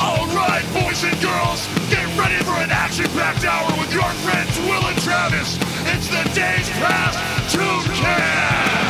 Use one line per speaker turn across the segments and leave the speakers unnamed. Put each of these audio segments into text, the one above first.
Alright, boys and girls, get ready for an action-packed hour with your friends Will and Travis. It's the Days Past Tubecast!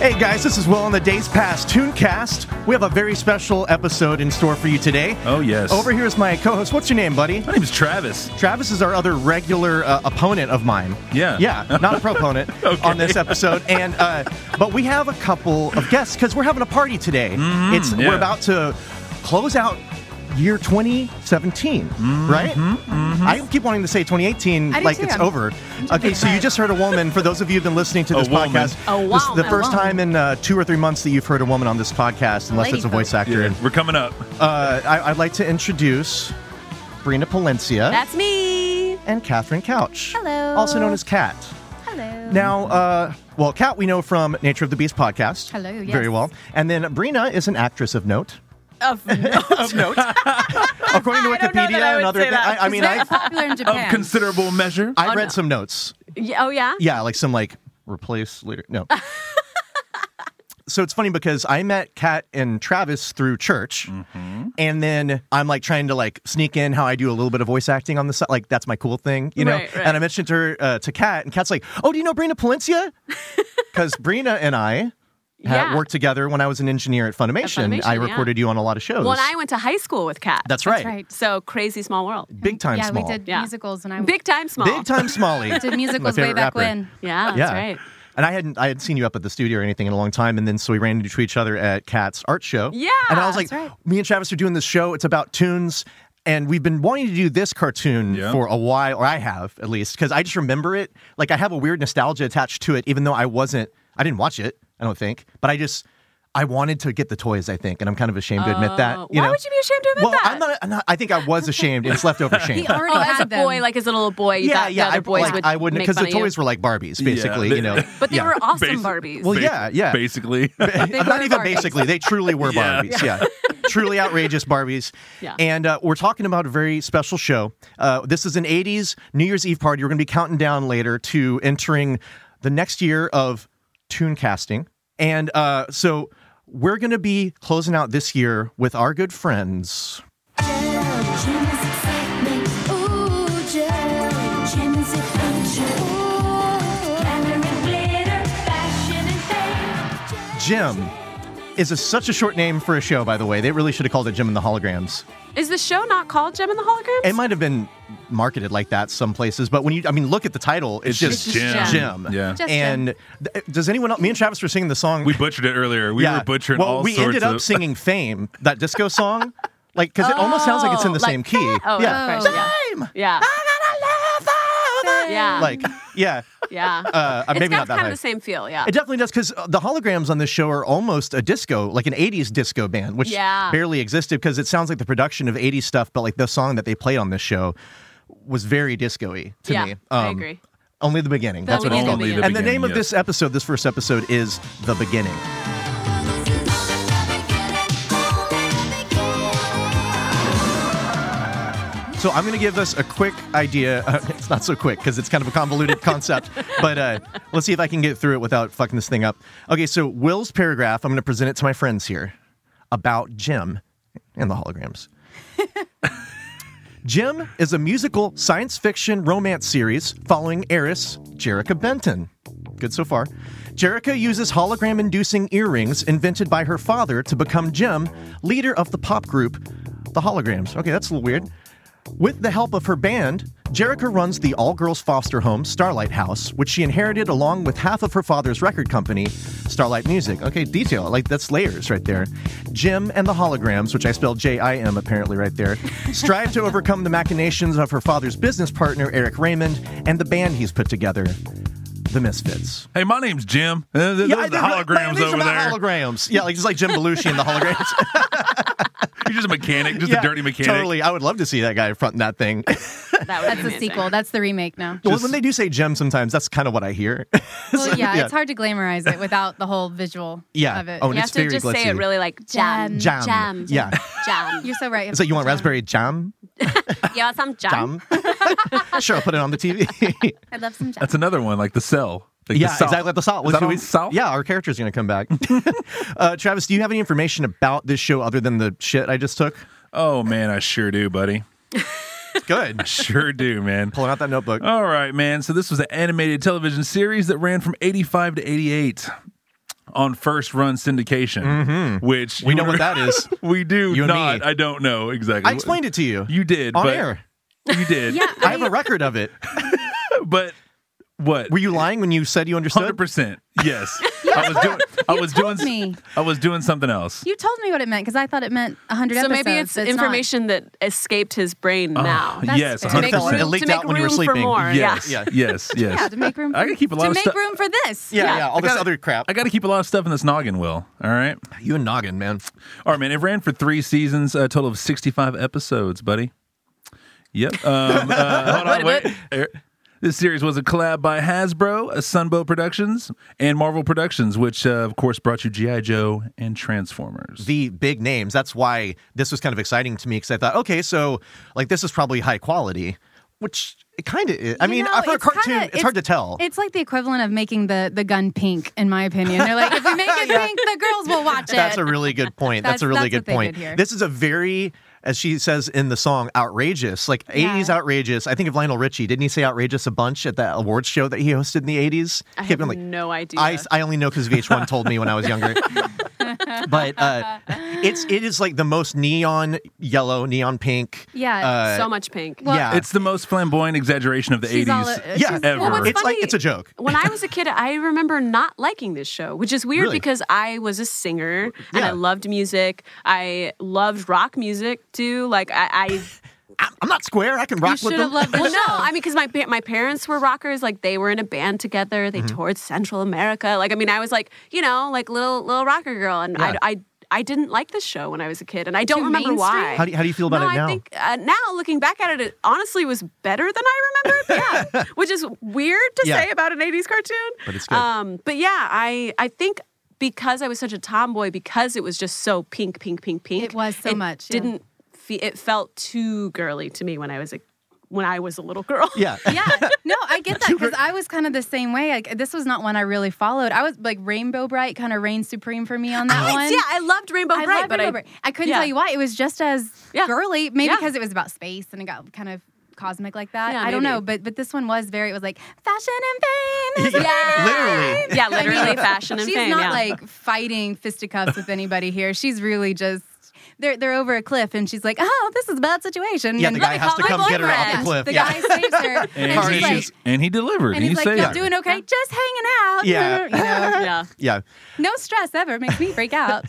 Hey guys, this is Will on the Days Past Tooncast. We have a very special episode in store for you today.
Oh, yes.
Over here is my co-host. What's your name, buddy?
My name is Travis.
Travis is our other regular uh, opponent of mine.
Yeah.
yeah, not a proponent
Okay.
on this episode. And uh, but we have a couple of guests because we're having a party today. it's
Mm-hmm. yeah.
we're about to close out year 2017,
Mm-hmm.
right? I keep wanting to say 2018
I do
like
too.
it's
I'm-
over. Okay, so you just heard a woman. For those of you who've been listening to
A
this
woman.
podcast,
A
this is the
woman.
first
A woman.
time in uh, two or three months that you've heard a woman on this podcast, unless
lady
it's a voice
folk.
actor.
We're coming up.
Uh, I, I'd like to introduce Brina Palencia
That's me.
and Catherine Couch,
Hello.
also known as Kat.
Hello.
Now, uh, well, Kat we know from Nature of the Beast podcast.
Hello, yes.
Very well. And then Brina is an actress of note.
Of,
Of note. According to
I don't know that
Wikipedia
I would
and other
say
things. I,
that.
I mean, I,
popular in
Of
Japan.
considerable measure.
I
Oh,
read
no.
some notes.
Yeah, oh yeah.
Yeah, like some like replace later. No. so it's funny because I met Kat and Travis through church, and then I'm like trying to like sneak in how I do a little bit of voice acting on the side. Like that's my cool thing, you know.
Right, right.
And I mentioned to her uh, to Kat, and Kat's like, "Oh, do you know Brina Palencia?" Because Brina and I. Had
Yeah.
worked together when I was an engineer at Funimation.
Funimation,
I
yeah.
recorded you on a lot of shows.
Well, and I went to high school with Kat.
that's right.
right.
So crazy small world.
Big time
yeah,
small.
we did
Yeah.
musicals, and I
Big time small.
Big time Smalley.
did
My
musicals way
favorite
back
rapper.
when.
Yeah, that's right.
And I hadn't I hadn't seen you up at the studio or anything in a long time, and then so we ran into each other at Cat's art show.
Yeah,
and I was like,
that's right.
me and Travis are doing this show. It's about tunes, and we've been wanting to do this cartoon
Yeah.
for a while, or I have at least, because I just remember it. Like I have a weird nostalgia attached to it, even though I wasn't, I didn't watch it. I don't think, but I just. I wanted to get the toys, I think, and I'm kind of ashamed to admit that.
Oh,
You
why
know?
would you be ashamed to admit
well,
that?
I'm not, I'm not. I think I was ashamed. It's leftover shame.
He already
Oh,
had
as a
them.
boy, like as a little boy, you
yeah,
thought
yeah.
the other
I,
boys
like,
would
I wouldn't
because
because the toys were like Barbies, basically.
they-
You know,
But they
Yeah.
were awesome
Basi-
Barbies.
Well,
Ba-
yeah, yeah.
Basically.
They
not
were
even
Barbies.
basically. They truly were
Yeah.
Barbies. Yeah. truly outrageous Barbies.
Yeah.
And uh, we're talking about a very special show. Uh, this is an 80s New Year's Eve party. We're going to be counting down later to entering the next year of tune casting. And uh, so we're going to be closing out this year with our good friends. Jim is a, such a short name for a show, by the way. They really should have called it Jim and the Holograms.
Is the show not called Gem and the Holograms?
It might have been marketed like that some places, but when you, I mean, look at the title, it's, just,
just
Jim.
Yeah.
Just
and th- does anyone else? Me and Travis were singing the song.
we butchered it earlier. We were butchering
well,
all
we
sorts
ended up
of.
singing "Fame," that disco song, like because it almost sounds like it's in the
like,
same key.
oh,
yeah,
okay, yeah.
"Fame."
yeah. Yeah.
Like, yeah,
yeah.
uh,
it's
maybe
got
not that
kind
high.
of the same feel, yeah.
It definitely does because the holograms on this show are almost a disco, like an 80s disco band, which
Yeah.
barely existed because it sounds like the production of 80s stuff, but like the song that they played on this show was very disco y to
yeah,
me.
I
Um,
agree.
Only the beginning. That's what it's
Beginning.
called.
Only
the
the
and the name of
beginning, yes.
this episode, this first episode, is The Beginning. So I'm going to give us a quick idea. Uh, it's not so quick because it's kind of a convoluted concept, but uh, let's see if I can get through it without fucking this thing up. Okay, so Will's paragraph, I'm going to present it to my friends here about Jim and the holograms. Jim is a musical science fiction romance series following heiress Jerrica Benton. Good so far. Jerrica uses hologram inducing earrings invented by her father to become Jim, leader of the pop group The Holograms. Okay, that's a little weird. With the help of her band, Jerrica runs the all girls foster home Starlight House, which she inherited along with half of her father's record company, Starlight Music. Okay, detail. Like, that's layers right there. Jim and the Holograms, which I spelled J I M apparently right there, strive to overcome the machinations of her father's business partner, Eric Raymond, and the band he's put together. the Misfits.
Hey, my name's Jim. Uh, th- those are the holograms
these
over
are my
there.
holograms. Yeah, like just like Jim Belushi in the holograms.
You're just a mechanic, just
Yeah,
a dirty mechanic.
Totally. I would love to see that guy fronting that thing.
That would
That's
be
the
amazing.
sequel. That's the remake now.
well, when they do say Jim, sometimes that's kind of what I hear.
Well, yeah,
yeah.
it's hard to glamorize it without the whole visual
Yeah.
of it.
Oh, and
You
it's
have to
very
just say
glitzy.
it really like jam,
Jam.
jam,
Yeah.
jam.
You're so right.
It's like you want raspberry jam?
yeah, some jam.
Jam. sure, I'll put it on the TV.
I'd love some jam.
That's another one, like the cell. Like
yeah,
the cell.
exactly. Like the salt.
Is
Which
that
we-
always salt?
Yeah, our character's going to come back. uh, Travis, do you have any information about this show other than the shit I just took?
Oh man, I sure do, buddy.
Good.
Sure do, man.
Pulling out that notebook.
All right, man. So this was an animated television series that ran from 85 to 88 on first run syndication, which
Mm-hmm. we know what that is.
we do
You and
not.
me.
I don't know exactly.
I explained it to you.
You did
on
but
air.
You did.
Yeah,
I have a record of it.
But what?
Were you lying when you said you
Hundred
understood?
percent. Yes. I was doing. I was doing. s-
me.
I was doing something else.
You told me what it meant because I thought it meant 100
So
episodes.
maybe it's,
but not.
information that escaped his brain now.
Oh,
That's
yes.
fair.
To
Hundred
make
felt like
room,
it
percent.
leaked
to make
out when you
room
were
for
sleeping.
more.
Yes.
Yeah.
Yeah.
Yes. Yes.
Yeah, to make room. For,
I gotta keep a lot
to
of
make
stuff-
room for this.
Yeah, yeah,
Yeah.
all this
gotta-
other crap.
I got to keep a lot of stuff in this noggin, Will. All right.
you and Noggin, man.
All right, man. It ran for three seasons, a total of 65 episodes, buddy. Yep. Um, uh, hold on, wait. Er, This series was a collab by Hasbro, uh, Sunbow Productions, and Marvel Productions, which, uh, of course, brought you G.I. Joe and Transformers.
The big names. That's why this was kind of exciting to me because I thought, okay, so like this is probably high quality, which it kind of is. I
You
mean,
know,
for a
it's kinda-
cartoon, it's, hard to tell.
It's like the equivalent of making the the gun pink, in my opinion. They're like, if we make it pink, the girls will watch it.
That's a really good point. That's,
That's-
a really
that's
good
what they
point.
did here.
This is a very, as she says in the song, outrageous. Like
Yeah.
80s outrageous. I think of Lionel Richie. Didn't he say outrageous a bunch at that awards show that he hosted in the 80s?
I
Kept
have
being like,
no idea.
I, I only know because VH1 told me when I was younger. but uh, it's it is like the most neon yellow, neon pink.
yeah.
Uh,
so much pink.
well,
yeah.
It's the most flamboyant exaggeration of the
She's
80s
all- uh,
yeah,
she's-
ever.
Well, what's
it's like
funny-
it's a joke.
when I was a kid, I remember not liking this show, which is weird
Really?
because I was a singer and
Yeah.
I loved music. I loved rock music too. Like I, I
I'm, I'm not square. I can rock
should
with
have
them.
loved
well,
the
no,
show.
I mean, because my pa- my parents were rockers. Like they were in a band together. They
Mm-hmm.
toured Central America. Like I mean, I was like you know like little little rocker girl, and
Yeah.
I. I I didn't like this show when I was a kid, and I don't
Too
remember why.
mainstream?
How do you- how do you feel about
No,
it now?
I think uh, now looking back at it, it honestly was better than I remembered. Yeah, which is weird to
Yeah.
say about an '80s cartoon.
But it's good.
Um, but yeah, I I think because I was such a tomboy, because it was just so pink, pink, pink, pink.
It was so much, yeah.
Didn't fe- it felt too girly to me when I was a when I was a little girl.
yeah.
yeah, no, I get that because I was kind of the same way. Like, this was not one I really followed. I was like Rainbow Bright kind of reigned supreme for me on that
It's-
one.
yeah, I loved Rainbow
I
Bright,
love
but
Rainbow Bright. I couldn't
yeah.
tell you why. It was just as
Yeah.
girly, maybe
Yeah.
because it was about space and it got kind of cosmic like that.
Yeah,
I don't
maybe.
know, but but this one was very. It was like fashion and fame. is
Yeah.
Literally.
yeah,
I mean,
literally fashion and
She's
fame.
not
yeah.
like fighting fisticuffs with anybody here. She's really just they're they're over a cliff, and she's like, "Oh, this is a bad situation."
Yeah,
and
the
let
guy
me
has
call
to
my
come get her off the
boyfriend.
cliff,
The
yeah.
guy saves her,
And,
and
he
she's
he,
like,
just-
and he delivered.
and he's
he
like,
saved
"You're
her.
doing okay, just hanging out."
Yeah.
You know,
yeah.
Yeah.
no stress ever makes me freak out.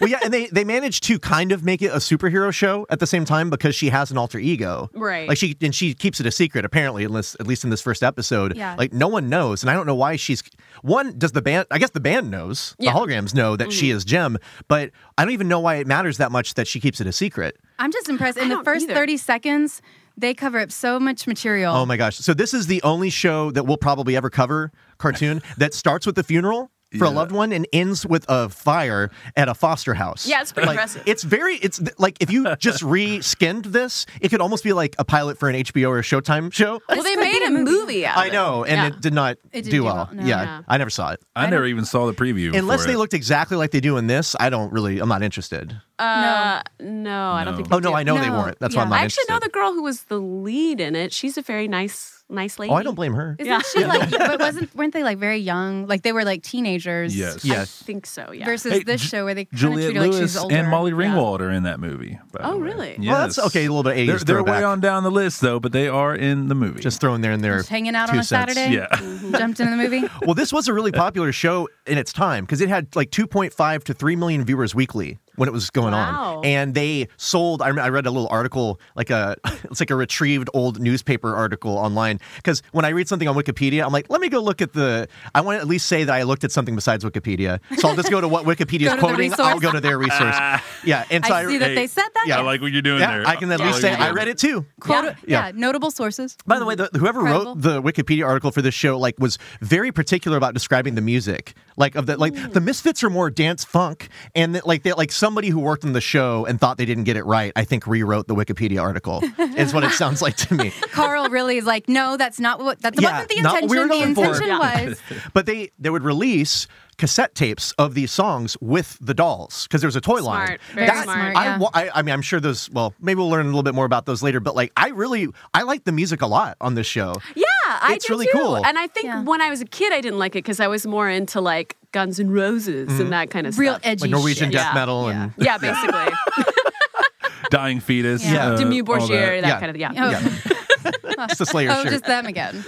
Well, yeah, and they they managed to kind of make it a superhero show at the same time because she has an alter ego,
Right.
Like she and she keeps it a secret apparently, unless at least in this first episode,
Yeah.
Like no one knows, and I don't know why she's one. Does the band? I guess the band knows.
Yeah.
The holograms know that she is Jem, but I don't even know why it matters that much that she keeps it a secret.
I'm just impressed. In
I
the
don't
first
either.
30 seconds, they cover up so much material.
Oh my gosh! So this is the only show that we'll probably ever cover cartoon that starts with the funeral. For a
Yeah.
loved one, and ends with a fire at a foster house.
Yeah, it's pretty
Like,
impressive.
It's very. It's th- like if you just re-skinned this, it could almost be like a pilot for an HBO or a Showtime show.
Well, they made a movie out of
I know, and
Yeah.
it did not
It didn't
do
do
well.
well, no.
yeah,
Yeah.
I never saw it.
I, never even saw the preview.
Unless
for
they
it.
looked exactly like they do in this, I don't really. I'm not interested.
Uh, no. I don't
No.
think they
Oh no,
do.
I know they
No,
weren't. That's why
yeah.
I'm
I
not
actually
interested.
know the girl who was the lead in it. She's a very nice, nice lady.
oh, I don't blame her.
Isn't
Yeah.
she like? but wasn't weren't they like very young? Like they were like teenagers.
Yes.
I
Yes.
think so. Yeah.
Versus
Hey,
this
Ju-
show where they kind of
Juliette
treat her like
Lewis
she's older.
and Molly Ringwald are in that movie. by
Oh,
the way.
really?
Well, that's okay, a little bit 80s
They're, they're way
throwback.
on down the list though, but they are in the movie.
Just throwing there and there.
Just hanging out
two
on a
cents.
Saturday. Mm-hmm.
yeah.
Jumped into the movie.
Well, this was a really popular show in its time because it had like 2.5 to 3 million viewers weekly. when it was going
Wow.
on, and they sold. I, rem- I read a little article, like a it's like a retrieved old newspaper article online. Because when I read something on Wikipedia, I'm like, let me go look at the. I want to at least say that I looked at something besides Wikipedia, so I'll just go to what Wikipedia
Go to
is
the
quoting.
resource.
I'll go to their resource. yeah, and so I,
I see that
Hey,
they said that.
yeah,
I like what you're doing
yeah,
there.
I can at
like
least
what
say
you're
I
doing.
read it too.
Quote, yeah.
Yeah.
notable sources.
By the way, the, whoever
Incredible.
wrote the Wikipedia article for this show like was very particular about describing the music. Like of the like the Misfits are more dance funk, and that, like they, like somebody who worked on the show and thought they didn't get it right, I think rewrote the Wikipedia article. is what it sounds like to me.
Carl really is like, no, that's not what. That
Yeah,
wasn't the
not what
intention.
we were
the
going for.
intention
Yeah.
was.
But they they would release cassette tapes of these songs with the dolls because there was a toy line.
Smart. Very
That-
smart,
I,
yeah.
wa- I, I mean, I'm sure those. Well, maybe we'll learn a little bit more about those later. But like, I really I like the music a lot on this show.
Yeah, I
It's
do
really
too.
cool.
And I think
Yeah.
when I was a kid, I didn't like it because I was more into like Guns and Roses
Mm-hmm.
and that kind of
Real
stuff.
edgy.
Like Norwegian
shit.
death
Yeah.
metal
Yeah.
and
yeah,
Uh,
basically.
Dying fetus.
Yeah.
uh,
Demi
all
Borgir,
that.
that,
Yeah.
kind of yeah.
Oh,
it's the Slayer
oh
shirt.
just them again.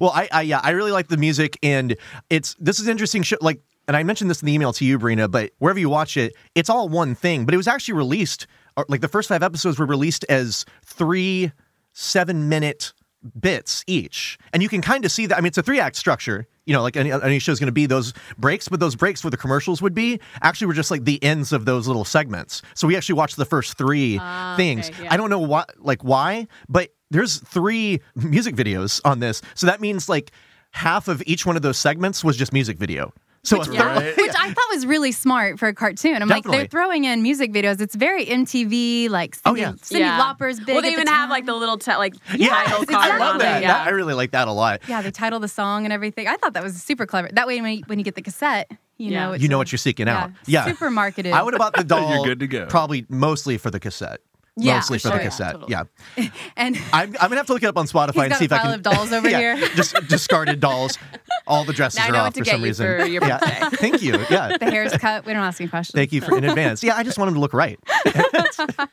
Well, I, I yeah, I really like the music, and it's this is interesting. Show, like, and I mentioned this in the email to you, Brina, but wherever you watch it, it's all one thing. But it was actually released, or, like the first five episodes were released as three seven minute bits each, and you can kind of see that. I mean, it's a three act structure. You know, like any, any show's going to be those breaks, but those breaks where the commercials would be actually were just like the ends of those little segments. So we actually watched the first three things.
Ah,
I
okay, yeah.
don't I don't know why, like why, but there's three music videos on this, so that means like half of each one of those segments was just music video. So a third,
Right?
Which I thought was really smart for a cartoon. I'm like,
Definitely.
they're throwing in music videos. It's very MTV, like
Oh,
Cindy,
yeah.
Cindy
Yeah.
Lauper's big.
Well, they
at
even
the
have
time.
like the little te- like
yeah,
title
exactly.
card
I love
on
that.
it.
That-
Yeah.
I really like that a lot.
Yeah, they title the song and everything. I thought that was super clever. That way, when you, when you get the cassette, you
Yeah.
know it's
You know
like-
what you're seeking out.
Yeah,
Yeah,
super marketed.
I would have bought the doll.
good to go.
Probably mostly for the cassette.
Yeah,
mostly for
sure,
the
yeah,
cassette.
totally.
Yeah.
and
I'm, I'm gonna have to look it up on Spotify
He's
and
got
see
a
if I
pile
can.
of dolls over
yeah,
here.
Just discarded dolls. All the dresses
Now I
are
know
off
what to
for
get
some
you
reason.
for your
yeah.
birthday.
Thank you. Yeah.
the hair's cut. We don't ask any questions.
Thank you for in advance. Yeah, I just want them to look right.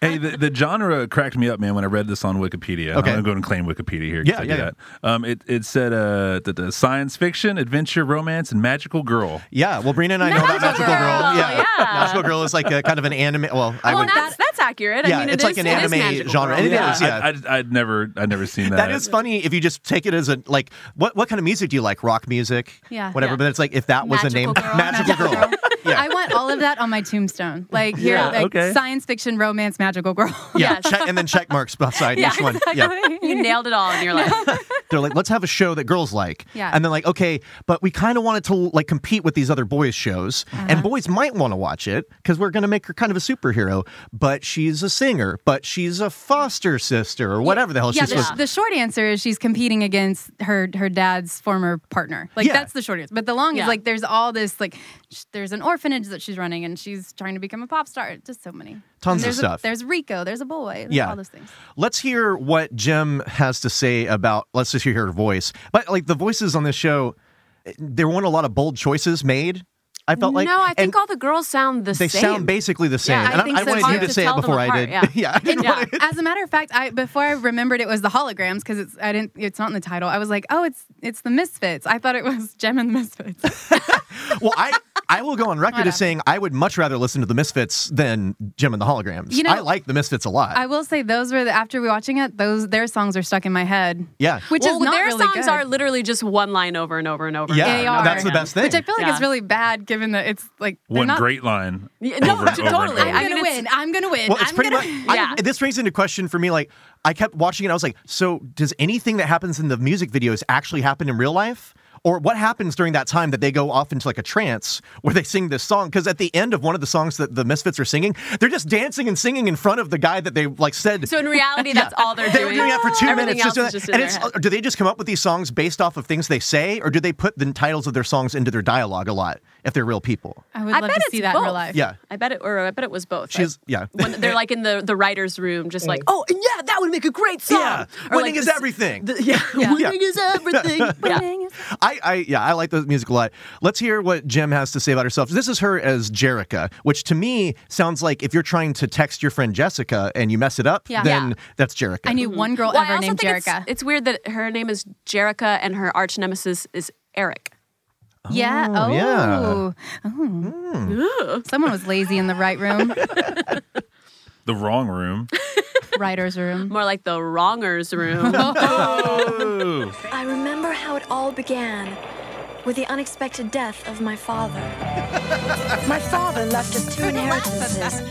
hey, the, the genre cracked me up, man, when I read this on Wikipedia.
Okay.
I'm gonna go and claim Wikipedia here. 'cause
Yeah,
I do
yeah, yeah.
that. Um, it it said uh, that the science fiction, adventure, romance, and magical girl.
Yeah, well, Brina and I know about Magical
Magical
Girl.
Girl,
Yeah.
yeah.
Magical Girl is like a kind of an anime. Well, I
well,
would.
that's, that's accurate.
Yeah,
I mean,
it's
it
like
is-
an
it is
anime
magical
genre.
girl.
It
yeah.
is, yeah.
I, I'd, I'd never, I'd never seen that.
that is funny if you just take it as a like what what kind of music do you like? Rock music,
Yeah.
whatever.
Yeah.
But it's like if that was a name,
Magical Girl.
Magical Girl.
I want all of that on my tombstone. Like here,
Yeah,
like
okay.
science fiction, romance, magical girl.
Yeah,
Yes.
check, and then check marks beside each one. Yeah,
You nailed it all in your life.
they're like, let's have a show that girls like.
Yeah.
and then like, okay, but we kind of wanted to like compete with these other boys shows, and boys might want to watch it because we're gonna make her kind of a superhero. But she's a singer, but she's a foster sister or whatever the hell
Yeah,
she's supposed.
the, the short answer is she's competing against her her dad's former partner. Like
Yeah.
that's the short answer. But the long
Yeah.
is like there's all this like sh- there's an orphanage that she's running and she's trying to become a pop star. Just so many
Tons of
And there's a-
stuff.
there's Rico. There's a boy. There's
Yeah.
all those things.
Let's hear what Jim has to say about. Let's just hear her voice. But like the voices on this show, there weren't a lot of bold choices made. I felt like
no, I
and
think all the girls sound the
they
same.
sound basically the same.
Yeah, I
and
think
I,
so.
wanted
Hard
you to,
to
say it
tell them
before I
apart,
did.
yeah.
I didn't
Yeah.
want to.
As a matter of fact, I before I remembered it was the holograms because it's I didn't it's not in the title. I was like, oh, it's it's the Misfits. I thought it was Gem and the Misfits.
Well, I I will go on record as
Whatever.
saying I would much rather listen to the Misfits than Jim and the Holograms.
You know,
I like the Misfits a lot.
I will say those were the, after rewatching it, those their songs are stuck in my head.
Yeah.
which
well,
is not
their
really
songs
good.
are literally just one line over and over and over.
Yeah,
again.
They are.
that's the best thing.
which I feel like
Yeah.
is really bad given that it's like they're
One
not,
great line.
Yeah, no,
over and
t-
over and
totally.
over.
I'm
I mean,
gonna
it's-
win. I'm gonna win.
well, it's
I'm
pretty
gonna,
much. I-
Yeah.
this brings into question for me. Like, I kept watching it. I was like, so does anything that happens in the music videos actually happen in real life? Or what happens during that time that they go off into like a trance where they sing this song? Because at the end of one of the songs that the Misfits are singing, they're just dancing and singing in front of the guy that they like said.
So in reality, that's all they're
they
doing.
were doing that for two
Everything
minutes. Just
else
doing that.
is just in
and
their
it's,
head.
do they just come up with these songs based off of things they say, or do they put the titles of their songs into their dialogue a lot if they're real people?
I would
I
love
bet
to
it's
see that in real
both.
life.
Yeah,
I bet it, or I bet it was both.
she's
Like,
yeah.
when they're like in the the writers' room, just like, oh, and yeah, that would make a great song.
Yeah.
Or
Winning
like
is
this-
everything.
the- yeah, winning is everything. yeah.
I, I yeah, I like the music a lot. Let's hear what Jim has to say about herself. This is her as Jerica, which to me sounds like if you're trying to text your friend Jessica and you mess it up,
Yeah.
then
Yeah.
that's Jerica.
I knew one girl
Well, I
ever
also
named
think it's,
Jerica.
it's weird that her name is Jerica and her arch nemesis is Eric.
Yeah. Oh.
yeah. Hmm.
Oh. Someone was lazy in the right room,
The wrong room.
writer's room.
More like the wrongers room.
Oh.
I remember how it all began with the unexpected death of my father. my father left us two inheritances.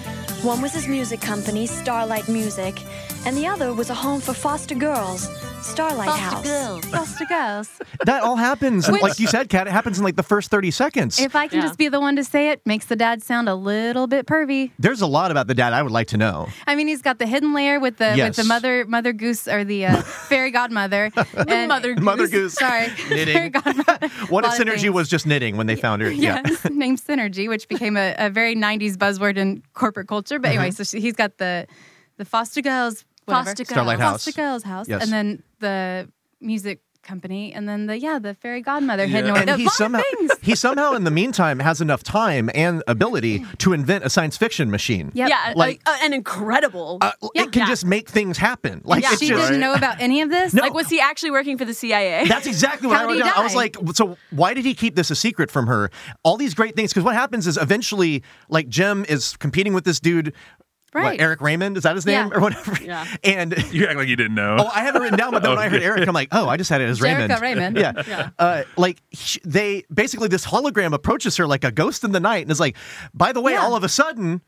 One was his music company, Starlight Music, and the other was a home for foster girls, Starlight House.
Foster girls.
That all happens,
Which-
like you said, Kat. It happens in like the first thirty seconds.
If I can
Yeah.
just be the one to say it, makes the dad sound a little bit pervy.
There's a lot about the dad I would like to know.
I mean, he's got the hidden layer with the
Yes.
with the mother mother goose or the uh, fairy godmother. and,
mother
Mother goose.
Sorry,
Knitting.
fairy godmother.
What if
Lot of
synergy
things.
was just knitting when they found her?
Yeah, named synergy, which became a, a very '90s buzzword in corporate culture. But anyway,
Mm-hmm.
so she, he's got the the foster girls, whatever.
Foster girls.
Starlight House.
foster girls house,
Yes.
and then the music company, and then the yeah, the fairy godmother
Yeah.
hidden away.
And
A
he
lot of
somehow
things.
he somehow in the meantime has enough time and ability to invent a science fiction machine.
Yep.
Yeah,
Like-
like an incredible.
Uh, it can
Yeah.
just make things happen. Like
Yeah.
it's
she
just
didn't know about any of this.
No.
like, was he actually working for the CIA?
That's exactly what
How'd
I wrote
he
down. I
die?
was like, so why did he keep this a secret from her? All these great things. Because what happens is eventually, like, Jim is competing with this dude, what,
Right.
Eric Raymond, is that his name
Yeah.
or whatever?
Yeah.
And
You act like you didn't know.
oh, I have it written down, but then when I heard Eric, I'm like, oh, I just had it as Raymond.
Jerica Raymond.
Yeah. Uh, like, sh- they basically, this hologram approaches her like a ghost in the night and is like, by the way,
Yeah.
all of a sudden,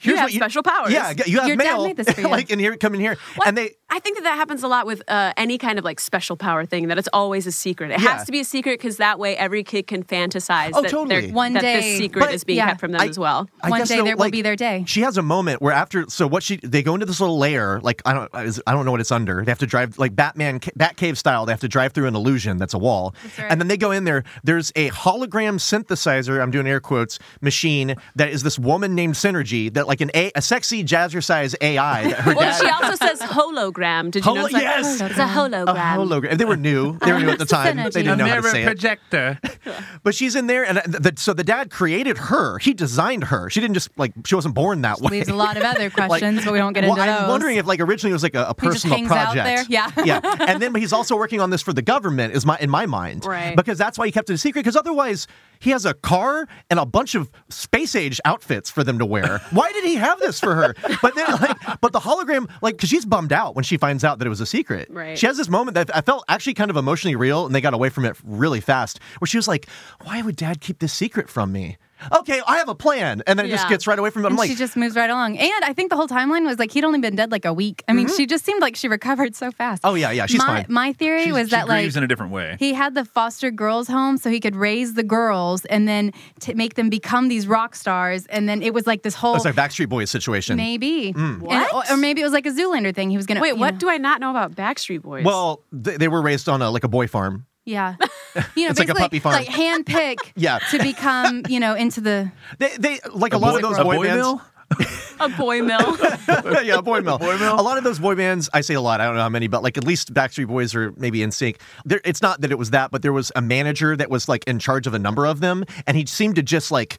You
here's
have
what you.
special powers.
Yeah, g- you have
Your dad
mail.
made this for you.
like, and here, come in here.
What?
And they,
I think that that happens a lot with uh, any kind of like special power thing. That it's always a secret. It
Yeah.
has to be a secret because that way every kid can fantasize.
Oh,
that
totally.
they're-
One
that
day-
this secret
But-
is being
yeah.
kept from them
I-
as well.
One
guess,
day
though,
there will
like,
be their day.
She has a moment where after so what she they go into this little lair like I don't is- I don't know what it's under. They have to drive like Batman ca- Batcave style. They have to drive through an illusion that's a wall,
right.
and then they go in there. There's a hologram synthesizer. I'm doing air quotes machine that is this woman named Synergy that like an a, a sexy jazzercise AI. That her
Well,
dad,
she also says hologram. Did you
Holo-
notice that?
yes!
it's a
a
hologram.
hologram. They were new. They were new at the time. They
Synergy.
didn't know how to
mirror
say it.
projector.
But she's in there, and uh, th- th- so the dad created her. He designed her. She didn't just like she wasn't born that way.
Leaves a lot of other
Like,
questions, but we don't get into
well,
those.
I'm wondering if like originally it was like a, a
just
personal
hangs out
project.
there. Yeah.
yeah. And then but he's also working on this for the government is my in my mind.
Right.
Because that's why he kept it a secret. Because otherwise he has a car and a bunch of space age outfits for them to wear. why did he have this for her? But then like but the hologram, like because she's bummed out when she finds out that it was a secret.
Right.
She has this moment that I felt actually kind of emotionally real and they got away from it really fast, where she was like, Why would dad keep this secret from me? Okay, I have a plan. And then it just
Yeah.
gets right away from it. I'm
And
like,
she just moves right along. And I think the whole timeline was like he'd only been dead like a week. I mean, she just seemed like she recovered so fast.
Mm-hmm. Oh, yeah, yeah, she's
my,
fine.
My theory
She's-
was
she
that like
grieves in a different way.
he had the foster girls home so he could raise the girls and then t- make them become these rock stars. And then it was like this whole
It's like Mm. Backstreet Boys situation.
maybe And-
What?
or, or maybe it was like a Zoolander thing. He was gonna
Wait, what
know.
do I not know about Backstreet Boys?
Well, they, they were raised on a like a boy farm.
yeah, you know,
It's like a puppy
basically
farm.
like handpick
Yeah.
to become you know into the
They, they like a, lot of
boy-
those
a
boy,
boy
bands.
mill?
a boy mill.
yeah, a boy mill.
boy
A
mill?
lot of those boy bands. I say a lot. I don't know how many, but like at least Backstreet Boys or maybe In Sync. There, it's not that it was that, but there was a manager that was like in charge of a number of them, and he seemed to just like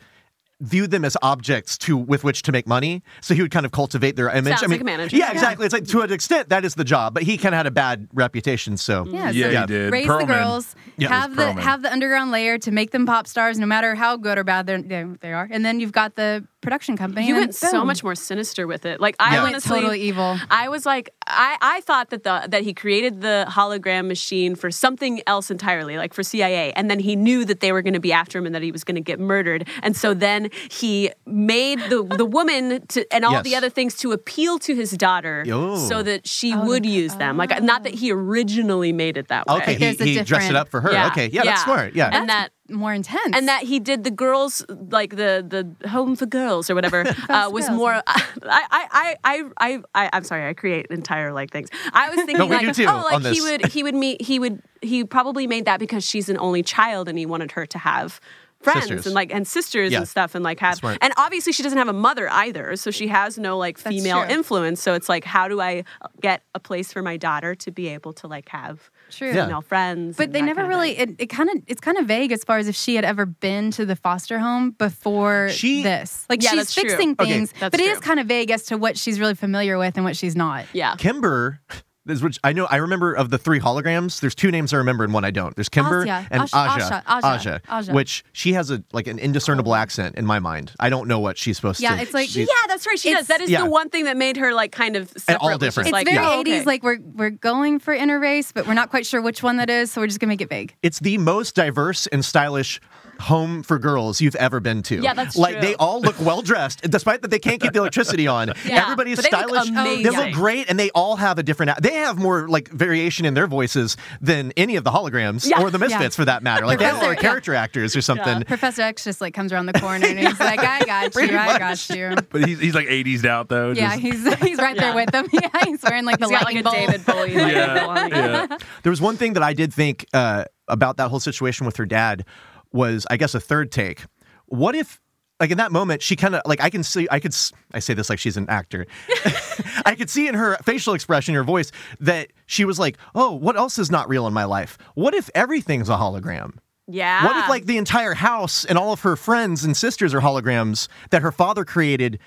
view them as objects to with which to make money. So he would kind of cultivate their image.
Sounds like a manager.
Yeah,
Yeah.
exactly. It's like to an extent that is the job, but he kind of had a bad reputation. So
Yeah,
Yeah,
so
he did.
Raise
Perlman.
the girls.
Yeah, it was
have the
Perlman.
have the underground layer to make them pop stars, no matter how good or bad they're- they they are. And then you've got the production company.
you
and then
went so
boom.
much more sinister with it. Like I
Yeah.
Went
honestly,
totally evil.
I was like, I, I thought that the that he created the hologram machine for something else entirely, like for CIA, and then he knew that they were going to be after him and that he was going to get murdered, and so then he made the the woman to and all
Yes.
the other things to appeal to his daughter,
Yo. Oh
so that she would use them. Like not that he originally made it that way.
okay,
there's a
he, he dressed it
different-
up for her. Okay, yeah, that's smart. Yeah,
and that
more intense.
and that he did the girls like the the home for girls or whatever uh, was
girls.
more. I I I I I I'm sorry, I create entire like things. I was thinking
we
like
do too
oh
on
like
this.
he would he would meet he would he probably made that because she's an only child and he wanted her to have. Friends
Sisters.
and like and sisters
Yeah.
and stuff and like have
Smart.
and obviously she doesn't have a mother either so she has no like
That's
female
true.
influence so it's like how do I uh, get a place for my daughter to be able to like have
True.
Yeah.
female friends
But
and
they
that
never
kind of
really. It, it kind of. It's kind of vague as far as if she had ever been to the foster home before
She-
this. Like
Yeah,
she's
that's true.
fixing
Okay,
things,
that's
but it is
true.
kind of vague as to what she's really familiar with and what she's not.
thing. yeah
Kimber. This, which I know, I remember of the three holograms. There's two names I remember and one I don't. There's Kimber
Asya.
and
Ash-
Aja,
Asha, Aja, Aja.
which she has a like an indiscernible accent in my mind. I don't know what she's supposed
Yeah,
to.
it's like-
she-
yeah, that's right. She
It's-
does. That is
Yeah.
the one thing that made her like kind of separate.
all
was just
different.
It's
Like,
very
yeah,
80s.
okay.
Like Oh, we're we're going for interrace, but we're not quite sure which one that is, so we're just gonna make it vague.
it's the most diverse and stylish home for girls you've ever been to.
Yeah, that's
like
true.
they all look well dressed, despite that they can't keep the electricity on.
Yeah,
Everybody's
but they look
stylish. they look
amazing.
great, and they all have a different. They have more like variation in their voices than any of the holograms
Yeah.
or the misfits, for that matter. Like they all are
Professor, yeah.
character actors or something.
Professor X just like comes around the corner and he's like, I got you, I got you.
But he's, he's like 80s out though.
Yeah,
just-
he's he's right there
Yeah.
with them. Yeah, he's wearing like the
He's got like
lightning
a
bolt.
David Bowie. Like, go
yeah,
on.
yeah.
There was one thing that I did think uh, about that whole situation with her dad was, I guess, a third take. What if, like, in that moment, she kind of like I can see, I could, s- I say this like she's an actor. I could see in her facial expression, her voice, that she was like, "Oh, what else is not real in my life? What if everything's a hologram?"
Yeah.
What if like the entire house and all of her friends and sisters are holograms that her father created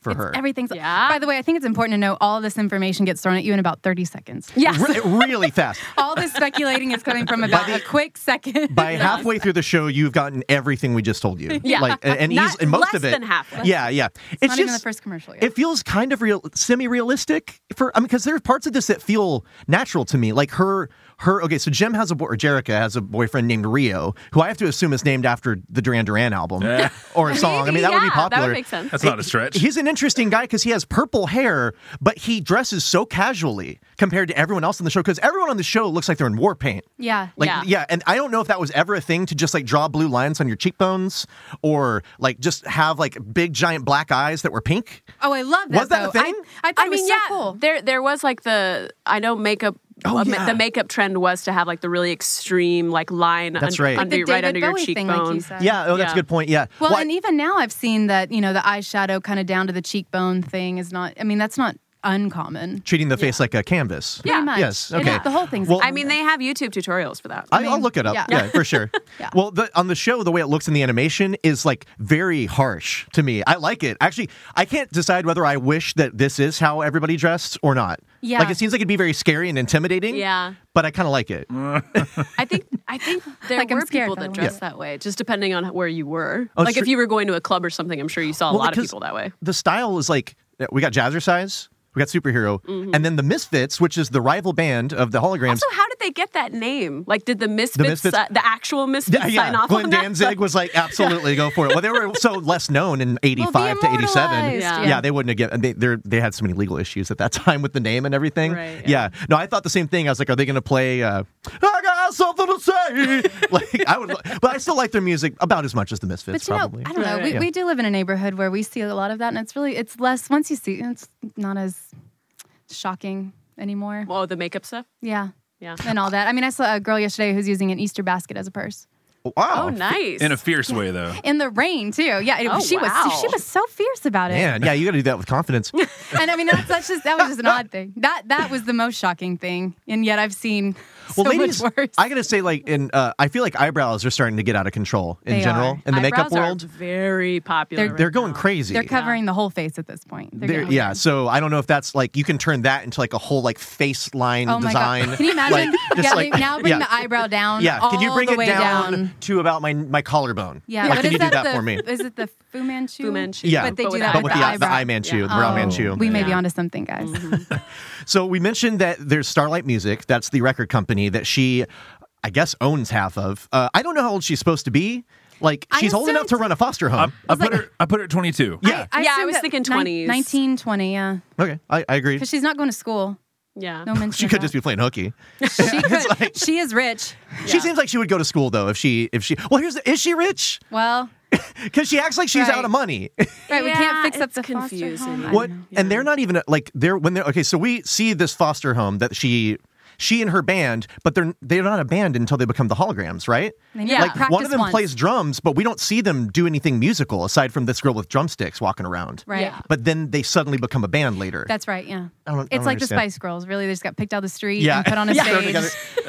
for her?
Everything's.
Yeah.
By the way, I think it's important to know all this information gets thrown at you in about 30 seconds.
Yes.
Re- really fast.
All this speculating is coming from about a quick second.
by halfway through the show, you've gotten everything we just told you.
Yeah.
like and, and,
Not-
eas- and most
less
of it.
than halfway.
Yeah, yeah. It's,
not
just
even the first commercial yet.
It feels kind of real, semi-realistic for. I mean, because there are parts of this that feel natural to me, like her. Her okay, so Jim has a boy, or Jerica has a boyfriend named Rio, who I have to assume is named after the Duran Duran album
Yeah.
or a song. I mean, that would be
Yeah, that would
popular.
make sense.
That's not a stretch.
He's an interesting guy because he has purple hair, but he dresses so casually compared to everyone else on the show. Because everyone on the show looks like they're in war paint.
yeah.
Like yeah.
Yeah.
and I don't know if that was ever a thing to just like draw blue lines on your cheekbones or like just have like big giant black eyes that were pink.
Oh, I love that.
Was that a
though. I-
thing?
I, thought
I
it was
mean,
so
yeah.
cool.
There, there was like the I know makeup.
Oh,
uh, ma-
yeah.
The makeup trend was to have like the really extreme like line.
That's
un-
right.
Under,
the
right
David
under your
Bowie
cheekbone.
thing, like you said.
yeah, oh, that's a
Yeah.
good point. Yeah.
Well,
Why-
and e even now I've seen that you know the eyeshadow kind of down to the cheekbone thing is not. I mean, that's not uncommon.
treating the face like a canvas.
Yeah.
Pretty much.
Yes,
It is-
okay.
The whole thing's.
Well-
I mean, they have YouTube tutorials for that.
I will look it up. Yeah,
yeah.
for sure.
Yeah.
Well, the, on the show, the way it looks in the animation is like very harsh to me. I like it. Actually, I can't decide whether I wish that this is how everybody dressed or not.
Yeah.
Like it seems like it'd be very scary and intimidating.
Yeah.
But I kind of like it.
I think I think there
Like, I'm
were
scared,
people
by
that
the way.
dressed that way, just depending on where you were.
Oh,
like
sure.
if you were going to a club or something, I'm sure you saw a
Well,
lot of
because
people that way.
The style is like we got Jazzercise, we got Superhero, and then the Misfits, which is the rival band of the holograms.
Mm-hmm. Also, how did they get that name? Like, did the Misfits,
Misfits-
uh, the actual Misfits,
yeah, yeah.
sign off
Glenn
on that?
Danzig was like, absolutely, go for it. Well, they were so less known in '85 to '87.
immortalized,
Yeah.
Yeah.
they wouldn't have. Given, they they're- they had so many legal issues at that time with the name and everything.
Right,
yeah. No, I thought the same thing. I was like, are they going to play? Uh, I got something to say. like I would, but I still like their music about as much as the Misfits.
But you
probably.
know, I don't know.
Right,
We,
right.
we do live in a neighborhood where we see a lot of that, and it's really it's less once you see it's not as shocking anymore.
Whoa, Oh, the makeup stuff.
yeah,
Yeah.
and all that. I mean, I saw a girl yesterday who's using an Easter basket as a purse
wow.
Oh, nice.
In a fierce way though.
in the rain too. Yeah, it,
Oh,
she was
wow.
she was so fierce about it.
Man, yeah, you got to do that with confidence.
And I mean, that's, that's just that was just an odd thing. That that was the most shocking thing, and yet I've seen so
well, ladies,
much worse.
I gotta say, like, in uh, I feel like eyebrows are starting to get out of control in
They
general
are.
in the makeup
Eyebrows are
world.
very popular.
They're-
right
They're going
now.
crazy.
They're covering the whole face at this point. They're
They're-
getting-
yeah, so I don't know if that's like you can turn that into like a whole like face line
Oh my
design.
god! Can you imagine?
Like, just
yeah,
like-
now bring
yeah.
the eyebrow down.
yeah, can you
all
bring
the
it
way
down,
down?
to about my my collarbone?
Yeah,
like,
but
can
is
you do that,
the,
for me?
Is it the Fu Manchu?
Fu Manchu.
Yeah,
but they do
with
that
But with
with, the,
the,
eyebrow.
the eye Manchu, the brow
Oh,
Manchu.
We may be
Yeah. Mm-hmm.
onto something, guys.
So we mentioned that there's Starlight Music. That's the record company that she, I guess, owns half of. Uh, I don't know how old she's supposed to be. Like
I
she's old enough
assumed-
to run a foster
I,
home.
I put her. I put her at 22.
yeah.
Yeah, I
assumed
was
that
thinking
ni-
20s.
19, 20, yeah.
okay. I, I agree.
Because she's not going to school.
Yeah.
No mention.
She
of
could
that.
just be playing hooky.
She, could, she is rich.
She seems like she would go to school though if she if she well here's the, is she rich
Well,
because she acts like she's
Right.
out of money
right, we can't
Yeah,
fix up
it's
the foster
confusing.
home.
I
what
know.
and they're not even like they're when they're okay so we see this foster home that she she and her band, but they're they're not a band until they become the holograms, right?
They need
Yeah.
to
Like,
practice
One of them
once.
plays drums, but we don't see them do anything musical aside from this girl with drumsticks walking around.
Right.
Yeah.
But then they suddenly become a band later.
That's right. Yeah.
I don't- I don't
it's like the
understand.
Spice Girls. Really, they just got picked out of the street
Yeah.
and put on a
Yeah.
stage.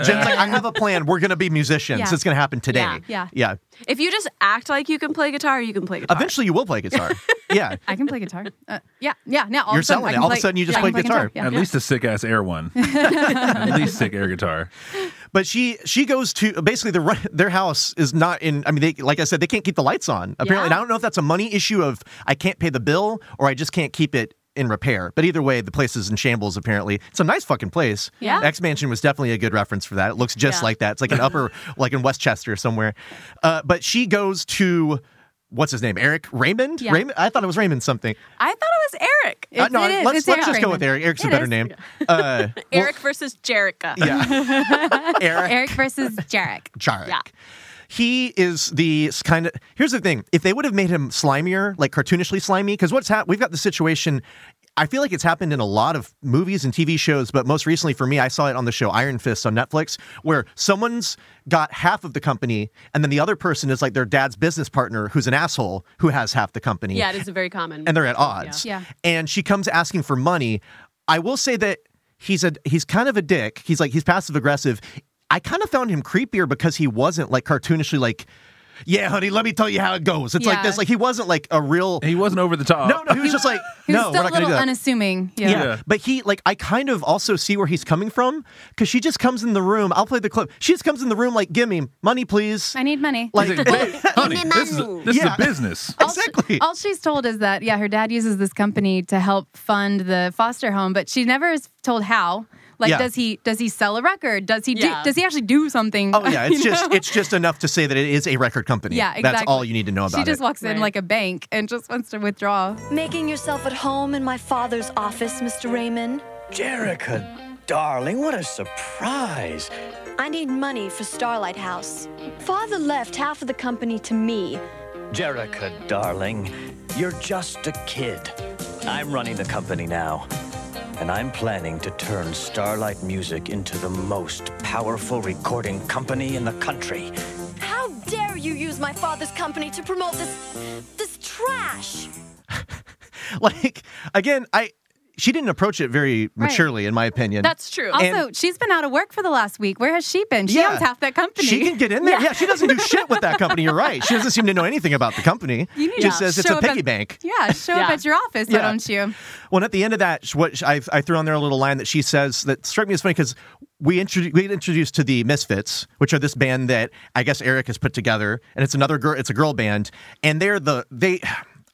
Jen's like, I have a plan. We're gonna be musicians.
Yeah.
It's gonna happen today.
Yeah.
Yeah.
Yeah.
If you just act like you can play guitar, you can play guitar.
Eventually, you will play guitar. yeah.
I can play guitar. Uh, yeah, yeah, yeah. All
You're
of a sudden,
selling
I
it.
can
All of a
play-
sudden you just
yeah, I can
play guitar.
Yeah.
At least a sick ass air one. At least sick air guitar.
But she she goes to basically their run- their house is not in. I mean, they like I said, they can't keep the lights on. Apparently, and I
Yeah.
don't know if that's a money issue of I can't pay the bill or I just can't keep it in repair. But either way, the place is in shambles. Apparently, it's a nice fucking place.
Yeah.
X Mansion was definitely a good reference for that. It looks just
Yeah.
like that. It's like an upper like in Westchester somewhere. Uh, but she goes to. What's his name? Eric Raymond?
Yeah.
Raymond? I thought it was Raymond something.
I thought it was Eric.
Uh, no,
it is.
let's,
It's
let's
Eric
just go with
Raymond.
Eric. Eric's a
It
better
is.
name. Uh,
Eric versus Jerica.
yeah. Eric.
Eric versus Jarek.
Jarek.
Yeah.
He is the kind of. Here's the thing: if they would have made him slimier, like cartoonishly slimy, because what's happened? We've got the situation. I feel like it's happened in a lot of movies and TV shows, but most recently for me, I saw it on the show Iron Fist on Netflix, where someone's got half of the company, and then the other person is like their dad's business partner, who's an asshole, who has half the company
Yeah, it is very common.
and they're at odds.
Yeah. Yeah.
And she comes asking for money. I will say that he's a he's kind of a dick. He's like he's passive aggressive. I kind of found him creepier because he wasn't like cartoonishly like, yeah, honey, let me tell you how it goes. It's like
Yeah.
this. Like he wasn't like a real.
He wasn't over the top.
no, no, he was just like,
Who's
no, we're
still
not
a
gonna
little
do that.
unassuming. Yeah.
Yeah.
Yeah.
But he, like, I kind of also see where he's coming from because she just comes in the room. I'll play the clip. She just comes in the room, like, give me money, please.
I need money.
He's like, "Babe, honey, this is a, this
Yeah.
is a business.
All she-
exactly.
All, she's told is that yeah, her dad uses this company to help fund the foster home, but she never is told how. Like,
Yeah.
does he does he sell a record? Does he
Yeah.
do, does he actually do something?
Oh yeah, it's
You know?
just it's just enough to say that it is a record company.
yeah, exactly.
That's all you need to know about
She just
it.
walks
Right.
in like a bank and just wants to withdraw.
Making yourself at home in my father's office, Mr. Raymond.
Jerica, darling, what a surprise.
I need money for Starlight House. Father left half of the company to me.
Jerica, darling, you're just a kid. I'm running the company now, and I'm planning to turn Starlight Music into the most powerful recording company in the country.
How dare you use my father's company to promote this this trash?
like again i she didn't approach it very maturely in my opinion
That's true.
Also,
And-
she's been out of work for the last week. Where has she been? She
Yeah.
owns half that company.
she can get in there yeah. she doesn't do shit with that company you're right she doesn't seem to know anything about the company
You need
just
to
says it's
show
a
up at-
piggy bank
Yeah, show up
Yeah.
at your office,
Yeah.
why don't you?
Well, and at the end of that, sh- what sh- I, I threw on there a little line that she says that struck me as funny because we, introdu- we get introduced to the Misfits, which are this band that I guess Eric has put together, and it's another girl, it's a girl band, and they're the they.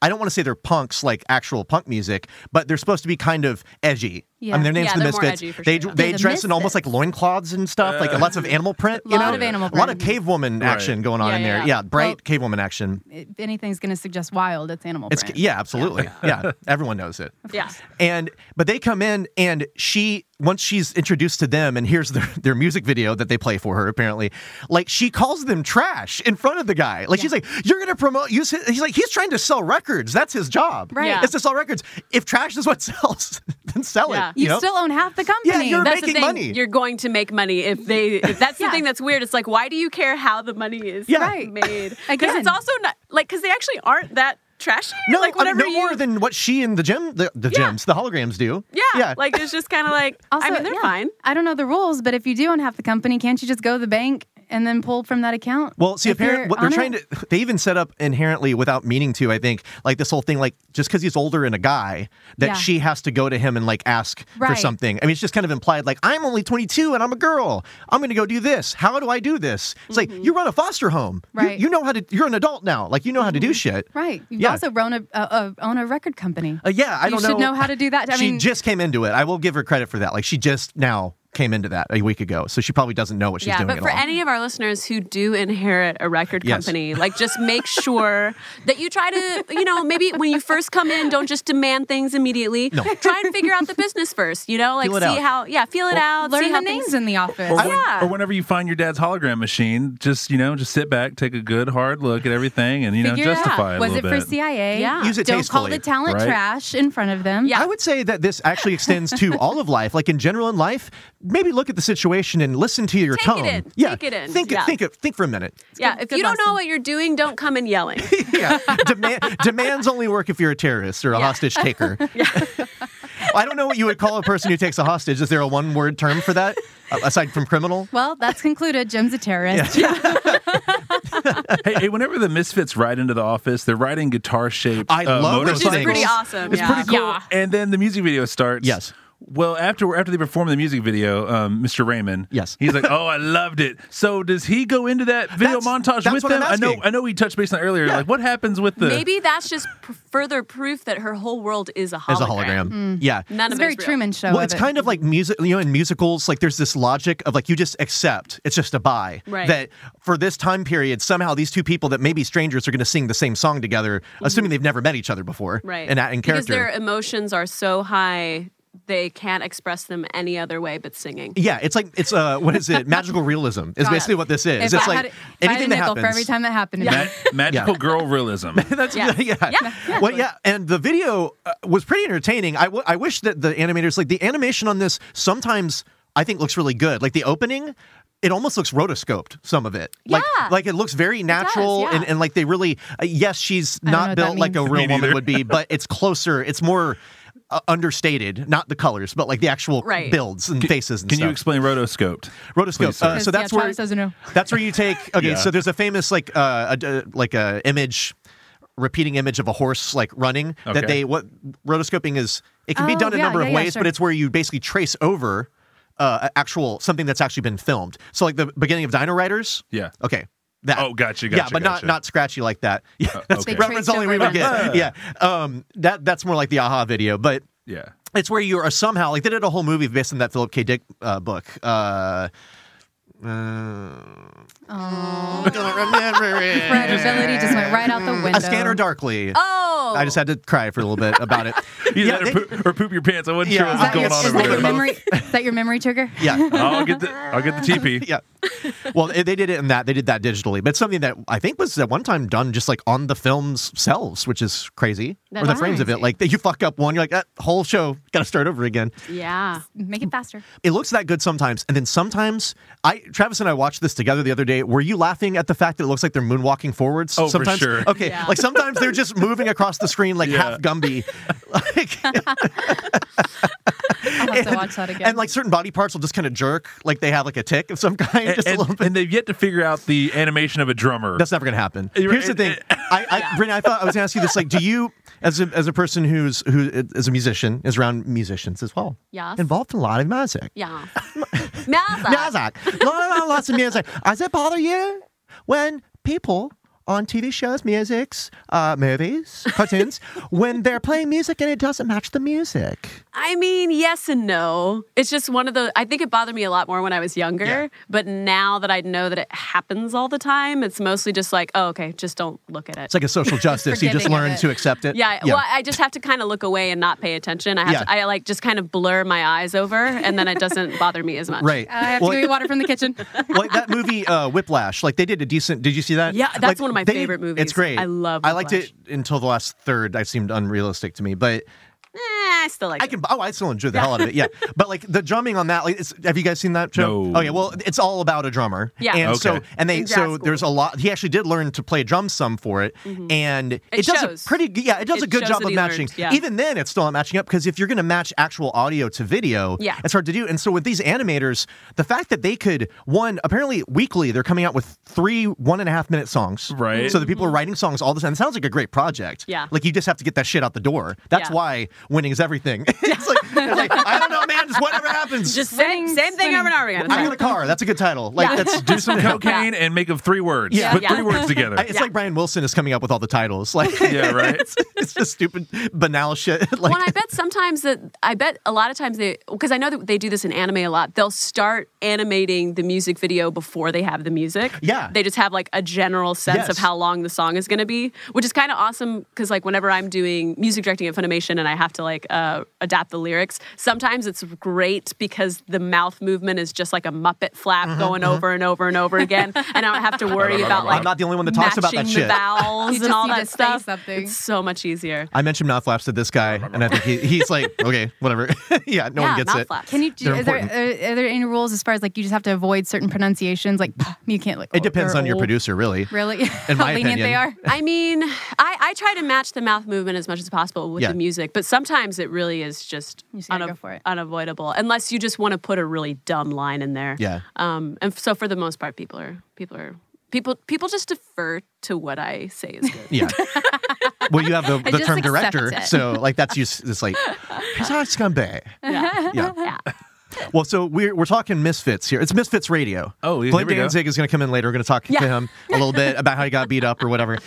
I don't want to say they're punks like actual punk music, but they're supposed to be kind of edgy. I
Yeah.
mean, their name's
Yeah,
the
they're more
Misfits.
edgy for
they
sure.
they
Yeah, the
dress in almost like
Misfits.
loincloths and stuff, like lots of animal print. you
Lot
know?
of animal
a lot of
print.
cave woman action going on
Yeah,
in
yeah,
there.
yeah.
Yeah, bright
Well-
cave woman action.
If anything's going to suggest wild, it's animal.
It's
print.
yeah, absolutely. yeah, everyone knows it.
yeah.
And but they come in and she once she's introduced to them and here's their, their music video that they play for her apparently, like she calls them trash in front of the guy. Like she's like, You're gonna promote use his, he's like, he's trying to sell records. That's his job.
Right. Yeah.
It's to sell records. If trash is what sells, then sell
Yeah.
it.
You,
know?
still own half the company.
you're
That's
making
the thing.
money.
You're going to make money if they. If that's the
Yeah.
thing that's weird. It's like, why do you care how the money is
Yeah.
Right.
made? Because
Again.
it's also not like because they actually aren't that trashy.
no, I
like
mean,
whatever
no more
you-
than what she and the gem the, the
Yeah.
gems, the holograms do.
Yeah, like it's just kind of like
Also,
I mean they're
yeah,
fine.
I don't know the rules, but if you do own half the company, can't you just go to the bank and then pull from that account?
Well, see,
if
apparently,
you're
what they're
on
trying
it?
to, they even set up inherently without meaning to, I think, like this whole thing, like just because he's older and a guy, that
Yeah.
she has to go to him and like ask for
Right.
something. I mean, it's just kind of implied, like, I'm only 22 and I'm a girl. I'm going to go do this. How do I do this? It's like, you run a foster home. You-
Mm-hmm. Right. Mm-hmm.
You, know how to, you're an adult now. Like, you know how to do shit.
Right. You
Yeah.
also own a, a, a own a record company.
Uh, yeah, I
You
don't
should
know.
know how to do that. I
she
mean-
just came into it. I will give her credit for that. Like, she just now came into that a week ago. So she probably doesn't know what she's
yeah,
doing
but
at
for
all.
any of our listeners who do inherit a record
Yes.
company, like just make sure that you try to, you know, maybe when you first come in, don't just demand things immediately.
No.
Try and figure out the business first, you know, like
Feel it
see
out.
how, yeah, feel it out. see
Learn
how
the names
things-
in the office.
Or, when-
Yeah.
or whenever you find your dad's hologram machine, just you know, just sit back, take a good hard look at everything, and you know,
Figure out,
justify it a
was
little
it
bit.
for CIA?
Yeah.
Use it
Don't
tastefully,
call the talent
right?
trash in front of them.
Yeah.
I would say that this actually extends to all of life. Like in general in life, maybe look at the situation and listen to your
Take it
tone.
in.
Yeah,
Take it in.
Think
Yeah.
think of think for a minute.
yeah, if
good
you don't know
lesson.
what you're doing, don't come in yelling.
yeah, Demand, demands only work if you're a terrorist or a
Yeah.
hostage taker. I don't know what you would call a person who takes a hostage. Is there a one word term for that A- aside from criminal?
Well, that's concluded. Jim's a terrorist.
hey, hey, whenever the Misfits ride into the office, they're riding guitar shaped. uh,
I love those
Which is pretty awesome.
It's
yeah.
pretty cool. And then the music video starts.
Yes.
Well, after after they perform the music video, um, Mr. Raymond,
Yes.
he's like, "Oh, I loved it." So does he go into that video
That's-
montage
that's
with
what I'm
them? I know,
asking.
I know, we touched base on it earlier. Like, what happens with the?
Maybe that's just pr- further proof that her whole world is a hologram. Hmm.
As a hologram. Yeah.
None
It's
of
very
it's real.
Truman Show.
well, it's kind of like music, you know, in musicals, like there's this logic of like you just accept it's just a buy.
Right.
That for this time period, somehow these two people that may be strangers are going to sing the same song together,
Mm-hmm.
assuming they've never met each other before.
Right.
And in
Because
character.
their emotions are so high, they can't express them any other way but singing.
yeah, it's like it's uh, what is it? Magical realism is
Got it.
basically what this is.
If
it's
I
like
had, if I had a
anything that
nickel
happens.
for every time that happened. to me.
Ma- magical girl realism.
That's
Yeah.
yeah.
Yeah,
Well, yeah, and the video uh, was pretty entertaining. I, w- I wish that the animators like the animation on this sometimes I think looks really good. Like the opening, it almost looks rotoscoped. Some of it, like
Yeah.
like it looks very natural
yeah.
and, and like they really uh, yes, she's
don't know
not
what that
built like a
means.
real
Me
woman
neither.
would be, but it's closer. It's more. Uh, understated, not the colors, but like the actual
Right.
builds and faces and
Can
stuff.
you explain rotoscoped?
Rotoscope. Uh, so
Yeah,
that's where
Travis doesn't know.
that's where you take. Okay,
Yeah.
so there's a famous like uh, a, a- like a image, repeating image of a horse like running
Okay.
that they what rotoscoping is. It can be
Oh,
done a
yeah,
number of
yeah, yeah,
ways,
sure.
but it's where you basically trace over uh, a- actual something that's actually been filmed. So like the beginning of Dino Riders.
Yeah.
Okay. That.
Oh, gotcha,
yeah,
gotcha,
but
gotcha.
not
Uh,
not scratchy like that. Yeah, that's
okay. They
reference
traced
only we
over
would get.
that.
Yeah, um, that that's more like the aha video, but
Yeah.
it's where you are somehow like they did a whole movie based on that Philip K. Dick uh, book. Uh,
Mm.
uh, don't remember it.
Fragility just went right out the window.
A Scanner Darkly.
Oh,
I just had to cry for a little bit about it.
Either
yeah,
that or,
they-
poop, or poop your pants. I wasn't
Yeah.
sure what
Is
was
Is that,
going on
your, is
over
that
there.
your memory? Is that your memory trigger?
yeah.
I'll get the I'll get the TP.
Yeah. Well, they they did it in that. They did that digitally, but something that I think was at one time done just like on the films selves, which is crazy. or the
That's
frames of it.
crazy.
Like you fuck up one, you're like, that whole show, gotta start over again.
yeah.
Make it faster.
it looks that good sometimes and then sometimes i travis and i watched this together the other day were you laughing at the fact that it looks like they're moonwalking forwards
Oh, for
sometimes
sure.
okay
Yeah.
like sometimes they're just moving across the screen like
Yeah.
half gumby like,
I'll have to watch that again.
and like certain body parts will just kind of jerk like they have like a tick of some kind just a
and,
little bit
and they've yet to figure out the animation of a drummer.
That's never going to happen.
You're-
Here's the thing, I, I, Brittany, I thought I was going to ask you this: like, do you, as a as a person who's who is a musician, is around musicians as well,
Yes.
involved in a lot of music,
Yeah. Mazza.
Music. Lot- lot- Lots of music. Does it bother you when people on TV shows, musics, uh, movies, cartoons, when they're playing music and it doesn't match the music?
I mean, yes and no. It's just one of the. I think it bothered me a lot more when I was younger,
Yeah.
but now that I know that it happens all the time, it's mostly just like, oh, okay, just don't look at it.
It's like a social justice. you just
Forgiving of
learn
it.
to accept it.
yeah, well, I just have to kind of look away and not pay attention. I have
Yeah.
to, I like just kind of blur my eyes over, and then it doesn't bother me as much.
right.
I have
Well,
to go get water from the kitchen.
like that movie uh, Whiplash. Like they did a decent. Did you see that?
Yeah, that's
Like,
one of my
they-
favorite movies.
It's great.
I love
I liked
Whiplash.
it until the last third. I seemed unrealistic to me, but
Eh, I still like.
I
it.
can. Oh, I still enjoy the hell out of it. Yeah, but like the drumming on that. Like, it's, have you guys seen that show?
No.
Okay, well, it's all about a drummer.
Yeah.
And so
Okay.
and they
In grad
so
school. Mm-hmm.
there's a lot. He actually did learn to play drums some for it, and it, does
shows.
a pretty. g- Yeah, it does
It
a good
shows
job
that
of
he
matching.
learned, yeah.
Even then, it's still not matching up because if you're going to match actual audio to video,
Yeah.
it's hard to do. And so with these animators, the fact that they could one apparently weekly they're coming out with three one and a half minute songs.
Right.
So the people are writing songs all the time. It sounds like a great project.
Mm-hmm. Yeah.
Like you just have to get that shit out the door. That's
Yeah.
why winning is everything. it's, like, it's like, I don't know, man. Just whatever happens.
Just same,
Winning-
same thing
winning.
over and over again. It's
I
like-
got a car. That's a good title. Like
Yeah.
that's
Do some cocaine and make up three words.
Yeah.
Put
Yeah.
three words together.
I- it's like Brian Wilson is coming up with all the titles. Like
yeah, right.
it's, it's just stupid banal shit. like
well, and I bet sometimes that I bet a lot of times they because I know that they do this in anime a lot. They'll start animating the music video before they have the music.
Yeah.
they just have like a general sense
Yes.
of how long the song is going to be, which is kind of awesome because like whenever I'm doing music directing at Funimation and I have to like uh, uh, adapt the lyrics. Sometimes it's great because the mouth movement is just like a Muppet flap
Mm-hmm,
going over and over and over again, and I don't have to worry about like
I'm not the only one that talks about that
matching the
shit.
vowels
You
and
just
all
need
that
to say
stuff.
something.
It's so much easier.
I mentioned mouth flaps to this guy, and I think he, he's like, okay, whatever. yeah, no
yeah,
one gets
mouth
it.
flaps.
Can you? Do,
They're
is there, are,
important.
are there any rules as far as like you just have to avoid certain pronunciations? Like you can't. Like
Mm. It depends
they're
on your
old.
producer, really.
Really,
In
how
my
lenient they are.
opinion.
I mean, I, I try to match the mouth movement as much as possible with
Yeah.
the music, but sometimes it really is just,
You just gotta go for it.
unavoidable, unless you just want to put a really dumb line in there.
Yeah.
Um, and so for the most part, people are people are people people just defer to what I say is good.
Yeah. well, you have the, the
just
term
accept
director,
it.
so like that's just it's like he's not scumbag.
yeah.
Yeah.
yeah.
Well, so we're we're talking misfits here. It's Misfits Radio.
Oh, yeah,
Glenn
here we go.
Danzig is going to come in later. We're going to talk to
Yeah.
him a little bit about how he got beat up or whatever.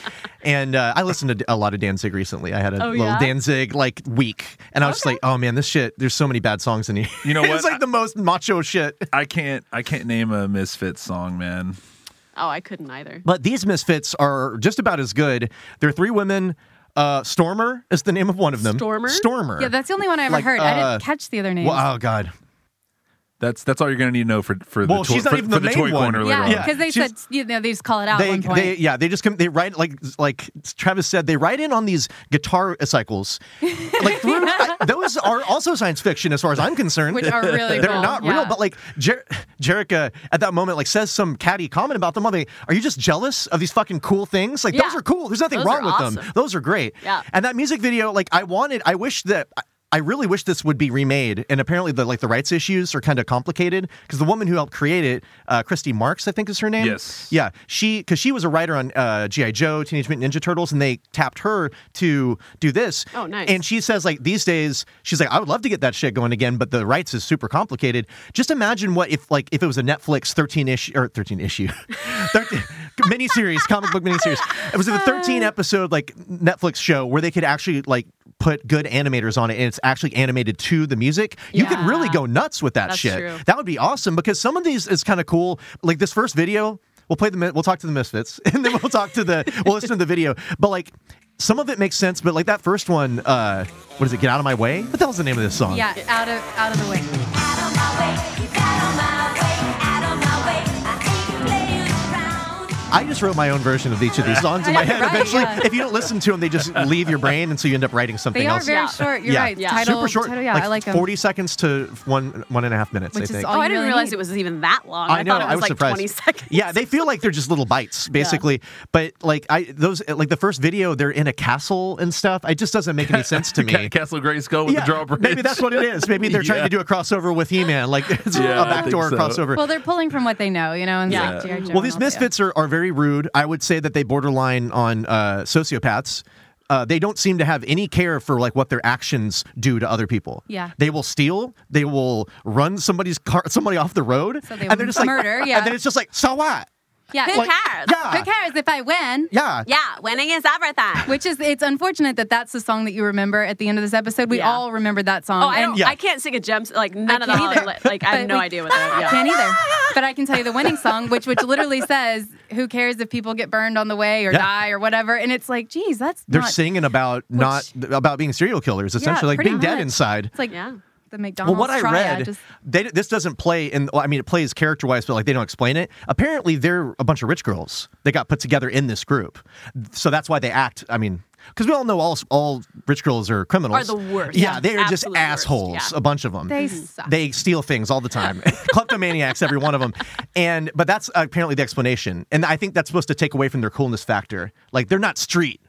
And uh, I listened to a lot of Danzig recently. I had a
Oh,
little
yeah?
Danzig like week, and I was just like, oh man, this shit. There's so many bad songs in here.
You know
it's
what?
like the most macho shit.
I can't. I can't name a Misfits song, man.
Oh, I couldn't either.
But these misfits are just about as good. They're three women. Uh, Stormer is the name of one of them.
Stormer?
Stormer.
Yeah, that's the only one I ever
Like,
heard. I
uh,
didn't catch the other names.
Well, oh god.
That's that's all you're gonna need to know for for
Well,
the toy,
she's not
for,
even
for
the
the toy
main one.
corner later
yeah,
on.
Yeah.
because they
She's-
said you know they just call it out at
They,
one point.
they yeah they just come they write like like Travis said they write in on these guitar cycles like through, I- those are also science fiction as far as I'm concerned
Which are really
they're
cool,
not real
yeah.
but like Jer- Jerica at that moment like says some catty comment about them I'm like are you just jealous of these fucking cool things like
Yeah.
those are cool there's nothing
Those
wrong
are
with them
awesome.
those are great
Yeah.
and that music video like I wanted I wish that. I really wish this would be remade, and apparently the like the rights issues are kind of complicated because the woman who helped create it, uh, Christy Marks, I think is her name.
Yes.
Yeah, she because she was a writer on uh, GI Joe, Teenage Mutant Ninja Turtles, and they tapped her to do this.
Oh, nice.
And she says like these days, she's like, I would love to get that shit going again, but the rights is super complicated. Just imagine what if like if it was a Netflix thirteen issue or thirteen issue, 13, miniseries, comic book miniseries. It was a thirteen episode like Netflix show where they could actually like put good animators on it and it's actually animated to the music. You could really
Yeah.
go nuts with that
That's
shit.
true.
That would be awesome because some of these is kind of cool. Like this first video, we'll play the mi- we'll talk to the Misfits and then we'll talk to the we'll listen to the video. But like some of it makes sense, but like that first one, uh what is it? Get out of my way. What the hell's the name of this song?
yeah, out of out of the way.
I just wrote my own version of each of these songs in my head.
Right,
Eventually,
yeah.
if you don't listen to them, they just leave your brain, and so you end up writing something
They are
else.
very
Yeah.
short. You're
yeah,
right.
Yeah.
Title,
super short.
Title, yeah, I like 'em.
forty seconds to one one and a half minutes.
Which
I
is
think.
all
Oh,
you
I didn't
really
realize
need.
it was even that long.
I know.
thought it was,
was
like
surprised.
20 seconds.
Yeah, they feel like they're just little bites, basically. But like I those like the first video, they're in a castle and stuff. It just doesn't make any sense to
Ca-
me.
Castle Grayskull with
Yeah,
the drawbridge.
maybe that's what it is. Maybe they're trying
Yeah.
to do a crossover with He-Man, like it's
Yeah,
a
I think
backdoor
so.
crossover.
Well, they're pulling from what they know, you know. And
Yeah.
it's like, G.I. Joe
Well,
and
these
all that.
misfits are, are very rude. I would say that they borderline on uh, sociopaths. Uh, they don't seem to have any care for like what their actions do to other people.
Yeah.
they will steal. They will run somebody's car, somebody off the road.
So they
and they're
will
just like
murder, yeah.
And then it's just like, so what?
Yeah.
Who
Like,
cares?
Yeah.
Who cares if I win?
Yeah,
Yeah, winning is everything.
Which is, it's unfortunate that that's the song that you remember at the end of this episode. We
Yeah.
all remembered that song.
Oh, I don't.
and-
Yeah.
I can't sing a gem. Like none of the
can't
holiday.
either.
li- Like I have
But
no
we-
idea what that.
I
Yeah.
can't either. But I can tell you the winning song, which which literally says, "Who cares if people get burned on the way or
Yeah.
die or whatever?" And it's like, geez, that's
they're
not,
singing about not about being serial killers,
Yeah,
essentially like
pretty
being dead
much.
inside.
It's like
Yeah.
the McDonald's.
Well, what I
triad
read,
just-
they, this doesn't play in. Well, I mean, it plays character wise, but like they don't explain it. Apparently, they're a bunch of rich girls. They got put together in this group, so that's why they act. I mean, because we all know all all rich girls are criminals.
Are the worst.
Yeah,
Yeah,
they are just
absolute worst,
assholes.
yeah. Mm-hmm.
A bunch of them.
they suck.
They steal things all the time. Kleptomaniacs, every one of them. And but that's apparently the explanation. And I think that's supposed to take away from their coolness factor. Like they're not street.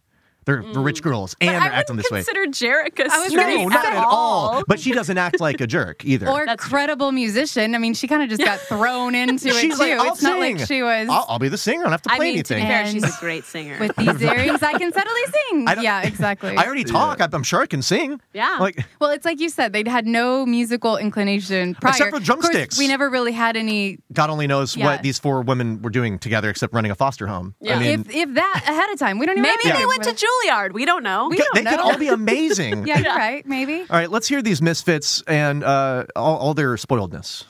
They're they're rich girls, and
Mm. I
they're acting
wouldn't
this way.
Consider Jerica.
I was
straight
gonna
No, not
at
at all. But she doesn't act like a jerk either.
or credible musician. I mean, she kind of just got thrown into it
She's
too.
like, I'll
it's
sing.
not like she was
I'll, I'll be the singer. I don't have to play
I mean, to be
anything.
fair,
And-
she's a great singer.
with these earrings. I can suddenly sing.
I don't-
yeah, exactly.
I already talk. I'm- I'm sure I can sing.
Yeah.
Like,
Well, it's like you said, they'd had no musical inclination prior.
Except for
Of course,
drumsticks.
we never really had any.
God only knows
Yeah.
what these four women were doing together, except running a foster home. I
Yeah.
mean,
if, if that ahead of time, we don't even.
Maybe
have
they
any-
went to Juilliard. We don't know.
We don't
they could
know.
all be amazing.
Yeah, you're
Yeah.
right. Maybe.
All right, let's hear these misfits and uh, all, all their spoiledness.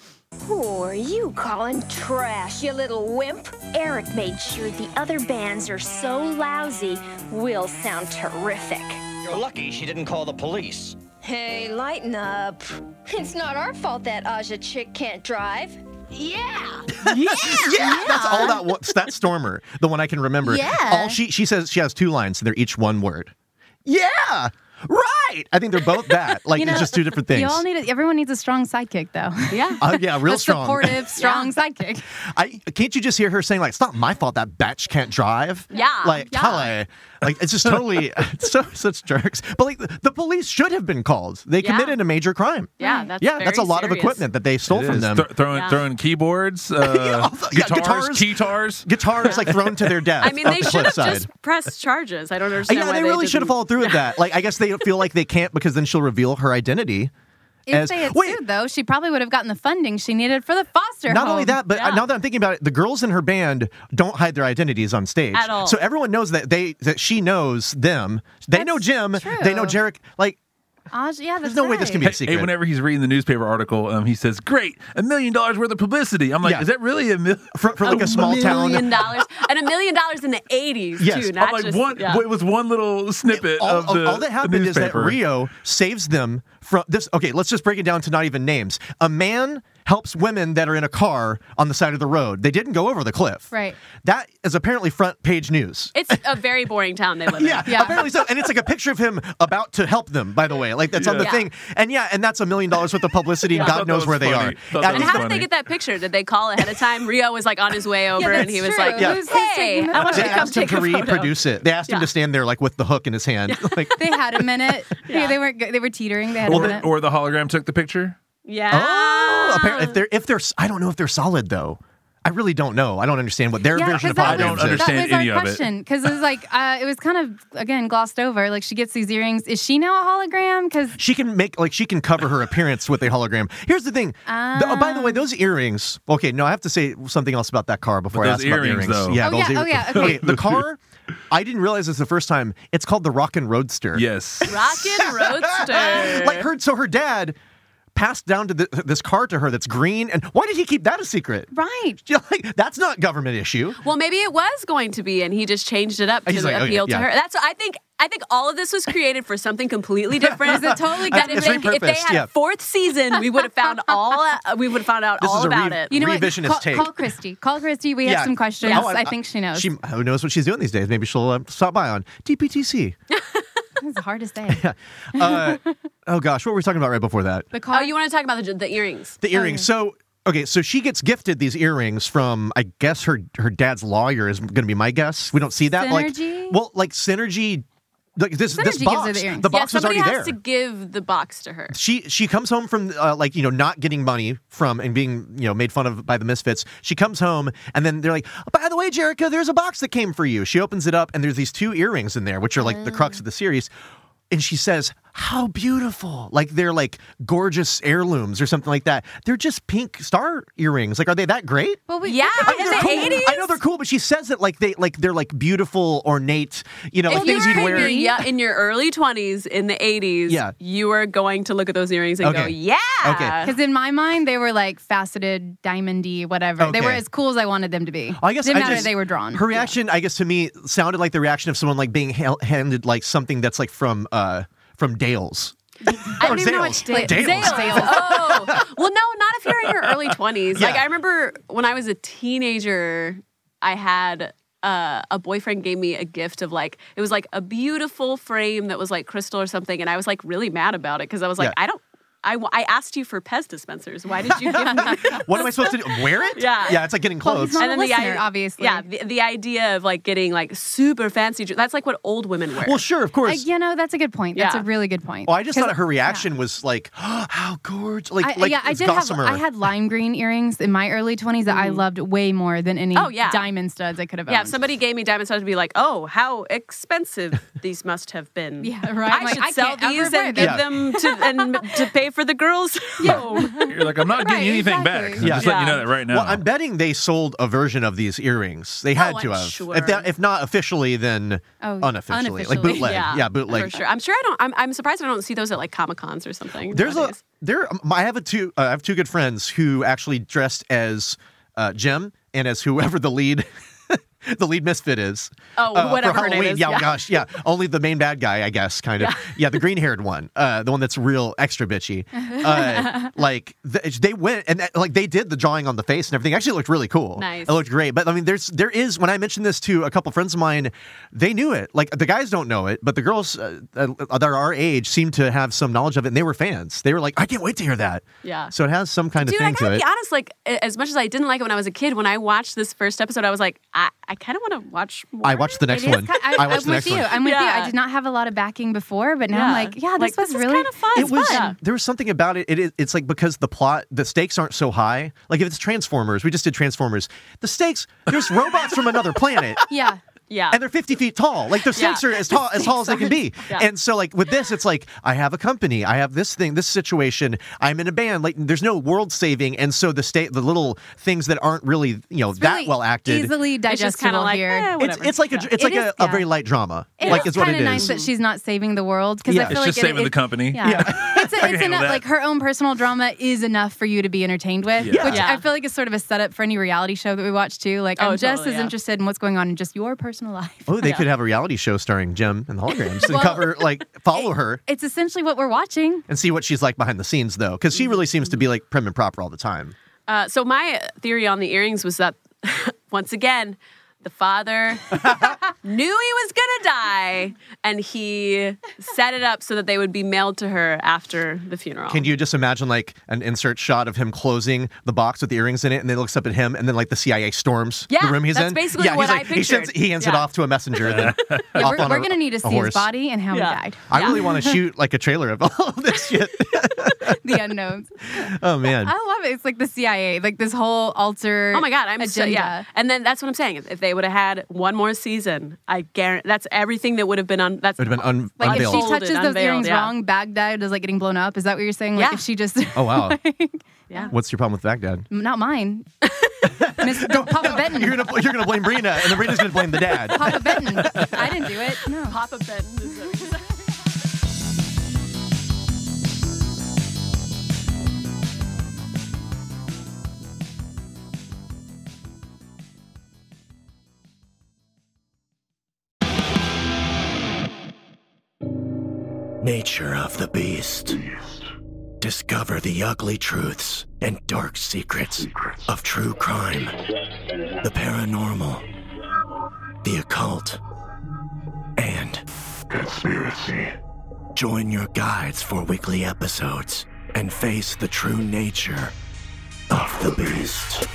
Who are you calling trash, you little wimp? Eric made sure the other bands are so lousy, we'll sound terrific.
You're lucky she didn't call the police.
Hey, lighten up. It's not our fault that Aja chick can't drive. Yeah!
yeah, that's all that was. That Stormer, the one I can remember.
Yeah.
All she she says she has two lines. and They're each one word. Yeah, right. I think they're both that. Like
You
it's
know,
just two different things.
You all need a, everyone needs a strong sidekick though.
Yeah.
Uh, yeah, real
a
strong.
supportive, strong sidekick.
I can't you just hear her saying like, "It's not my fault that batch can't drive."
Yeah,
like
yeah.
Kale, like it's just totally it's so such jerks. But like the police should have been called. They
Yeah.
committed a major crime.
Yeah, that's
yeah, that's a
very
lot of
serious.
equipment that they stole
It
from
is.
them.
Thro- throwing
Yeah.
throwing keyboards, uh,
also- yeah,
guitars,
guitars.
guitars.
Guitars like thrown to their death.
I mean, they
off the
should have
cliffside.
just pressed charges. I don't understand.
Yeah,
why
they really should have
didn't-
followed through with that. Like, I guess they feel like they can't because then she'll reveal her identity.
If
As-
they had
Wait.
sued though, she probably would have gotten the funding she needed for the foster
Not
home.
only that, but uh,
Yeah.
now that I'm thinking about it, the girls in her band don't hide their identities on stage
At all.
So everyone knows that they that she knows them. They know
That's
Jim. They know
true.
Jarek. Like,
Aja, yeah,
there's
that's
no way this can be a
right.
secret.
Hey, whenever he's reading the newspaper article, um, he says, "Great, a million dollars worth of publicity." I'm like,
Yeah.
"Is that really a million?
for, for like a, small
million
town.
dollars and a million dollars in the 80s
Yes, Oh
too
I'm
not
I'm like,
just
one.
yeah.
It was one little snippet
All,
of the
all that
the
happened is that
newspaper.
Rio saves them from this. Okay, let's just break it down to not even names. A man helps women that are in a car on the side of the road. They didn't go over the cliff.
Right.
That is apparently front page news.
it's a very boring town they live in
Yeah,
Yeah.
apparently so. And it's like a picture of him about to help them, by the way. Like that's on the
Yeah.
thing. And yeah, and that's a million dollars worth of publicity.
Yeah.
and
I
God
thought
knows
that
where
was
they
funny.
are.
Thought that
And
was
and how
funny.
did they get that picture? Did they call ahead of time? Rio was like on his way over, and he was
that's
like,
true.
Yeah.
Who's- who's
Hey,
taking the
I want
they
to
photo?
come
asked him
take
to
a photo.
reproduce it. They asked him
Yeah.
to stand there like with the hook in his hand. Like
They had a minute. They, they weren't. good. They were teetering. They had
Or the,
a minute.
or the hologram took the picture.
Yeah.
oh, apparently if they're if they're s- I don't know if they're solid though. I really don't know. I don't understand what their version
'cause
of holograms
that was,
I don't
is.
understand
that was our
any of it.
question because it was like uh, it was kind of again glossed over. Like she gets these earrings. Is she now a hologram? Because
She can make like she can cover her appearance with a hologram. Here's the thing. The- oh, by the way,
Um.
those earrings. Okay, no, I have to say something else about that car before I
those
ask about the
earrings,
earrings.
though.
Yeah,
Oh,
those
yeah, oh,
earrings.
yeah, okay.
the car. I didn't realize this the first time. It's called the Rockin' Roadster.
Yes.
Rockin' Roadster.
Like her. So her dad passed down to the, this car to her that's green. And why did he keep that a secret?
right.
Yeah, Like that's not government issue.
Well, maybe it was going to be, and he just changed it up to
He's like, okay,
appeal
yeah.
to her. That's I think. I think all of this was created for something completely different.
It was a totally
that if
different-
they, if they
Repurposed,
had
yeah.
a fourth season, we would have found all. Uh, we would have found out
This
all
is a
about
re-
it.
You know
Revisionist
what? Call,
tape.
call Christy. Call Christy. We have some questions.
Oh,
I, think she knows.
She who knows what she's doing these days. Maybe she'll uh, stop by on DPTC.
It's hard to say.
Uh, oh gosh, what were we talking about right before that?
The car.
Oh, you want to talk about the, the earrings?
Oh,
The earrings. So okay, so she gets gifted these earrings from I guess her her dad's lawyer is going to be my guess. We don't see that
Synergy?
like well like synergy. Like this
Synergy
this
gives her
box
the earrings.
the box
yeah,
was
somebody
already
has
there.
to give the box to her.
she she comes home from uh, like you know not getting money from and being you know made fun of by the misfits. She comes home and then they're like, "Oh, by the way, Jerica, there's a box that came for you. She opens it up and there's these two earrings in there, which are like the
Mm.
crux of the series. And she says, "How beautiful!" Like they're like gorgeous heirlooms or something like that. They're just pink star earrings. Like, are they that great?
Well, we,
Yeah,
I know
in the
they're
cool.
cool.
80s?
I know they're cool, but she says it like they like they're like beautiful, ornate. You know, like
if you
things
were
you'd
in
wear.
your, yeah, in your early 20s, in the 80s,
Yeah.
you were going to look at those earrings and go,
Okay.
yeah.
Okay.
Because in my mind, they were like faceted, diamondy, whatever. They were
Okay.
as cool as I wanted them to be.
I guess
didn't
I
matter.
just-
they were drawn.
Her reaction, I guess, to me sounded like the reaction of someone like being ha- handed like something that's like from uh from Dale's.
I don't
Or
even know
Zales.
what day-
Dales.
Zales. Oh. Well, no, not if you're in your early 20s. Like,
Yeah.
I remember when I was a teenager, I had. Uh, a boyfriend gave me a gift of like it was like a beautiful frame that was like crystal or something, and I was like really mad about it because I was like,
Yeah.
I don't, I, w- I asked you for Pez dispensers. Why did you give me
What am I supposed to do? Wear it?
Yeah.
Yeah, it's like getting
Well, he's
clothes.
not- a
the
listener,
idea,
obviously.
Yeah, the, the idea of like getting like super fancy dr- that's like what old women wear.
Well, sure, of course.
Like, you know, that's a good point. That's
Yeah.
a really good point.
Oh, I just
'Cause-
thought her reaction was like, how gorgeous, like
I,
like
yeah, I
it's
did
gossamer.
have. I had lime green earrings in my early twenties that I loved way more than any
Mm-hmm. Oh, yeah.
diamond studs I could have.
yeah, if
owned.
somebody gave me diamond studs, I'd be like, "Oh, how expensive these must have been."
Yeah, right.
I
I'm like,
should
I
sell
can't ever
these
wear
and give
them.
them to and to pay for the girls. home.
You're like, I'm not getting
Right,
anything back.
exactly.
I'm just
Yeah.
letting you know that right now.
Well, I'm betting they sold a version of these earrings. They had
Oh,
to
I'm
have.
sure.
If, that, if not officially, then
Oh,
unofficially. Like
unofficially.
bootleg. Yeah,
yeah,
bootleg.
For sure. I'm sure I don't. I'm, I'm surprised I don't see those at like comic cons or something.
There's a
nowadays.
there. um, I have a two. Uh, I have two good friends who actually dressed as uh, Jim and as whoever the lead the lead misfit is.
Oh,
Uh, for
whatever her name
Halloween.
is,
Yeah, oh
yeah.
gosh, yeah. Only the main bad guy, I guess, kind of. Yeah, the green-haired one, uh, the one that's real extra bitchy. Uh, like th- they went and that- like they did the drawing on the face and everything. Actually, it looked really cool.
Nice.
It looked great. But I mean, there's there is when I mentioned this to a couple friends of mine, they knew it. Like the guys don't know it, but the girls uh, uh, that are our age seem to have some knowledge of it, and they were fans. They were like, I can't wait to hear that.
Yeah.
So it has some kind
Dude,
of
I
thing
gotta
to
be
it.
honest. Like, a- as much as I didn't like it when I was a kid, when I watched this first episode, I was like, I, I kind of want to watch more.
I watched the next
It is
one.
ki- I,
I
am
watched the
with
next
you.
one.
I'm with you.
Yeah.
I did not have a lot of backing before, but now I'm like, yeah, this was really
kind of fun.
it was
fun.
there was something about it. It is it's like because the plot the stakes aren't so high. Like if it's Transformers, we just did Transformers. The stakes there's robots from another planet.
yeah.
yeah.
And they're 50 feet tall. Like the
Yeah.
stakes are as tall as tall as they can be.
Yeah.
And so like with this, it's like I have a company, I have this thing, this situation. I'm in a band. Like there's no world saving, and so the state the little things that aren't really you know that
Really
well acted.
Easily
It's just kind
digestible
of like,
here.
eh,
it's,
whatever.
it's like a
Yeah.
it's like
It
a,
is-
a
yeah.
very light drama.
It
like
is
is what it
kinda
is.
nice that she's not saving the world because
Yeah.
I
It's
feel like
just
it-
saving the
it's-
company.
Yeah, it's, a, it's
handle
enough.
that.
Like her own personal drama is enough for you to be entertained with,
Yeah.
which
Yeah.
I feel like is sort of a setup for any reality show that we watch too. Like
Oh,
I'm just
totally,
as
yeah.
interested in what's going on in just your personal life.
Oh, they
Yeah.
could have a reality show starring Jim and the holograms and
Well-
cover like follow her
It's essentially what we're watching.
and see what she's like behind the scenes though, because
Mm-hmm.
she really seems to be like prim and proper all the time.
Uh, so my theory on the earrings was that once again, the father knew he was gonna die, and he set it up so that they would be mailed to her after the funeral.
Can you just imagine like an insert shot of him closing the box with the earrings in it, and then looks up at him, and then like the CIA storms
Yeah,
the room he's
that's
in?
basically
yeah,
what
he's
I
like, he sends
pictured.
he hands it
Yeah.
off to a messenger. Then
Yeah,
off
we're
on a-
we're gonna need to
a
see
horse.
his body and how
Yeah.
he died.
I really want to shoot like a trailer of all of this shit.
the unknowns.
Oh man,
I love it. It's like the CIA, like this whole alter.
Oh my god, I'm
agenda.
so yeah. And then that's what I'm saying. If- If they would have had one more season, I guarantee that's everything that would have been on. That's
it would have been un-
Like if she
unveiled.
Unveiled.
touches those
Unveiled,
earrings
yeah.
wrong, Baghdad is like getting blown up. Is that what you're saying? Like
Yeah.
if she just
oh wow,
yeah.
what's your problem with Baghdad?
not mine. Miss Papa Benton.
You're gonna you're gonna blame Brina, and then Brina's gonna blame the dad.
Papa Benton. I didn't do it. No.
Papa Benton is a-
Nature of the beast. Discover the ugly truths and dark secrets, of true crime, the paranormal, the occult, and conspiracy. Join your guides for weekly episodes and face the true nature of the beast.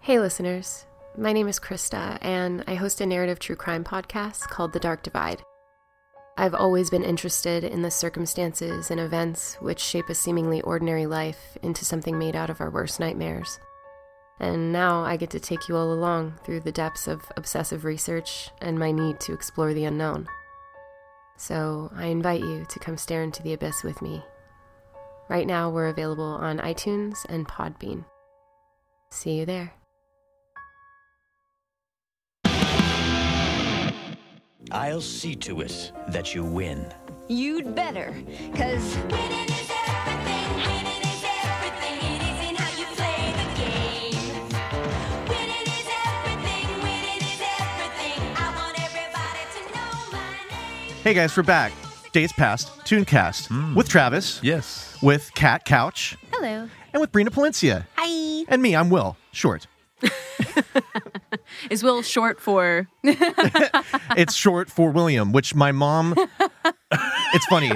Hey, listeners. My name is Krista, and I host a narrative true crime podcast called The Dark Divide. I've always been interested in the circumstances and events which shape a seemingly ordinary life into something made out of our worst nightmares. And now I get to take you all along through the depths of obsessive research and my need to explore the unknown. So I invite you to come stare into the abyss with me. Right now, we're available on iTunes and Podbean. See you there.
I'll see to it that you win.
You'd better, cause winning is everything. Winning is everything. It is in how you play the game. Winning is everything. Winning is everything. I want everybody to know my name.
Hey guys, we're back. Days past, Tooncast with Travis,
Yes.
with Kat Couch,
Hello.
and with Brina Palencia.
Hi.
And me, I'm Will, short.
Is Will short for?
It's short for William, which my mom, it's funny.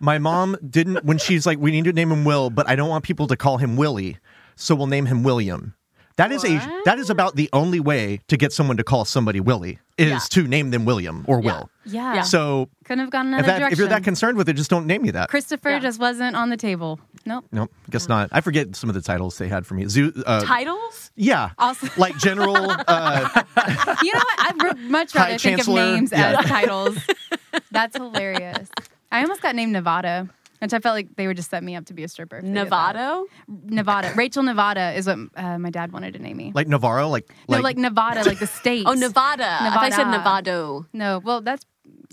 My mom didn't, when she's like, we need to name him Will, but I don't want people to call him Willie, so we'll name him William. That is a that is about the only way to get someone to call somebody Willie is
Yeah.
to name them William or Will.
Yeah.
Yeah.
So
Couldn't have gone another
if, that,
direction.
if you're that concerned with it, just don't name me that.
Christopher
Yeah.
just wasn't on the table. Nope.
Nope, guess not. I forget some of the titles they had for me. Zoo, uh,
Titles?
yeah,
Also-
like general. Uh,
You know what? I'd r- much
Hi,
rather think of
Chancellor.
names
Yeah.
as titles. That's hilarious. I almost got named Nevada, which I felt like they would just set me up to be a stripper. if they did that.
Novato?
Nevada. Rachel Nevada is what uh, my dad wanted to name me.
like Navarro, like
no,
like,
like Nevada, like the state.
Oh, Nevada. If I said
Nevada.
Nevado,
No, well, that's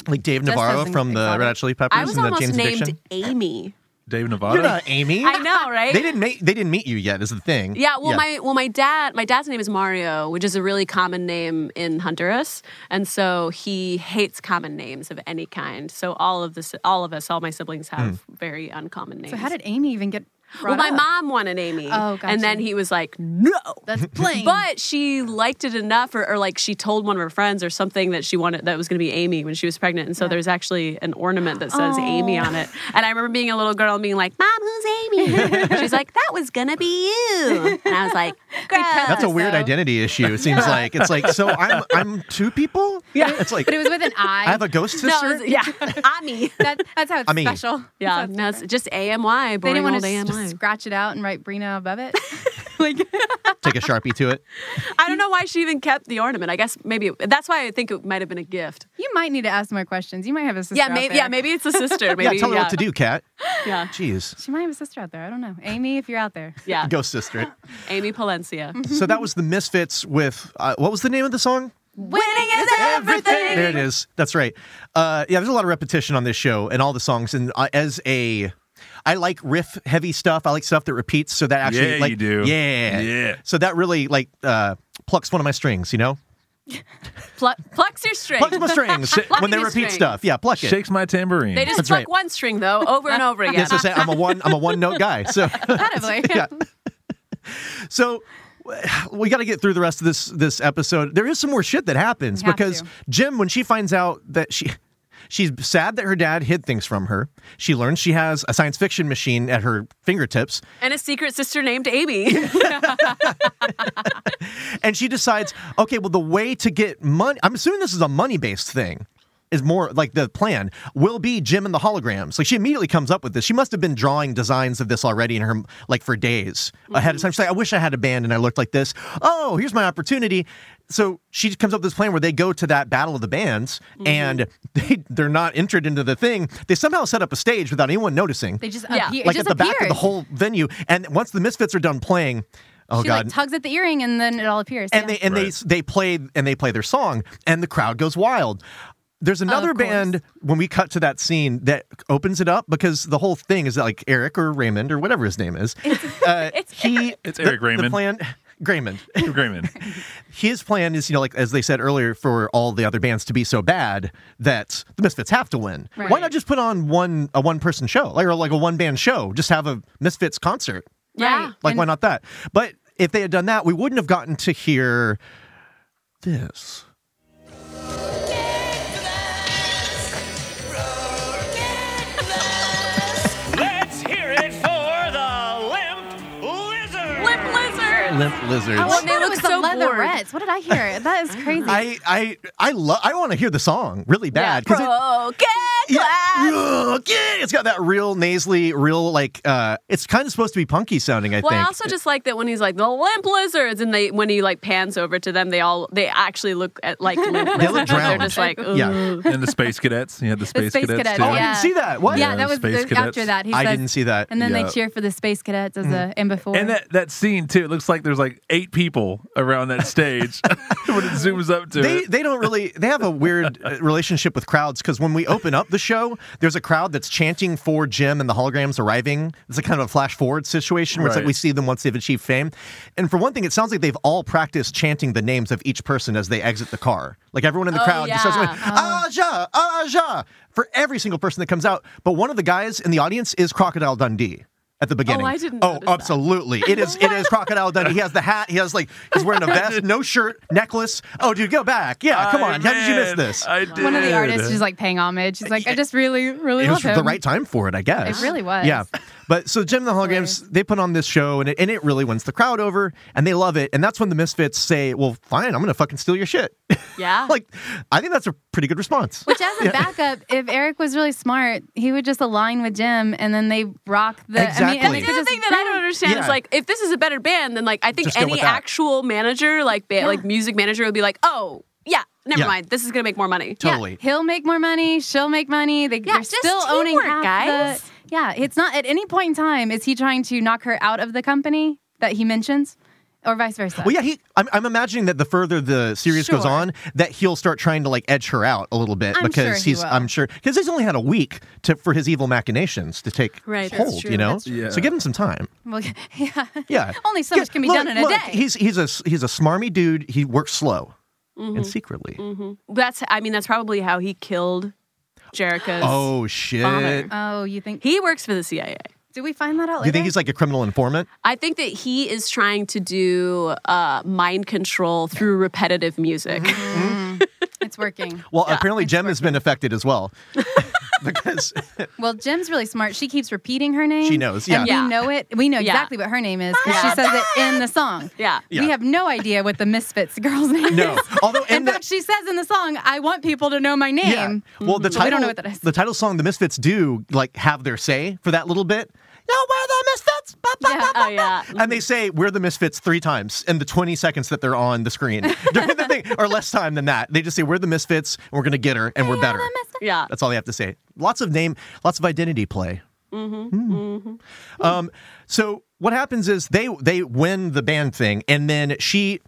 like Dave
Just
Navarro
as
from the
exotic.
Red Hot Chili Peppers
I was
and the
almost
James
named
Addiction.
Amy.
Dave Nevada.
You're not Amy.
I know, right?
They didn't make. They didn't meet you yet. Is the thing.
Yeah, well, my well, my dad, my dad's name is Mario, which is a really common name in Honduras, and so he hates common names of any kind. So all of this, all of us, all my siblings have
Hmm.
very uncommon names.
So how did Amy even get?
well,
brought
my
up?
mom wanted Amy,
Oh,
and then
gotcha.
he was like, "No."
That's plain.
But she liked it enough, or, or like she told one of her friends or something that she wanted that was going to be Amy when she was pregnant. And so there's actually an ornament that says Amy on it. And I remember being a little girl and being like, "Mom, who's Amy?" She's like, "That was gonna be you." And I was like, "Gross."
That's a weird
So-
identity issue. It seems like it's like so. I'm I'm two people.
Yeah.
It's like
but it was with an I.
I have a ghost
No,
sister.
it was- yeah, Ami.
That- that's how it's
I mean-
special.
Yeah,
That's how
no,
it's
it's just AMY.
They
Boring
didn't want
old
to just
AMY.
scratch it out and write Brina above it.
Take a sharpie to it.
I don't know why she even kept the ornament. I guess maybe that's why I think it might have been a gift.
you might need to ask more questions. You might have a sister.
Yeah,
out
maybe.
there.
Yeah, maybe it's a sister. Maybe
yeah, tell her what to do, Kat.
Yeah,
Jeez,
She might have a sister out there. I don't know. Amy, if you're out there.
yeah.
ghost sister. it.
Amy Palencia.
So that was the Misfits with uh, what was the name of the song?
Winning is everything.
There it is. That's right. Uh, yeah, there's a lot of repetition on this show and all the songs. And uh, as a, I like riff heavy stuff. I like stuff that repeats. So that actually,
Yeah,
like,
you do.
Yeah,
Yeah.
So that really like uh, plucks one of my strings. You know,
Plu- plucks your string.
plucks my strings
Plucking
when they
your
repeat
string.
stuff. Yeah, pluck it.
Shakes my tambourine.
They just
That's
pluck
right.
one string though, over and over again.
Yes, I say I'm a one. I'm a one note guy. So
Probably.
yeah. So we got to get through the rest of this this episode. There is some more shit that happens
We have
because
to.
Jim, when she finds out that she. She's sad that her dad hid things from her. She learns she has a science fiction machine at her fingertips,
and a secret sister named Amy.
and she decides, okay, well, the way to get money, I'm assuming this is a money based thing, is more like the plan will be Jim and the holograms. Like she immediately comes up with this. She must have been drawing designs of this already in her, like for days ahead
Mm-hmm.
of time. She's like, I wish I had a band and I looked like this. Oh, here's my opportunity. So she comes up with this plan where they go to that battle of the bands
Mm-hmm.
and they, they're not entered into the thing. They somehow set up a stage without anyone noticing.
They just
Yeah.
appear. it
like at
just
the back of
appears.
the whole venue. And once the Misfits are done playing, oh
she
God.
like tugs at the earring and then it all appears.
and
yeah.
they and
Right.
they they play and they play their song and the crowd goes wild there's another
course.
band when we cut to that scene that opens it up because the whole thing is like eric or raymond or whatever his name is uh, he
It's
the-
Eric
the
Raymond.
plan Raymond.
Agreement.
His plan is, you know, like as they said earlier, for all the other bands to be so bad that the Misfits have to win. Why
Right.
not just put on one a one person show, like or like a one band show? Just have a Misfits concert.
yeah.
Like, why not that? But if they had done that, we wouldn't have gotten to hear this.
Let's hear it for the limp lizard.
Flip lizard.
Limp Lizards.
Oh,
Well,
well,
they
it
look
was
so
the
bored.
leatherettes. What did I hear? That is crazy.
I I I love. I want to hear the song really bad because it.
Broken glass.
Yeah, it's got that real nasally, real like uh it's kind of supposed to be punky sounding, I
Well,
think.
I also just like that when he's like the limp lizards, and they when he like pans over to them, they all they actually look at like limp
They
lizards.
look
They're
drowned.
just like, Ooh.
yeah.
and the space cadets. You had the space,
space
cadets,
cadets,
too.
Oh, I
yeah.
didn't see that. What?
yeah,
Yeah,
that was
Space
the, after
Cadets.
that. He
I
says,
didn't see Mm-hmm. that.
And then
Yeah.
they cheer for the space cadets as a and before.
And that, that scene too, it looks like there's like eight people around that stage when it zooms up to
they
it.
they don't really they have a weird uh, relationship with crowds because when we open up the show, there's a crowd that's chanting for Jim and the holograms arriving. It's a kind of a flash forward situation where it's like
Right.
we see them once they've achieved fame. And for one thing, it sounds like they've all practiced chanting the names of each person as they exit the car. Like everyone in the
Oh,
crowd just starts going Aja Aja for every single person that comes out. But one of the guys in the audience is Crocodile Dundee. At the beginning.
I didn't
Oh,
notice that.
absolutely. It is it is Crocodile Dundee. He has the hat. He has like he's wearing a vest, no shirt, necklace. Oh, dude, go back. Yeah, come
I-
on. How did you miss
man,
this?
I did.
One of the artists is like paying homage. He's like, I just really, really
it was
love him.
the right time for it, I guess.
It really was.
Yeah. But so Jim and the Holograms, they put on this show and it, and it really wins the crowd over and they love it. And that's when the Misfits say, well, fine, I'm going to fucking steal your shit.
yeah.
like, I think that's a pretty good response.
Which, as a backup, if Eric was really smart, he would just align with Jim, and then they rock the. I mean,
Exactly.
and they
the
could
other
just,
thing that I don't understand
Yeah.
is like if this is a better band, then like I think
Just go
any
with that.
actual manager, like ba- like music manager, would be like, oh yeah, never
Yeah.
mind, this is gonna make more money.
yeah,
Totally.
he'll make more money. She'll make money. They,
Yeah,
they're
just
still owning
teamwork,
half
guys.
The, yeah, it's not at any point in time is he trying to knock her out of the company that he mentions. or vice versa.
Well, yeah, he. I'm, I'm imagining that the further the series goes
Sure.
on, that he'll start trying to like edge her out a little bit
I'm sure
because
he
he's.
will.
I'm sure because he's only had a week to for his evil machinations to take
Right, that's
hold.
true,
you know,
that's
true.
so give him some time.
Well, yeah.
Yeah,
Only so
Yeah,
much can be
look-
done in a
look,
day.
He's he's a s- he's a smarmy dude. He works slow
Mm-hmm.
and secretly.
That's I mean that's probably how he killed Jericho's.
Oh shit!
Father.
Oh, you think?
He works for the CIA.
Did we find that
Do
out
you
later?
think he's like a criminal informant?
I think that he is trying to do uh, mind control through repetitive music.
Mm-hmm.
it's working.
Well, apparently Jem has been affected as well because
Well, Jim's really smart. She keeps repeating her name.
She knows,
And
yeah.
we know it. We know
Yeah.
exactly what her name is because
Yeah.
she says it in the song.
Yeah.
Yeah.
We have no idea what the Misfits girl's name
no.
is.
Although
In
in the-
fact, she says in the song, I want people to know my name.
Yeah. Well, the
But
title,
we don't know what that is.
the title song, the Misfits do like have their say for that little bit. No, we're the Misfits. Ba, ba,
Yeah.
ba, ba,
Oh, yeah.
ba. And they say we're the Misfits three times in the 20 seconds that they're on the screen during the thing, or less time than that. They just say we're the Misfits and we're gonna get her and we're better.
Yeah.
That's all they have to say. Lots of name, lots of identity play. Mm-hmm. Um, so what happens is they they win the band thing, and then she.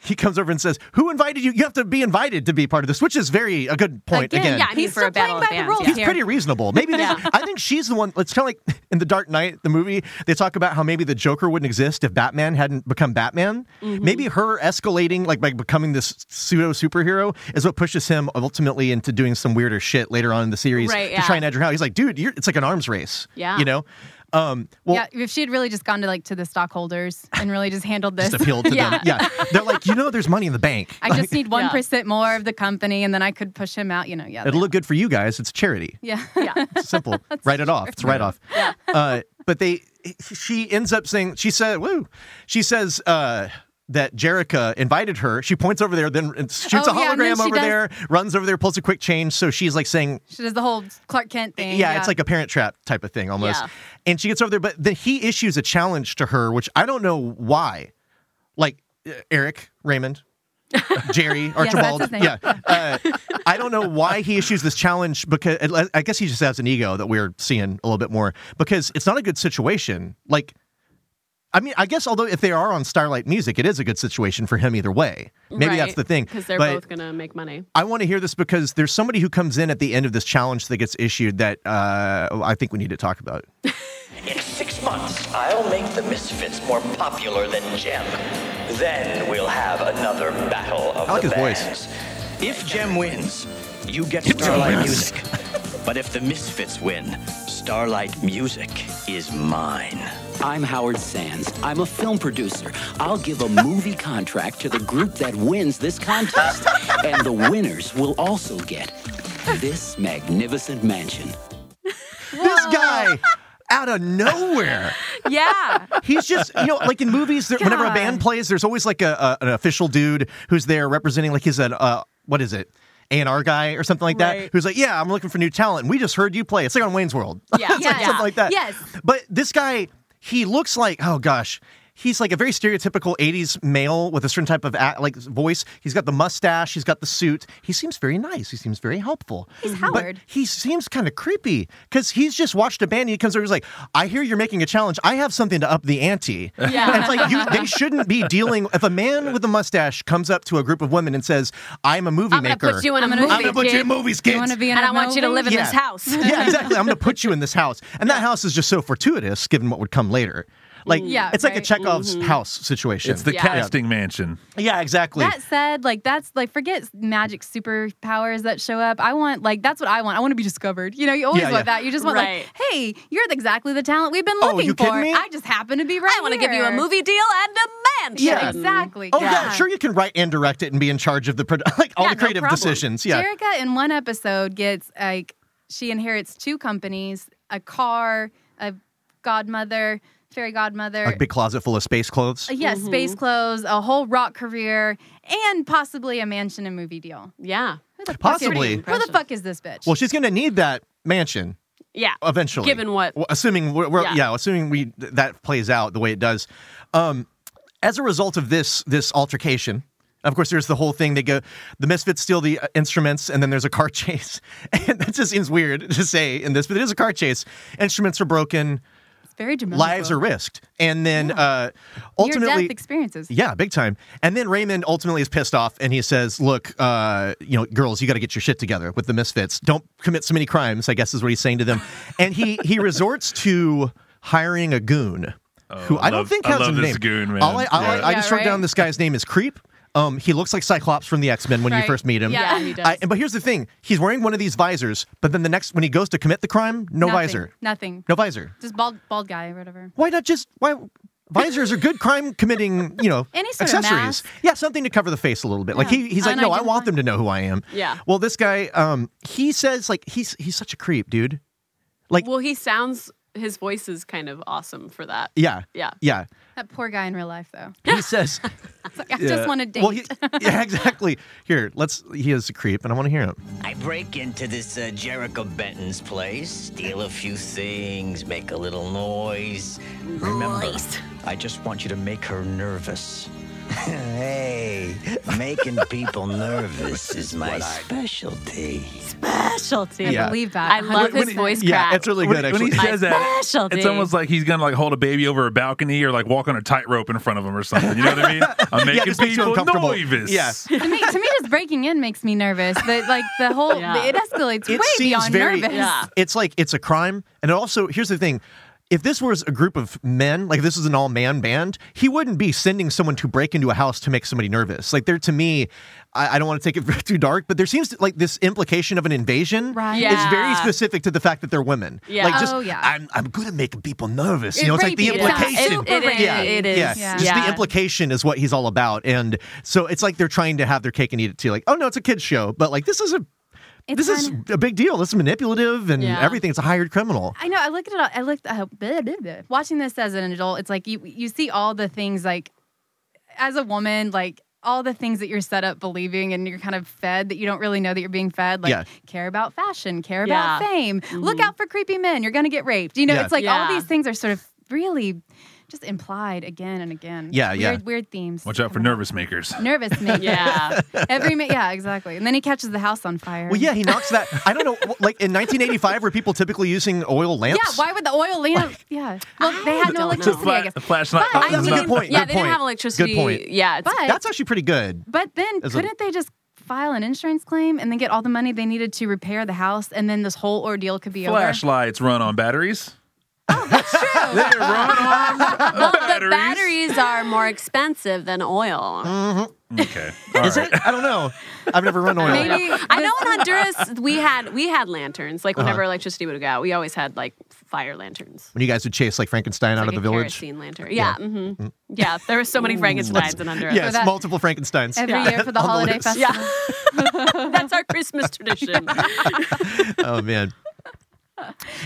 He comes over and says, "Who invited you? You have to be invited to be part of this," which is very a good point. Again,
yeah, I mean,
he's
for
still
a battle
playing by
of
the
bands,
rules.
yeah.
He's pretty reasonable. Maybe there's- I think she's the one. It's kind of like in the Dark Knight, the movie. They talk about how maybe the Joker wouldn't exist if Batman hadn't become Batman.
Mm-hmm.
Maybe her escalating, like by becoming this pseudo superhero, is what pushes him ultimately into doing some weirder shit later on in the series
Right,
to
yeah.
try and edge her out. He's like, dude, you're, it's like an arms race.
Yeah.
you know. Um, well,
yeah, if she had really just gone to like to the stockholders and really just handled this.
just appealed to them.
Yeah.
Yeah, they're like, you know, there's money in the bank.
I just need
Yeah.
1% more of the company and then I could push him out, you know. Yeah.
It'll look good for you guys. It's charity.
yeah.
yeah.
It's simple. write it off. It's write off. Uh, but they, she ends up saying, she said, woo, she says, uh, that Jerica invited her. She points over there, then shoots
Oh,
a
yeah, and then
hologram
she
over
does-
there, runs over there, pulls a quick change. So she's like saying,
She does the whole Clark Kent
yeah,
thing.
it's like a parent trap type of thing almost.
Yeah.
And she gets over there, but then he issues a challenge to her, which I don't know why. Like uh, Eric Raymond, Jerry
that's
Archibald.
his name.
yeah, uh, I don't know why he issues this challenge because I guess he just has an ego that we're seeing a little bit more because it's not a good situation. Like, I mean, I guess although if they are on Starlight Music, it is a good situation for him either way. Maybe that's the thing
Because they're
But-
both going to make money.
I want to hear this because there's somebody who comes in at the end of this challenge that gets issued that uh, I think we need to talk about.
In six months, I'll make the Misfits more popular than Jem. Then we'll have another battle of
I like
the
his voice.
bands. If Jem wins, you get Starlight Music. But if the Misfits win, Starlight Music is mine.
I'm Howard Sands. I'm a film producer. I'll give a movie contract to the group that wins this contest. And the winners will also get this magnificent mansion.
This guy out of nowhere.
Yeah.
He's just, you know, like in movies, there, whenever a band plays, there's always like a, a an official dude who's there representing, like he's an, uh, what is it? A&R guy or something like that,
Right.
who's like, yeah, I'm looking for new talent. We just heard you play. It's like on Wayne's World.
Yeah.
It's like
Yeah.
something like that.
Yes.
But this guy, he looks like, oh gosh, he's like a very stereotypical 80s male with a certain type of act, like voice. He's got the mustache, he's got the suit. He seems very nice. He seems very helpful. He's
Howard.
he seems kind of creepy because he's just watched a band and he comes over he's like, I hear you're making a challenge. I have something to up the ante.
Yeah.
And it's like, you, they shouldn't be dealing. If a man with a mustache comes up to a group of women and says, I'm a movie
I'm going
maker.
to put you in a
I'm gonna
movie.
I'm gonna put you in
kid,
movies,
You
kids
want to be in
And
a
I want you to
movie?
live in this
Yeah.
house.
yeah, exactly. I'm going to put you in this house. And that house is just so fortuitous given what would come later. Like,
Mm.
Yeah,
it's like a
right.
Chekhov's
Mm-hmm.
house situation.
It's the
Yeah.
casting mansion.
yeah, exactly.
That said, like that's like forget magic superpowers that show up. I want like that's what I want. I want to be discovered. You know, you always
Yeah,
want
yeah.
that. You just want
Right.
like, hey, you're the- exactly the talent we've been
Oh,
looking
you
for.
kidding me?
I just happen to be right.
I want to give you a
here."
movie deal and a mansion.
Yeah, exactly.
Oh yeah. sure you can write and direct it and be in charge of the produ- like all
Yeah,
the
no
creative
problem.
decisions. Yeah,
Jerica in one episode gets like she inherits two companies, a car, a godmother, fairy godmother,
like big closet full of space
Uh,
clothes.
yes,
Mm-hmm.
space clothes, a whole rock career, and possibly a mansion and movie deal.
Yeah.
Who the fuck is-
Possibly.
Who the fuck is this bitch?
Well, she's going to need that mansion
Yeah.
eventually.
Given what-
Well, assuming we're, we're- yeah.
Yeah.
assuming we th- that plays out the way it does. Um, as a result of this this altercation, of course, there's the whole thing. They go, the misfits steal the uh, instruments, and then there's a car chase. and that just seems weird to say in this, but it is a car chase. Instruments are broken.
Very dramatic.
lives are risked. And then uh,
Near
ultimately,
death experiences.
yeah, big time. And then Raymond ultimately is pissed off and he says, Look, uh, you know, girls, you got to get your shit together with the misfits. Don't commit so many crimes, I guess is what he's saying to them. And he, he resorts to hiring a goon who I, don't
Oh, love-
think
I
has
love
a
this
name.
goon, man.
All I, all I-
Yeah.
I just
Yeah,
wrote down
right?
this guy's name is Creep. Um, he looks like Cyclops from the X Men when you
Right.
first meet him.
Yeah, he does.
I, but here's the thing: he's wearing one of these visors, but then the next when he goes to commit the crime, no
Nothing.
visor,
Nothing.
no visor.
Just bald, bald guy or whatever.
Why not just why? Visors are good crime committing, you know,
Any sort of
accessories.
mask.
yeah, something to cover the face a little bit. Like
Yeah.
he, he's like, no, I want them to know who I am.
Yeah.
Well, this guy, um, he says like he's he's such a creep, dude. Like-
well, he sounds his voice is kind of awesome for that.
Yeah.
Yeah.
Yeah.
That poor guy in real life, though.
He says,
It's like, I just want to date.
well, he, yeah, exactly. Here, let's. He is a creep, and I want to hear him.
I break into this uh, Jericho Benton's place, steal a few things, make a little noise. Remember, I just want you to make her nervous. hey, making people nervous is my specialty.
Specialty.
I
Yeah.
believe that.
I love
When-
his
when-
voice
Yeah,
crack.
it's really
When,
good.
when
Actually,
he says that,
specialty.
it's almost like he's gonna like hold a baby over a balcony or like walk on a tightrope in front of him or something. You know what I mean? I'm
Yeah,
making
this makes you
people
uncomfortable.
nervous.
Yeah.
to me, to me, just breaking in makes me nervous. But like the whole,
Yeah.
it escalates
it
way
seems
beyond
very.
nervous.
Yeah.
It's like it's a crime, and it also here's the thing. If this was a group of men, like if this is an all-man band, he wouldn't be sending someone to break into a house to make somebody nervous. Like there, to me, I, I don't want to take it too dark, but there seems to, like this implication of an invasion
Right.
is very
Yeah.
specific to the fact that they're women.
Yeah.
Like just,
Oh, yeah.
I'm, I'm good at making people nervous.
It
you know, it's like the
rapey. It sounds
implication.
super
It, it,
Yeah.
it is.
Yeah.
Yeah.
Just the implication is what he's all about. And so it's like they're trying to have their cake and eat it too. Like, oh no, it's a kid's show. But like this is a
It's
this is
kinda-
a big deal. This is manipulative and
Yeah.
everything. It's a hired criminal.
I know. I look at it. all- I looked. Uh, blah, blah, blah. Watching this as an adult, it's like you you see all the things like, as a woman, like all the things that you're set up believing and you're kind of fed that you don't really know that you're being fed. Like
Yeah.
care about fashion, care
Yeah. Mm-hmm.
about fame, look out for creepy men. You're gonna get raped. You know,
Yeah.
it's like all
Yeah.
these things are sort of really just implied again and again.
Yeah,
weird,
yeah.
Weird themes.
Watch out for
coming up.
nervous makers.
Nervous man.
Yeah.
Every ma- yeah, exactly. And then he catches the house on fire.
Well, yeah, he knocks that. I don't know, like in 1985, were people typically using oil
Yeah,
lamps?
why would the oil lamp? yeah. Well, they had no
don't know.
The,
electricity, I
fla-
guess.
the flashlight.
But
That's a
I
good
mean-
point.
Yeah,
good
they
point.
didn't have electricity.
Good point.
Yeah, it's,
But
That's actually pretty good.
but then
As a-
couldn't they just file an insurance claim and then get all the money they needed to repair the house and then this whole ordeal could be
Flashlights run on batteries. Oh, that's true. they run on
well, the
batteries.
batteries are more expensive than oil.
Mm.
Okay. All
Is
right.
it? I don't know. I've never run oil.
over? Maybe
I know in Honduras we had we had lanterns. Like whenever
Uh-huh.
electricity would go out, we always had like fire lanterns.
When you guys would chase like Frankenstein out
like
of
a
the village. Mm.
kerosene lantern. Yeah, yeah. Mm-hmm. yeah. There were so many Frankenstein's in Honduras.
Yes,
that-
multiple Frankensteins.
every year for the
On the
holiday
loose.
festival.
Yeah. That's our Christmas tradition.
oh man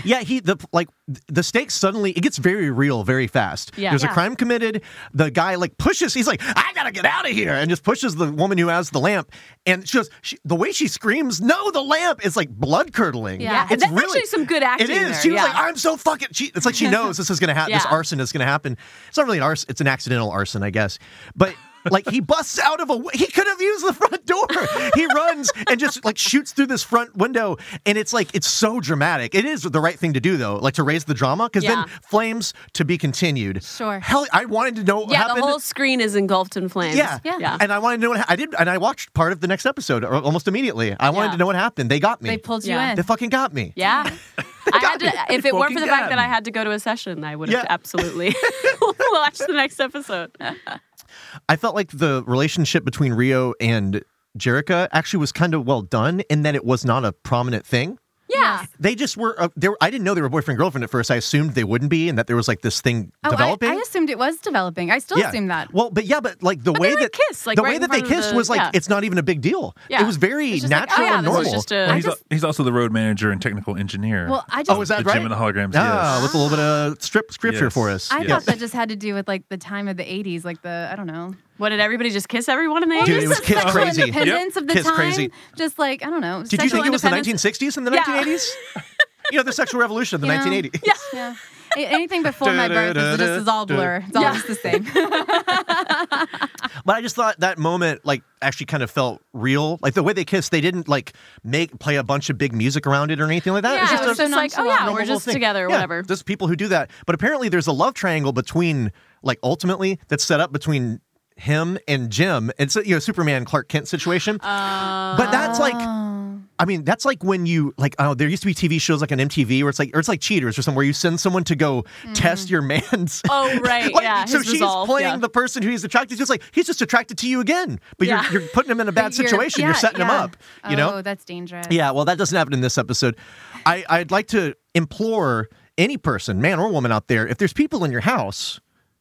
yeah he the like the stakes suddenly it gets very real very fast
Yeah.
there's a
Yeah.
crime committed the guy like pushes he's like i gotta get out of here and just pushes the woman who has the lamp and she goes she, the way she screams no the lamp is like blood curdling
Yeah.
it's
That's
really,
actually some good acting
it is
there,
she was
yeah.
like i'm so fucking she, it's like she knows this is gonna happen this
Yeah.
arson is gonna happen it's not really an arson it's an accidental arson i guess but like he busts out of a wi- he could have used the front door he runs and just like shoots through this front window and it's like it's so dramatic it is the right thing to do though like to raise the drama because
Yeah.
then flames to be continued
Sure.
hell i wanted to know what
yeah, the
happened
whole screen is engulfed in flames.
yeah.
yeah.
and I wanted to know what ha- I did, and I watched part of the next episode or almost immediately. I wanted
Yeah.
to know what happened. They got me.
They pulled
Yeah.
you
They
in.
fucking got me.
Yeah. I had to, if it weren't
fucking
for the fact
got
that
me.
I had to go to a session, I would have
Yeah.
absolutely watched the next episode.
I felt like the relationship between Rio and Jerica actually was kind of well done in that it was not a prominent thing.
Yeah.
They just were. Uh, they were I didn't know they were boyfriend and girlfriend at first. I assumed they wouldn't be, and that there was like this thing
Oh, I,
developing.
I assumed it was developing. I still assume that.
Well, but yeah, but like the
But
way
they, like,
that
kiss, like,
the
right
way
in
that they
front of
kissed
the-
was like
yeah.
it's not even a big deal.
Yeah.
It was very
It's just like,
natural
oh, yeah,
and
this is
normal.
just a-
Well,
I
he's,
just-
al- he's also the road manager and technical engineer.
Well, I just
oh, is that
the
right?
Gym and the holograms.
Ah,
yes.
with a little bit of strip scripture
Yes.
for us.
I
Yes.
thought that just had to do with like the time of the 80s, like the I don't know.
What did everybody just kiss everyone in the
Dude,
eighties?
it was kiss
sexual
crazy.
independence of the
Kiss
time.
crazy.
Just like I don't know.
Did you
sexual
think it was the
independence-
1960s and the
Yeah.
1980s? you know, the sexual revolution of the
Yeah.
1980s.
Yeah. A- Anything before my birth is just is all blur. It's all just the same.
But I just thought that moment like actually kind of felt real. Like the way they kissed, they didn't like make play a bunch of big music around it or anything like that.
Yeah, it was
a
just like, oh,
nonchalant,
yeah,
normal
we're just
thing.
together or
Yeah,
whatever.
There's people who do that. But apparently there's a love triangle between like ultimately that's set up between him and Jim. It's a you know Superman Clark Kent situation. but that's like
Oh.
I mean, that's like when you like. Oh, there used to be TV shows like on MTV where it's like, or it's like Cheaters or something where you send someone to go test your man's.
Mm. Oh, right.
Like,
yeah.
So
his
she's
resolve,
playing
yeah.
the person who he's attracted to. It's like he's just attracted to you again, but
Yeah.
you're you're putting him in a bad
You're-
situation. You're,
yeah,
setting him
yeah.
up. You know.
Oh, that's dangerous.
Yeah, well, that doesn't happen in this episode. I, I'd like to implore any person, man or woman out there, if there's people in your house,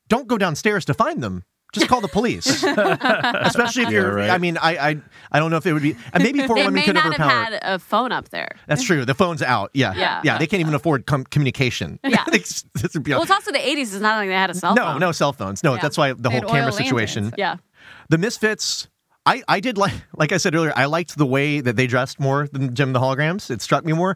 don't go downstairs to find them. Just call the police, especially if
Yeah,
you're.
right.
I mean, I, I I don't know if it would be. And maybe four
They
women
may
could
not have
overpower.
had a phone up there.
That's true. The phone's out. Yeah,
Yeah.
yeah. They can't even afford com- communication.
Yeah.
They just- this would be
Well,
all-
it's also the 80s. It's not like they had a cell
no,
phone.
no cell phones. No,
Yeah.
that's why the
They
whole
had
camera
oil lanterns.
situation.
Yeah.
The Misfits. I, I did like like I said earlier. I liked the way that they dressed more than Jim and the Holograms. It struck me more.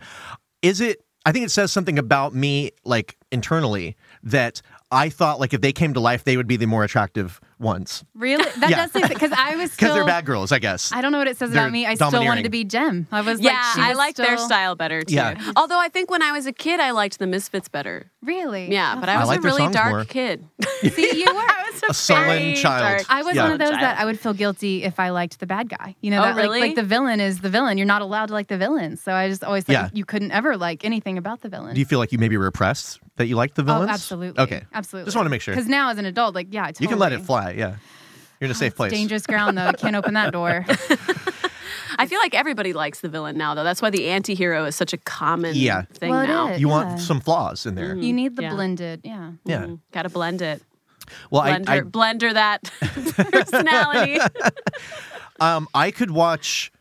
Is it? I think it says something about me, like internally, that I thought like if they came to life, they would be the more attractive ones
Really? That
Yeah.
does say because I
because
was still.
they're bad girls, I guess.
I don't know what it says
They're
about me. I still wanted to
domineering.
be Jem. I was like,
Yeah,
she
I
was
like their
still-
style better too.
Yeah.
Although I think when I was a kid, I liked the Misfits better.
Really?
Yeah, but I
I
was
like
a
their
really
songs
dark
more.
kid.
See, you were. I was
a sullen
very
child.
dark.
I was
Yeah.
one of those
Child.
that I would feel guilty if I liked the bad guy. You know,
Oh,
that, like-
really?
like, the villain is the villain. You're not allowed to like the villain. So I just always thought
Yeah.
you couldn't ever like anything about the villain.
Do you feel like you maybe repressed that you liked the
oh,
villains?
absolutely.
Okay.
Absolutely.
Just want to make sure.
Because now as an adult, like, yeah, totally.
You can let it fly. Yeah. You're in a safe place.
Dangerous ground, though. Can't open that door.
I feel like everybody likes the villain now, though. That's why the anti-hero is such a common
Yeah.
thing
Well, it
now.
is.
You
Yeah. Mm-hmm.
want some flaws in there.
You need the
Yeah.
blended. Yeah.
Yeah.
Mm, Gotta blend it.
Well, I,
Blender,
I
blender that personality.
Um, I could watch.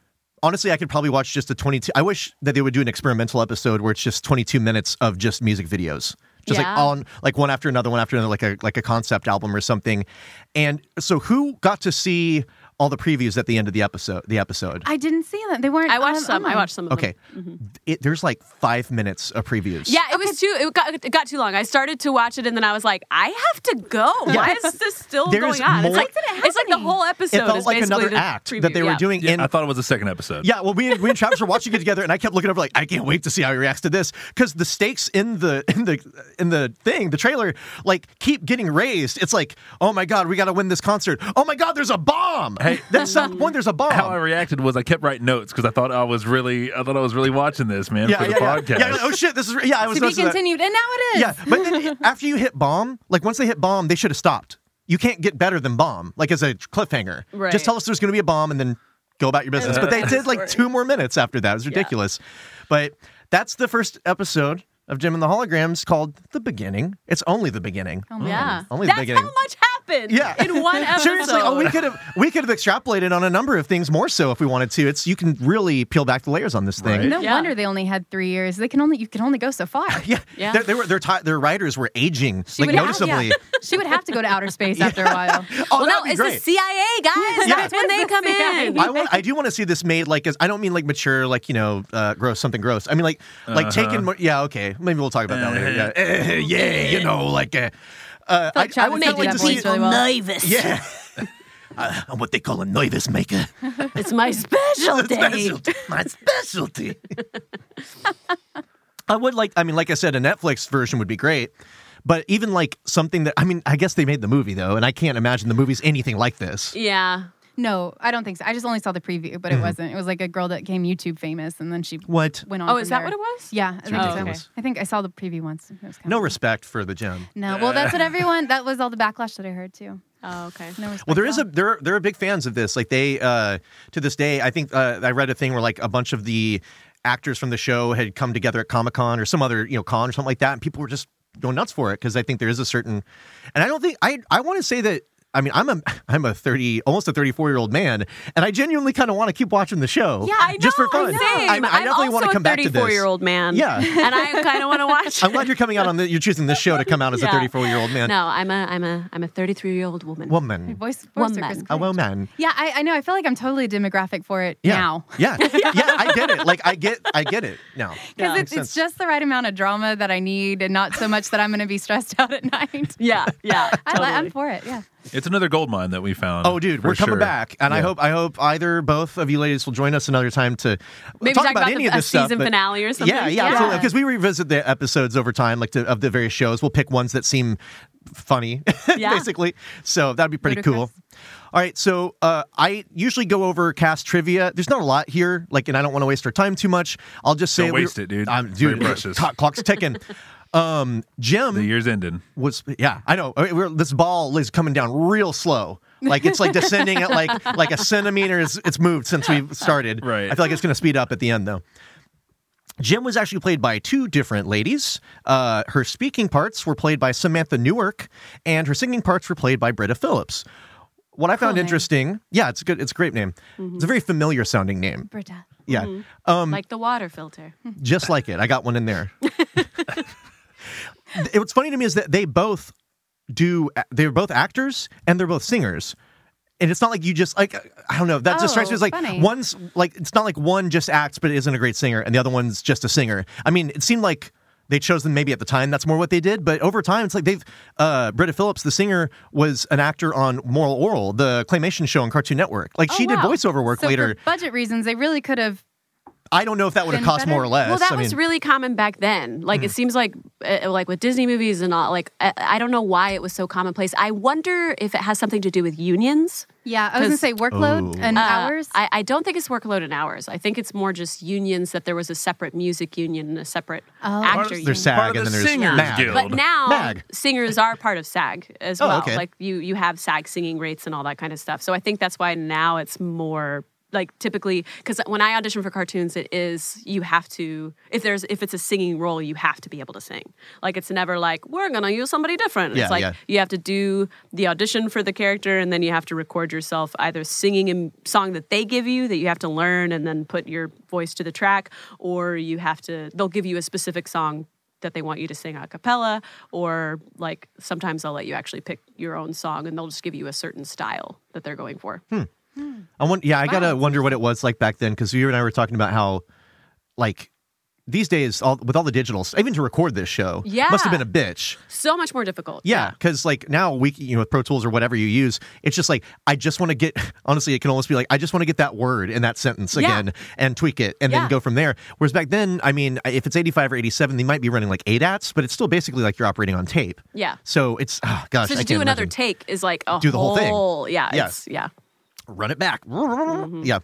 Honestly, I could probably watch just a 22. I wish that they would do an experimental episode where it's just 22 minutes of just music videos, just like
Yeah.
on like one after another, one after another, like a like a concept album or something. And so, who got to see all the previews at the end of the episode? The episode.
I didn't see them. They weren't.
I watched
um,
some. I
online.
watched some of them. Mm-hmm.
okay, it, there's like five minutes of previews.
Yeah, it was too. It got, it got too long. I started to watch it, and then I was like, I have to go. Why is this still
There is
going on? It's
more-
like it's like the whole episode.
it felt
is
like
basically
another
the
act
preview.
that they
Yeah.
were doing.
Yeah,
in.
I thought it was the second episode.
Yeah, well, we and, we and Travis were watching it together, and I kept looking over like I can't wait to see how he reacts to this because the stakes in the in the in the thing, the trailer, like keep getting raised. It's like, oh my god, we got to win this concert. Oh my god, there's a bomb.
Hey.
then at some point there's a bomb.
How I reacted was I kept writing notes because I thought I was really I thought I was really watching this man
yeah,
for the
yeah, yeah.
podcast.
Yeah, like, oh shit, this is re- yeah. I was
To be
noticing that.
continued. And now it is.
Yeah, but then after you hit bomb, like once they hit bomb, they should have stopped. You can't get better than bomb, like as a cliffhanger.
Right.
Just tell us there's going to be a bomb and then go about your business. But they did like two more minutes after that. It was ridiculous. But that's the first episode of Jim and the Holograms called The Beginning. It's only the beginning.
Yeah,
Only the
that's
beginning.
how much happened.
Yeah.
in one episode.
Seriously, oh, we could have we could have extrapolated on a number of things more so if we wanted to. It's you can really peel back the layers on this thing.
Right.
No
Yeah.
wonder they only had three years. They can only you can only go so far.
Yeah,
Yeah.
They, they were their ti their writers were aging like
would have-
noticeably.
She would have to go to outer space after a while.
Oh,
Well,
that'd
no,
be
it's
great.
the CIA guys.
Yeah.
That's when they come in.
I want. I do want to see this made like as. I don't mean like mature, like you know, uh, gross something gross. I mean like like taken. mo- Yeah, okay. Maybe we'll talk about that later. Yeah, Eh, yeah, you know, like. Uh, uh, I,
like
I would
Travis
kinda
made
like
that
to see.
voice really well.
Yeah. Uh, I'm what they call a novice maker.
It's my special day.
Specialty. My specialty. I would like. I mean, like I said, a Netflix version would be great. But even like something that I mean, I guess they made the movie though, and I can't imagine the movie's anything like this.
Yeah.
No, I don't think so. I just only saw the preview,
Mm-hmm.
but it wasn't. It was like a girl that came YouTube famous and then she
What?
went on.
Oh,
from
is that
there.
what it was?
Yeah, I think,
ridiculous.
so. I think I saw the preview once. It was kinda-
No respect for the gem.
No, well, that's what everyone. That was all the backlash that I heard too.
Oh, okay.
No respect.
Well, there is
at
a
all.
they're they're big fans of this. Like they uh, to this day, I think uh, I read a thing where like a bunch of the actors from the show had come together at Comic Con or some other you know con or something like that, and people were just going nuts for it because I think there is a certain, and I don't think I I want to say that. I mean, I'm a I'm a thirty almost a thirty four year old man, and I genuinely kind of want to keep watching the show.
Yeah, I know.
just for fun.
Oh, Same.
I, mean, I
I'm
definitely want
also
to
a
come back to this.
34-year-old man.
Yeah.
and I kind of want to watch.
I'm glad you're coming out on the, you're choosing this show to come out as a
Yeah.
thirty four year old man.
No, I'm a I'm a I'm a 33 year old woman.
Woman,
voice, voice
One
or
man.
Chris
a
Craig.
woman.
Yeah, I, I know. I feel like I'm totally demographic for it
Yeah.
now.
Yeah. yeah. I get it. Like I get I get it now.
Because
Yeah.
it's,
Makes
it's
sense.
just the right amount of drama that I need and not so much that I'm going to be stressed out at night.
Yeah, yeah.
I,
Totally.
li- I'm for it. Yeah.
It's another gold mine that we found.
Oh, dude,
for
we're coming
sure.
back, and I
Yeah.
hope I hope either both of you ladies will join us another time to
Maybe
talk,
talk
about,
about
any
the-
of this
a
stuff.
season
but-
finale or something.
Yeah, yeah,
Yeah.
absolutely. Because we revisit the episodes over time, like to, of the various shows. We'll pick ones that seem funny,
Yeah.
basically. So that'd be pretty
Ludicrous.
cool. All right, so uh, I usually go over cast trivia. There's not a lot here, like, and I don't want to waste our time too much. I'll just say
Don't waste it, dude.
I'm,
It's very
dude,
precious.
clock- clock's ticking. um, Jim
The year's ending.
was yeah i know I mean, we're, this ball is coming down real slow like it's like descending at like like a centimeter is it's moved since we started
Right.
i feel like it's going to speed up at the end though jim was actually played by two different ladies uh, her speaking parts were played by samantha newark and her singing parts were played by britta phillips what i found
name.
interesting yeah it's a good it's a great name it's a very familiar sounding name
Britta.
yeah
like the water filter.
just like it. I got one in there. It- What's funny to me is that they both do. They're both actors and they're both singers. And it's not like you just like I don't know. That just strikes me
Oh,
as like
funny.
one's like it's not like one just acts but isn't a great singer and the other one's just a singer. I mean, it seemed like they chose them maybe at the time that's more what they did, but over time it's like they've uh Britta Phillips, the singer, was an actor on Moral Oral, the claymation show on Cartoon Network. Like she
Oh,
did
wow.
voiceover work
So
later.
For budget reasons, they really could have.
I don't know if that would have
been
cost
better?
more or less.
Well, that
I
was
mean- Hmm.
really common back then. Like it seems like, uh, like with Disney movies and all. Like I, I don't know why it was so commonplace. I wonder if it has something to do with unions.
Yeah, I was gonna say workload
Oh.
and
Uh,
hours.
I, I don't think it's workload and hours. I think it's more just unions that there was a separate music union and a separate
Oh.
actor
There's
union.
SAG
Part of
and
the
then there's
Singers
MAG.
Guild.
But now
Mag.
singers are part of SAG as
Oh,
well.
okay.
Like you you have SAG singing rates and all that kind of stuff. So I think that's why now it's more like typically because when I audition for cartoons, it is you have to if there's if it's a singing role, you have to be able to sing. Like it's never like we're gonna use somebody different.
Yeah,
it's like
yeah.
you have to do the audition for the character and then you have to record yourself either singing a song that they give you that you have to learn and then put your voice to the track or you have to they'll give you a specific song that they want you to sing a cappella or like sometimes they'll let you actually pick your own song and they'll just give you a certain style that they're going for
Hmm. I want, yeah, I gotta wonder what it was like back then because you and I were talking about how, like, these days all, with all the digitals, even to record this show,
Yeah.
must have been a bitch.
so much more difficult
Yeah, because like now we, c- you know, with Pro Tools or whatever you use, it's just like I just want to get. Honestly, it can almost be like I just want to get that word in that sentence
Yeah.
again and tweak it and then
Yeah.
go from there. Whereas back then, I mean, if it's eighty-five or eighty-seven, they might be running like eight ats, but it's still basically like you're operating on tape.
yeah
So it's oh, gosh,
so
I
to
can't
do another
imagine.
take is like a
Do the whole thing.
yeah
Yeah.
it's yeah
run it back.
Mm-hmm.
Yeah.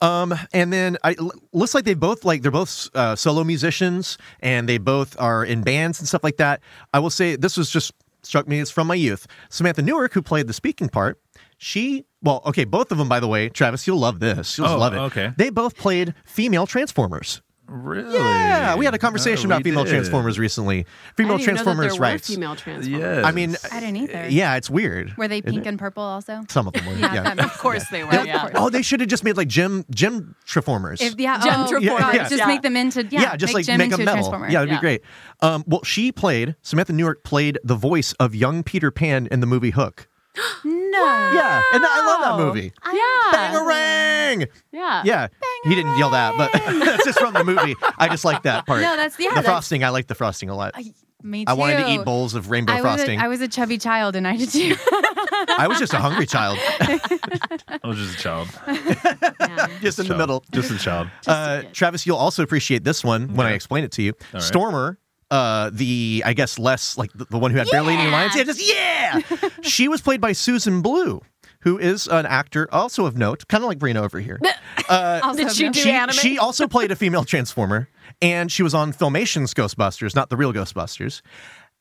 Um, and then I l- looks like they both like they're both uh, solo musicians and they both are in bands and stuff like that. I will say this was just struck me as from my youth. Samantha Newark, who played the speaking part, she well, okay, both of them by the way. Travis, you'll love this. You'll
Oh,
love it.
okay.
They both played female transformers.
Really?
Yeah, we had a conversation
Oh,
about
we
female
did.
transformers recently.
I
Female
didn't even know that there
transformers
were
rights.
female transformers
Yes.
I mean,
I didn't either.
yeah, it's weird.
Were they pink and purple also?
Some of them were.
Yeah,
yeah.
that
of course they
Yeah,
were
of
yeah
course.
Oh, they should have just made like gem gem transformers.
If, yeah,
Gem
oh,
Transformers,
God,
yeah.
just
yeah.
make them into yeah,
just
make
like
Jim
make
into
them
a
metal.
transformer.
Yeah, that'd be
Yeah.
great. Um, well, she played Samantha Newark played the voice of young Peter Pan in the movie Hook.
no,
Yeah, and I love that movie.
yeah
Bangarang!
yeah
Yeah, he didn't yell that, but that's just from the movie. I just like that part.
No, that's- yeah,
the
that's-
frosting. I like the frosting a lot. I,
me too.
wanted to eat bowls of rainbow
I was, a,
frosting.
I was a chubby child, and I did too.
I was just a hungry child,
I was just a child.
yeah.
just in the
Child.
middle.
Just a child.
Uh, Travis, you'll also appreciate this one when I
Okay.
explain it to you.
right.
Stormer, uh, the I guess less like the, the one who had barely any lines. Yeah, just yeah. she was played by Susan Blue, who is an actor also of note, kind of like Brina over here.
Also,
Did she
no.
do
she,
anime?
she also played a female transformer, and she was on Filmation's Ghostbusters, not the real Ghostbusters.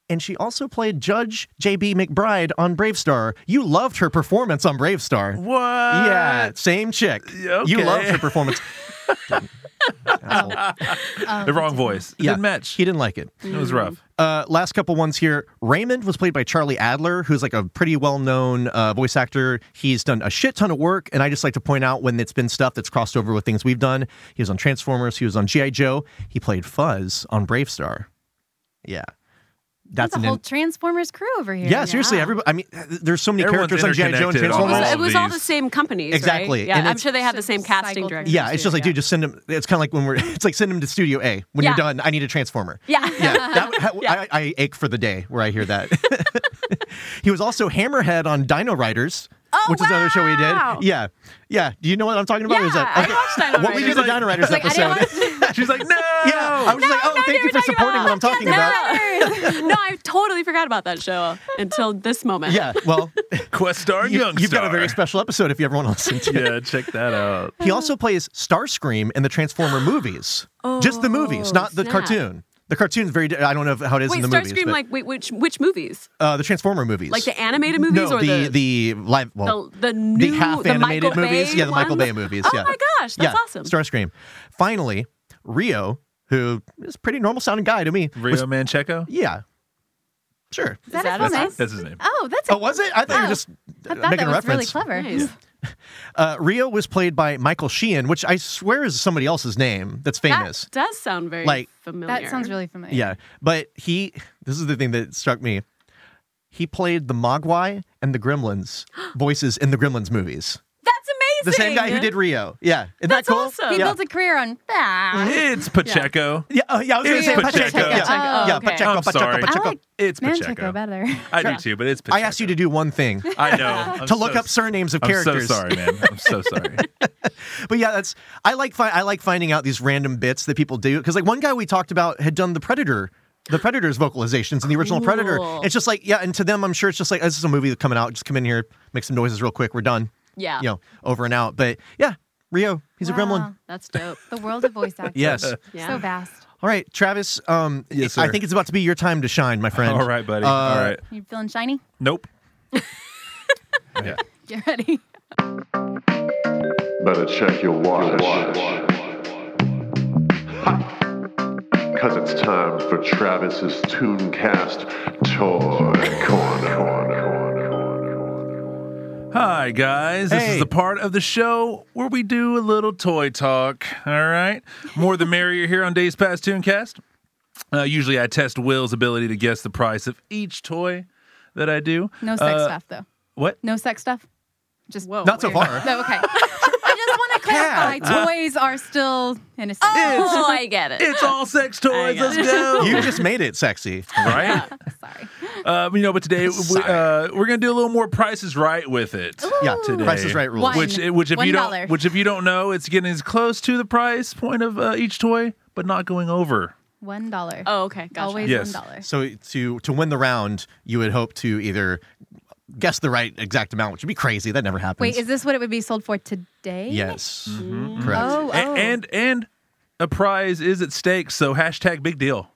And she also played Judge J.B. McBride on Brave Star. You loved her performance on Brave Star.
What?
Yeah, same chick.
Yeah,
You
okay.
loved her performance.
Oh, Um,
The wrong voice. It
Yeah.
didn't match.
He didn't like it.
It was rough.
Uh, last couple ones here. Raymond was played by Charlie Adler, who's like a pretty well known uh, voice actor. He's done a shit ton of work, and I just like to point out when it's been stuff that's crossed over with things we've done. He was on Transformers, he was on G.I. Joe, he played Fuzz on Brave Star. Yeah. That's
the
an.
whole
in-
Transformers crew over here.
yeah, seriously, everybody. I mean, there's so many
Everyone's
characters on G.I. Joe and
interconnected,
It
Transformers.
all
was, it was all
these.
the same companies,
Exactly,
Right? Yeah,
and
I'm
it's-
sure they had the same casting
Cycled
director.
Yeah, it's just like, dude, just send him. It's kind of like when we're, it's like send him to Studio A. When
Yeah.
you're done, I need a Transformer.
yeah,
Yeah, that, would- ha-
Yeah.
I, I ache for the day where I hear that. he was also Hammerhead on Dino Riders.
Oh,
which is another show we did.
wow.
Yeah. Yeah. Do you know what I'm talking about? Or is
Yeah,
that,
I watched Dino
What we did
Riders.
the Dino Riders
Like, I
episode.
didn't
She's like, no.
yeah. I was just like, oh, thank you for supporting what I'm talking about.
no, I totally forgot about that show until this moment.
Yeah. Well,
Questar
you,
Youngstar.
you've got a very special episode if you ever want to listen to it.
yeah, check that out.
He also plays Starscream in the Transformer movies. Just the movies,
Oh,
not the
snap.
cartoon. The cartoon's very. di- I don't know how it is in
Wait,
the movies.
Starscream,
but,
like wait, which which movies?
uh, the Transformer movies,
Like the animated movies
no,
or
the,
the
the live well,
the, the new
half
the
animated
Michael
movies,
Bay
yeah, the Michael
ones?
Bay movies,
Oh
yeah.
my gosh, that's
yeah,
awesome.
Starscream. Finally, Rio, who is a pretty normal sounding guy to me,
Rio
was-
Mancheco?
yeah, sure.
Is that,
that
his
his
name?
name?
That's his name.
Oh, that's a,
Oh, was it? I thought you were
Oh,
just
I
uh,
thought
making
that
a
was really
reference.
clever.
Nice.
uh, Rio was played by Michael Sheehan, which I swear is somebody else's name that's famous.
That does sound very
Like-
familiar.
That sounds really familiar.
Yeah, but he. This is the thing that struck me. He played the Mogwai and the Gremlins voices in the Gremlins movies.
That's amazing.
The same guy who did Rio. Yeah, isn't that
That's
cool?
awesome.
He
Yeah.
built a career on that.
It's Pacheco.
Uh, Yeah, oh, yeah. I was going to
It's
say Pacheco.
Pacheco.
Yeah,
Oh,
yeah
okay.
Pacheco,
I'm
Pacheco,
sorry.
Pacheco.
I like
It's Pacheco.
Mancheco better.
I do too, but it's Pacheco.
I asked you to do one thing
I know. I'm
to look
so
up surnames of
I'm
characters.
so sorry, man. I'm so sorry.
But yeah, that's I like fi- I like finding out these random bits that people do because like one guy we talked about had done the Predator. The Predator's vocalizations in the original Predator.
Cool.
It's just like, yeah, and to them, I'm sure it's just like, "Oh, this is a movie that's coming out. Just come in here, make some noises real quick. We're done.
Yeah.
You know, over and out. But yeah, Rio, he's a gremlin.
Wow.
That's dope.
The world of voice acting.
Yes.
Yeah.
So vast.
All right, Travis, um,
Yes,
I
sir.
think it's about to be your time to shine, my friend.
All right, buddy.
Uh,
All right.
You feeling shiny?
Nope.
Get ready.
Better check your watch. Because it's time for Travis's Tooncast Toy Corner.
Hi, guys. This
Hey.
is the part of the show where we do a little toy talk. All right. More the merrier here on Days Past Tooncast. Uh, usually I test Will's ability to guess the price of each toy that I do.
No sex
Uh,
stuff though.
What?
No sex stuff. Just
Whoa.
Not so
weird.
far.
No, okay. I just want to clarify. Toys are still innocent.
Oh, I get it.
It's all sex toys.
got
Let's go.
Uh, You just made it sexy.
right?
Sorry.
Uh, you know, but today we,
Sorry.
uh, we're gonna do a little more prices right with it.
Yeah,
Today.
Price is Right rules.
One.
Which, which if you
$1.
don't, which if you don't know, it's getting as close to the price point of uh, each toy, but not going over.
One dollar.
Oh, okay. Gotcha.
Always
Yes.
one dollar.
So to to win the round, you would hope to either guess the right exact amount, which would be crazy. That never happens.
Wait, is this what it would be sold for today?
yes, Mm-hmm. correct.
Oh,
A-
oh.
and and a prize is at stake. So hashtag big deal.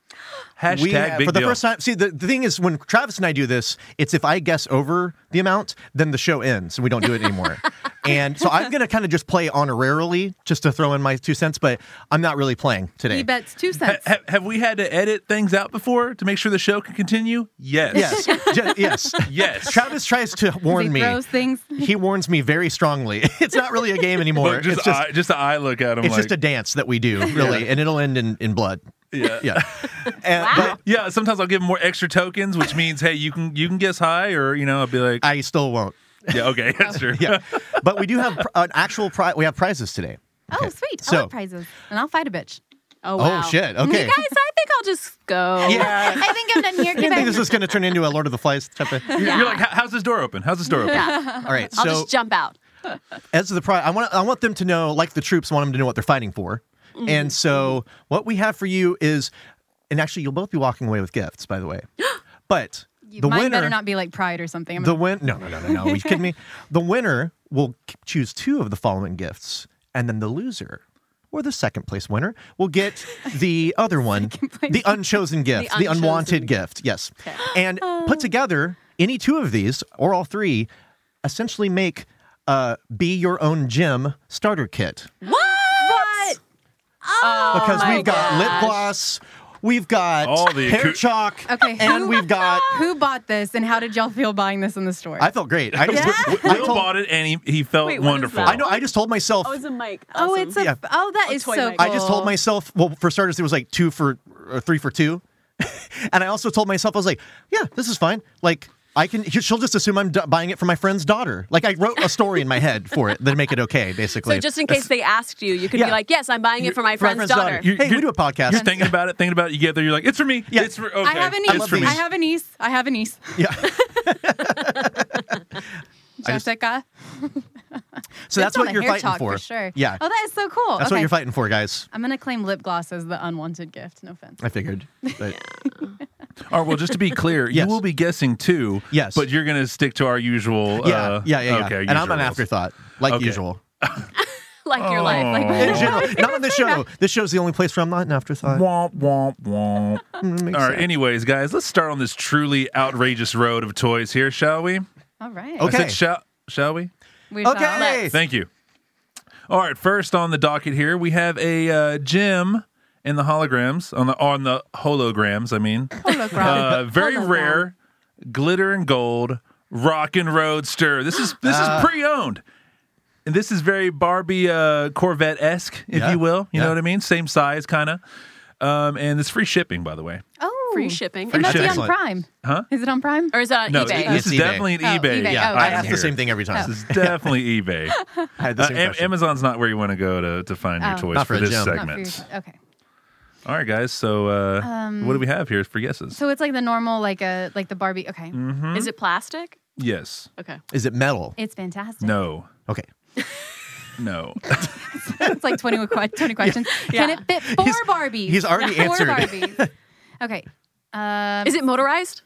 Hashtag
we,
big
for the
deal.
first time. See, the, the thing is, when Travis and I do this, it's if I guess over the amount, then the show ends and we don't do it anymore. and so I'm going to kind of just play honorarily just to throw in my two cents, but I'm not really playing today.
he bets two
Ha-
cents.
ha- have we had to edit things out before to make sure the show can continue? Yes.
Yes, Ju- yes.
Yes.
Travis tries to
Does
warn
he
me.
throws things.
He warns me very strongly. It's not really a game anymore.
But just,
it's just,
eye, just the eye look at him.
it's
like,
just a dance that we do, really, and it'll end in, in blood.
Yeah.
Yeah. And, But
Yeah, sometimes I'll give them more extra tokens, which means hey, you can you can guess high, or you know, I'll be like,
I still won't.
yeah, okay, that's true.
Yeah. but we do have pr- an actual prize. We have prizes today.
Oh, sweet. I
So-
love prizes. And I'll fight a bitch.
Oh, wow.
Oh, shit.
You
Okay.
guys, I think I'll just go.
Yeah.
I think I'm done here.
I didn't think this was going to turn into a Lord of the Flies type of.
You're, you're like, "How- how's this door open? How's this door open?
All right.
I'll
So
just jump out.
as to the prize, I want I want them to know, like the troops want them to know what they're fighting for.
Mm-hmm.
And so what we have for you is, and actually you'll both be walking away with gifts, by the way. But the
Mine
winner,
better not be like pride or something. I'm
the win, no, no, no, no, no. Are you kidding me? The winner will k- choose two of the following gifts, and then the loser. Or the second place winner will get the other one, the unchosen gift, the,
unchosen. Oh.
unwanted gift. Yes. And put together, any two of these or all three essentially make uh, Be Your Own Gym starter kit.
What?
because
Oh my
we've got
gosh.
lip gloss, we've got
All the
hair
acou-
chalk,
Okay,
and
who-
we've got.
Who bought this and how did y'all feel buying this in the store?
I felt great. I just,
Will
I, told-
bought it and he, he felt
Wait, what is
wonderful.
that?
I know. I just told myself.
Oh, it's a mic.
oh,
Awesome.
it's a
Yeah.
oh that
A
is
toy
so.
mic.
I just told
cool.
myself, well, for starters, there was like two for or three for two, and I also told myself I was like, yeah, this is fine. Like I can, she'll just assume I'm d- buying it for my friend's daughter. Like I wrote a story in my head for it that make it okay, basically.
So just in case they asked you, you could
Yeah.
be like, "Yes, I'm buying it for my friend's, daughter."
Hey,
You're-
we do a podcast.
You're thinking about it, thinking about it. You get there, you're like, it's for me.
Yeah.
It's for okay.
I have a
I
niece.
love
I
these.
have a niece. I have a niece.
yeah.
Jessica.
So that's
It's on
what
a
you're
hair
fighting
talk
for.
sure.
Yeah.
Oh, that is so cool.
That's what
Okay.
you're fighting for, guys.
I'm gonna claim lip gloss as the unwanted gift. No offense.
I figured. But
All right. Well, just to be clear,
Yes.
you will be guessing too.
Yes.
But you're going to stick to our usual.
yeah,
uh,
yeah, yeah, yeah.
Okay.
and I'm
usual
an
rules.
afterthought, like
Okay.
usual.
like your life.
In
Like,
general, not on this show. This show's the only place where I'm not an afterthought.
Womp womp womp.
Mm, makes
All right.
sense.
Anyways, guys, let's start on this truly outrageous road of toys here, shall we?
All right.
I
Okay.
said, shall, shall we?
We shall-
Okay.
Thank you. All right, first on the docket here, we have a uh, Jim in the holograms on the on the holograms. I mean,
Hologram.
uh, very rare glitter and gold rockin' roadster. This is this
Ah.
is pre-owned, and this is very Barbie uh, Corvette esque, if
Yeah,
you will. You
yeah.
know what I mean? Same size, kind of. Um, and it's free shipping, by the way.
oh,
free
And
shipping.
Free
that's
shipping.
on
Excellent.
Prime. Huh? Is it on Prime?
Or is that on
No,
eBay?
this
It's
is
eBay.
definitely an
Oh,
eBay.
eBay.
Yeah,
Oh,
I
okay.
ask the same thing every time.
This is definitely eBay.
I had the
Uh,
same
Am-
question.
Amazon's not where you want to go to, to find your
Oh.
toys
Not for
for,
a
this
gem. Not for
Not for
segment.
your- okay.
All right, guys. So, uh,
Um.
what do we have here for guesses?
So it's like the normal, like a like the Barbie. Okay.
Is it plastic?
yes.
Okay.
Is it metal?
It's fantastic.
No.
Okay.
No.
it's like 20, que- 20 questions.
Yeah.
Can it fit four
He's-
Barbies?
he's already
four
answered.
Barbies. Okay. Um,
Is it motorized?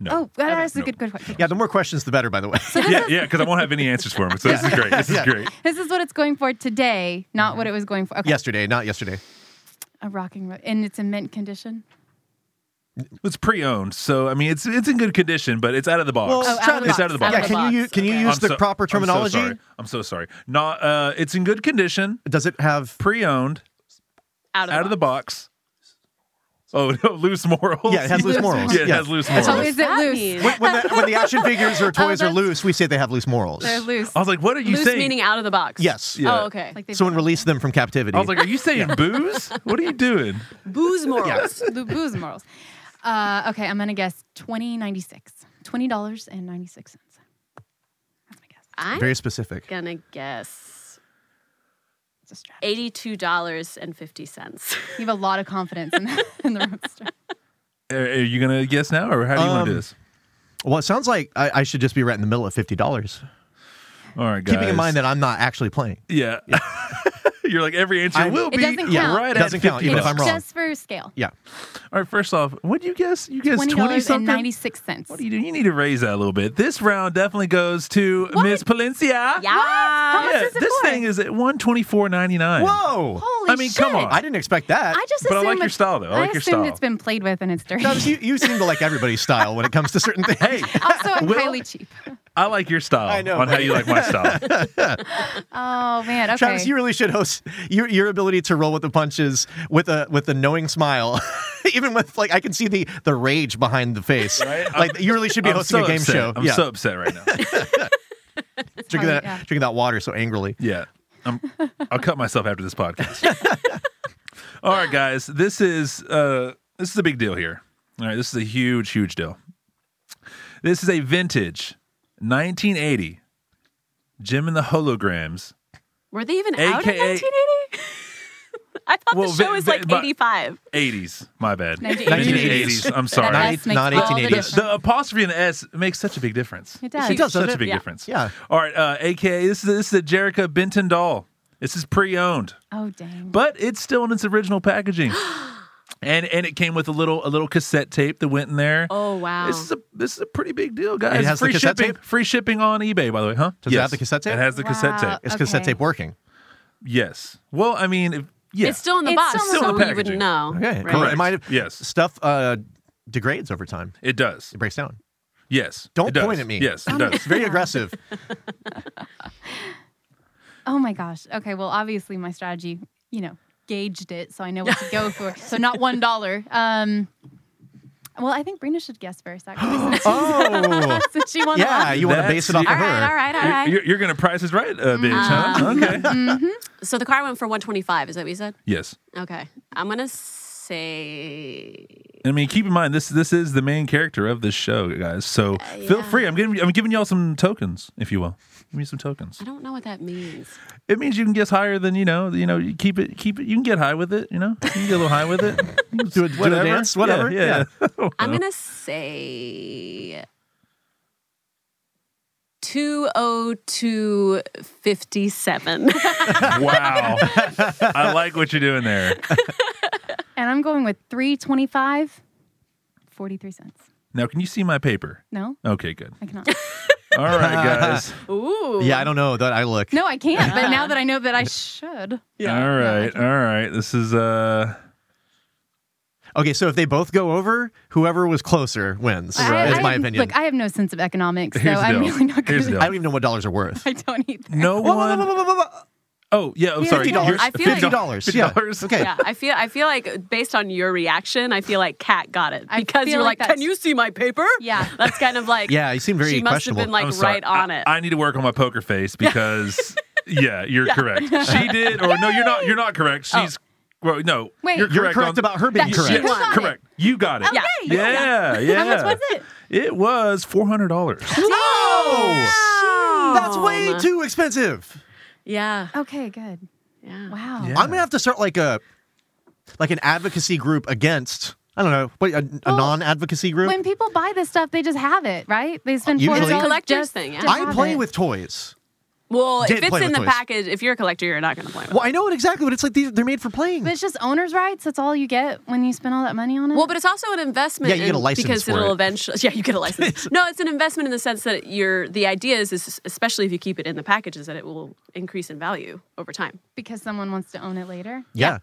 No.
oh, that is a
No.
good, good question.
Yeah, the more questions, the better, by the way.
yeah, yeah, because I won't have any answers for them. So this is great. This is great.
This is what it's going for today, not what it was going for. Okay.
yesterday, not yesterday.
A rocking road. And it's in mint condition.
It's pre-owned, so I mean, it's it's in good condition, but it's out of the box.
Oh, out of the
it's out of the box.
Out
Yeah,
of the
can you
box.
use, can you
Okay.
use
I'm
the
so-
proper terminology?
I'm so sorry. I'm so sorry. Not. Uh, it's in good condition.
Does it have?
Pre-owned.
Out of
out of the box. Oh no, loose morals.
Yeah, it has loose morals.
Yeah, it
Yeah.
has loose
So
morals.
is it
That
loose?
means-
When, when the, when the action figures or toys are
that's-
loose, we say they have loose morals.
They're loose.
I was like, what are you
Loose
saying?
meaning out of the box.
Yes.
Yeah.
Oh, okay.
Like they
Someone released them from captivity.
I was like, are you saying booze? What are you doing?
booze morals.
Lu- booze morals. Uh, okay, I'm gonna guess twenty ninety six. Twenty dollars and ninety six cents. That's my guess.
I'm
Very specific.
gonna guess
It's a strat.
eighty-two dollars and fifty cents.
You have a lot of confidence in the, in the roadster.
Are, are you gonna guess now, or how do you want to do
Um,
this?
Well, it sounds like I, I should just be right in the middle at fifty dollars.
All right, guys.
Keeping in mind that I'm not actually playing.
yeah, you're like every answer
I-
will
It
be
doesn't count.
right.
It doesn't
at
count,
50
even if I'm
bucks.
wrong.
Just for scale.
Yeah.
All right, first off, what do you guess? You guess
Twenty
twenty
dollars and ninety
something.
six cents.
What do you do? You need to raise that a little bit. This round definitely goes to Miss Palencia.
Yeah.
much
Yeah,
is it
this
for?
thing is at one twenty four ninety nine.
Whoa!
Holy
I mean, come
shit.
on.
I didn't expect that.
I just
But I
assumed
like your
it's-
style, though. I like your
assumed
style.
it's been played with and it's dirty.
No, you, you seem to like everybody's style when it comes to certain things.
Hey,
also, I'm
Will-
highly cheap.
I like your style.
I know,
on how
buddy.
you like my style.
Oh man. Okay.
Travis, you really should host your your ability to roll with the punches with a with a knowing smile. Even with like I can see the the rage behind the face.
Right?
Like you really should be
I'm
hosting
so
a game
upset.
show.
I'm
yeah.
so upset right now.
It's
drinking
probably-
that
yeah.
drinking that water so angrily.
Yeah. I'm, I'll cut myself after this podcast. All right, guys. This is uh this is a big deal here. All right, this is a huge, huge deal. This is a vintage 1980 Jim and the Holograms.
Were they even out in
AKA
1980? I thought
Well,
the show
vi-
was
vi-
like
but-
85.
80s. My bad.
1980s.
1980s. I'm
That
sorry.
makes
Not
all the
1880s.
difference.
The apostrophe and the S makes such a big difference.
It does.
It does,
such
doesn't
a big
Yeah.
difference.
Yeah.
All right, uh, AKA this is this is a Jerica Benton doll. This is pre-owned.
Oh dang.
but it's still in its original packaging. And, and it came with a little a little cassette tape that went in there.
Oh, wow.
This is a this is a pretty big deal, guys.
It has the
free
cassette
shipping,
tape?
free shipping on eBay, by the way, huh?
Does it have the cassette tape?
It has the cassette
Wow.
tape.
Is cassette
Okay.
tape working?
Yes. Well, I mean, if, yeah.
It's still in the
It's
box,
still in
so
the
you
packaging.
wouldn't know.
Okay.
right?
cool.
Correct.
It might have,
Yes.
Stuff uh, degrades over time.
it does.
It breaks down.
Yes.
Don't
it does.
point at me.
Yes, it does.
It's very aggressive.
Oh my gosh. Okay. Well, obviously my strategy, you know, gauged it, so I know what to go for. So not one dollar. Um. Well, I think Brina should guess first, actually, since,
oh.
since she won.
Yeah, you want to base it off of
All
her.
right, all right, all
You're-
right.
You're, you're gonna price is right, uh, bitch, huh? Okay.
so the car went for 125. Is that what you said?
yes.
Okay. I'm gonna say
I mean, keep in mind this this is the main character of this show, guys. So feel free. I'm giving I'm giving y'all some tokens, if you will. Give me some tokens.
I don't know what that means.
it means you can guess higher than you know. You know, you keep it, keep it. You can get high with it. You know, you can get a little high with it.
Do a- do a dance, whatever,
Yeah, yeah.
I'm gonna say 20257.
Wow. I like what you're doing there.
And I'm going with 325 43 cents.
Now, can you see my paper?
No,
Okay, good.
I cannot.
All right, guys.
Ooh.
Yeah, I don't know that I look.
No, I can't. But now that I know that I should.
All right. All right. This is uh
Okay, so if they both go over, whoever was closer wins.
I,
Is
I
my
have-
opinion.
Look, I have no sense of economics,
Here's
so
the
I'm
deal.
really not
Here's
good.
the deal.
at-
I don't even know what dollars are worth.
I don't either.
no
Whoa, whoa, whoa,
one.
whoa, whoa, whoa, whoa.
Oh, yeah, I'm sorry.
Fifty dollars.
I feel like-
Fifty dollars. Yeah.
$50.
Okay.
Yeah, I feel I feel like based on your reaction, I feel like Kat got it
I
because
feel
you're
like
like, "Can
that's-
you see my paper?"
Yeah.
that's kind of like
Yeah, you seem very
she must have
questionable.
been like
I'm
right
sorry.
on
I-
it.
I need to work on my poker face because yeah, you're correct. She did or no, you're not you're not correct. She's well, no.
Wait.
you're
You're
You're
correct,
correct,
on-
about her being
That's
correct.
true.
Yes,
Who got it?
correct. You got it.
Okay, you got
yeah, yeah.
How much was it?
It was four hundred dollars.
Oh, that's way
Um,
too expensive.
Yeah,
Okay, good.
yeah.
Wow.
Yeah.
I'm gonna have to start like a like an advocacy group against. I don't know. What a, a
Well,
non-advocacy group?
When people buy this stuff, they just have it, right? They spend
Usually-
four
It's a
collector's thing, yeah.
I play with toys.
Well,
Did
if it's
play
in
with
the
toys.
package, if you're a collector, you're not going to play with.
Well, I know it exactly, but it's like these, they're made for playing.
But it's just owner's rights. That's all you get when you spend all that money on it.
it. Well, but it's also an investment.
Yeah, you get a
in-
license
because
for
it'll
it.
eventually. Yeah, you get a license. no, it's an investment in the sense that you're. The idea is, is, especially if you keep it in the package, is that it will increase in value over time.
because someone wants to own it later.
yeah.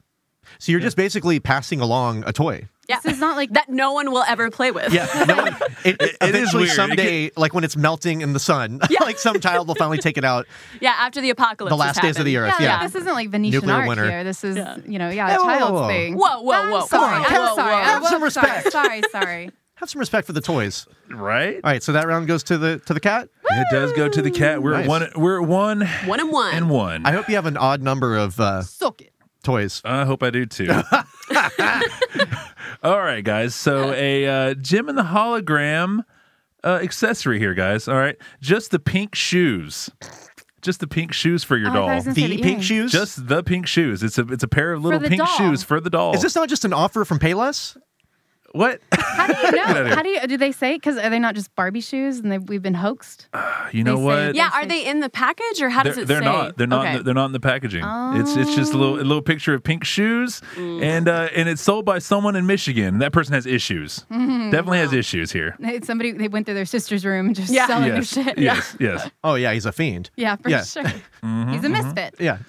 So you're just basically passing along a toy.
Yeah,
This is not like
that no one will ever play with.
Yeah, no, it, it,
it is
eventually
weird. It
someday, like when it's melting in the sun, like some child will finally take it out.
Yeah, after the apocalypse.
The
has
last days of the
happened.
earth,
Yeah,
yeah.
This isn't like Venetian
Nuclear
art
winter.
here. This is,
Yeah.
you know, yeah,
Hey,
a
whoa, whoa,
child's
whoa.
thing.
Whoa, whoa,
I'm
whoa. Come
sorry.
on,
I'm
have-
sorry. I
have
was-
some
sorry,
respect.
Sorry, sorry.
Have some respect for the toys.
Right?
All right, so that round goes to the to the cat.
It does go to the cat. We're at
Nice.
one we're at one
One and one.
and one.
I hope you have an odd number of uh,
Suck it.
toys.
I hope I do too. All right, guys. So a uh, Jim and the hologram uh, accessory here, guys. All right, just the pink shoes, just the pink shoes for your
Oh, I thought I
doll.
was gonna say
The
earring.
pink shoes.
Just the pink shoes. It's a it's a pair of little
the
pink
doll.
shoes for the doll.
Is this not just an offer from Payless?
what?
How do you
outta here.
know? How do you, do they say? Because are they not just Barbie shoes and they, we've been hoaxed?
Uh.
you know
say-
what?
Yeah, are they in the package or how
They're,
does it
they're
say?
not. They're not. in
Okay.
the- They're not in the packaging. It's it's just a little a little picture of pink shoes,
Mm.
and uh, and it's sold by someone in Michigan. That person has issues. Definitely has issues here.
They- Somebody, they went through their sister's room and just
Yeah.
selling
yes.
their shit.
Yes. Yes.
Oh yeah, he's a fiend.
Yeah, for
Yeah.
sure.
Mm-hmm,
He's a misfit.
Yeah.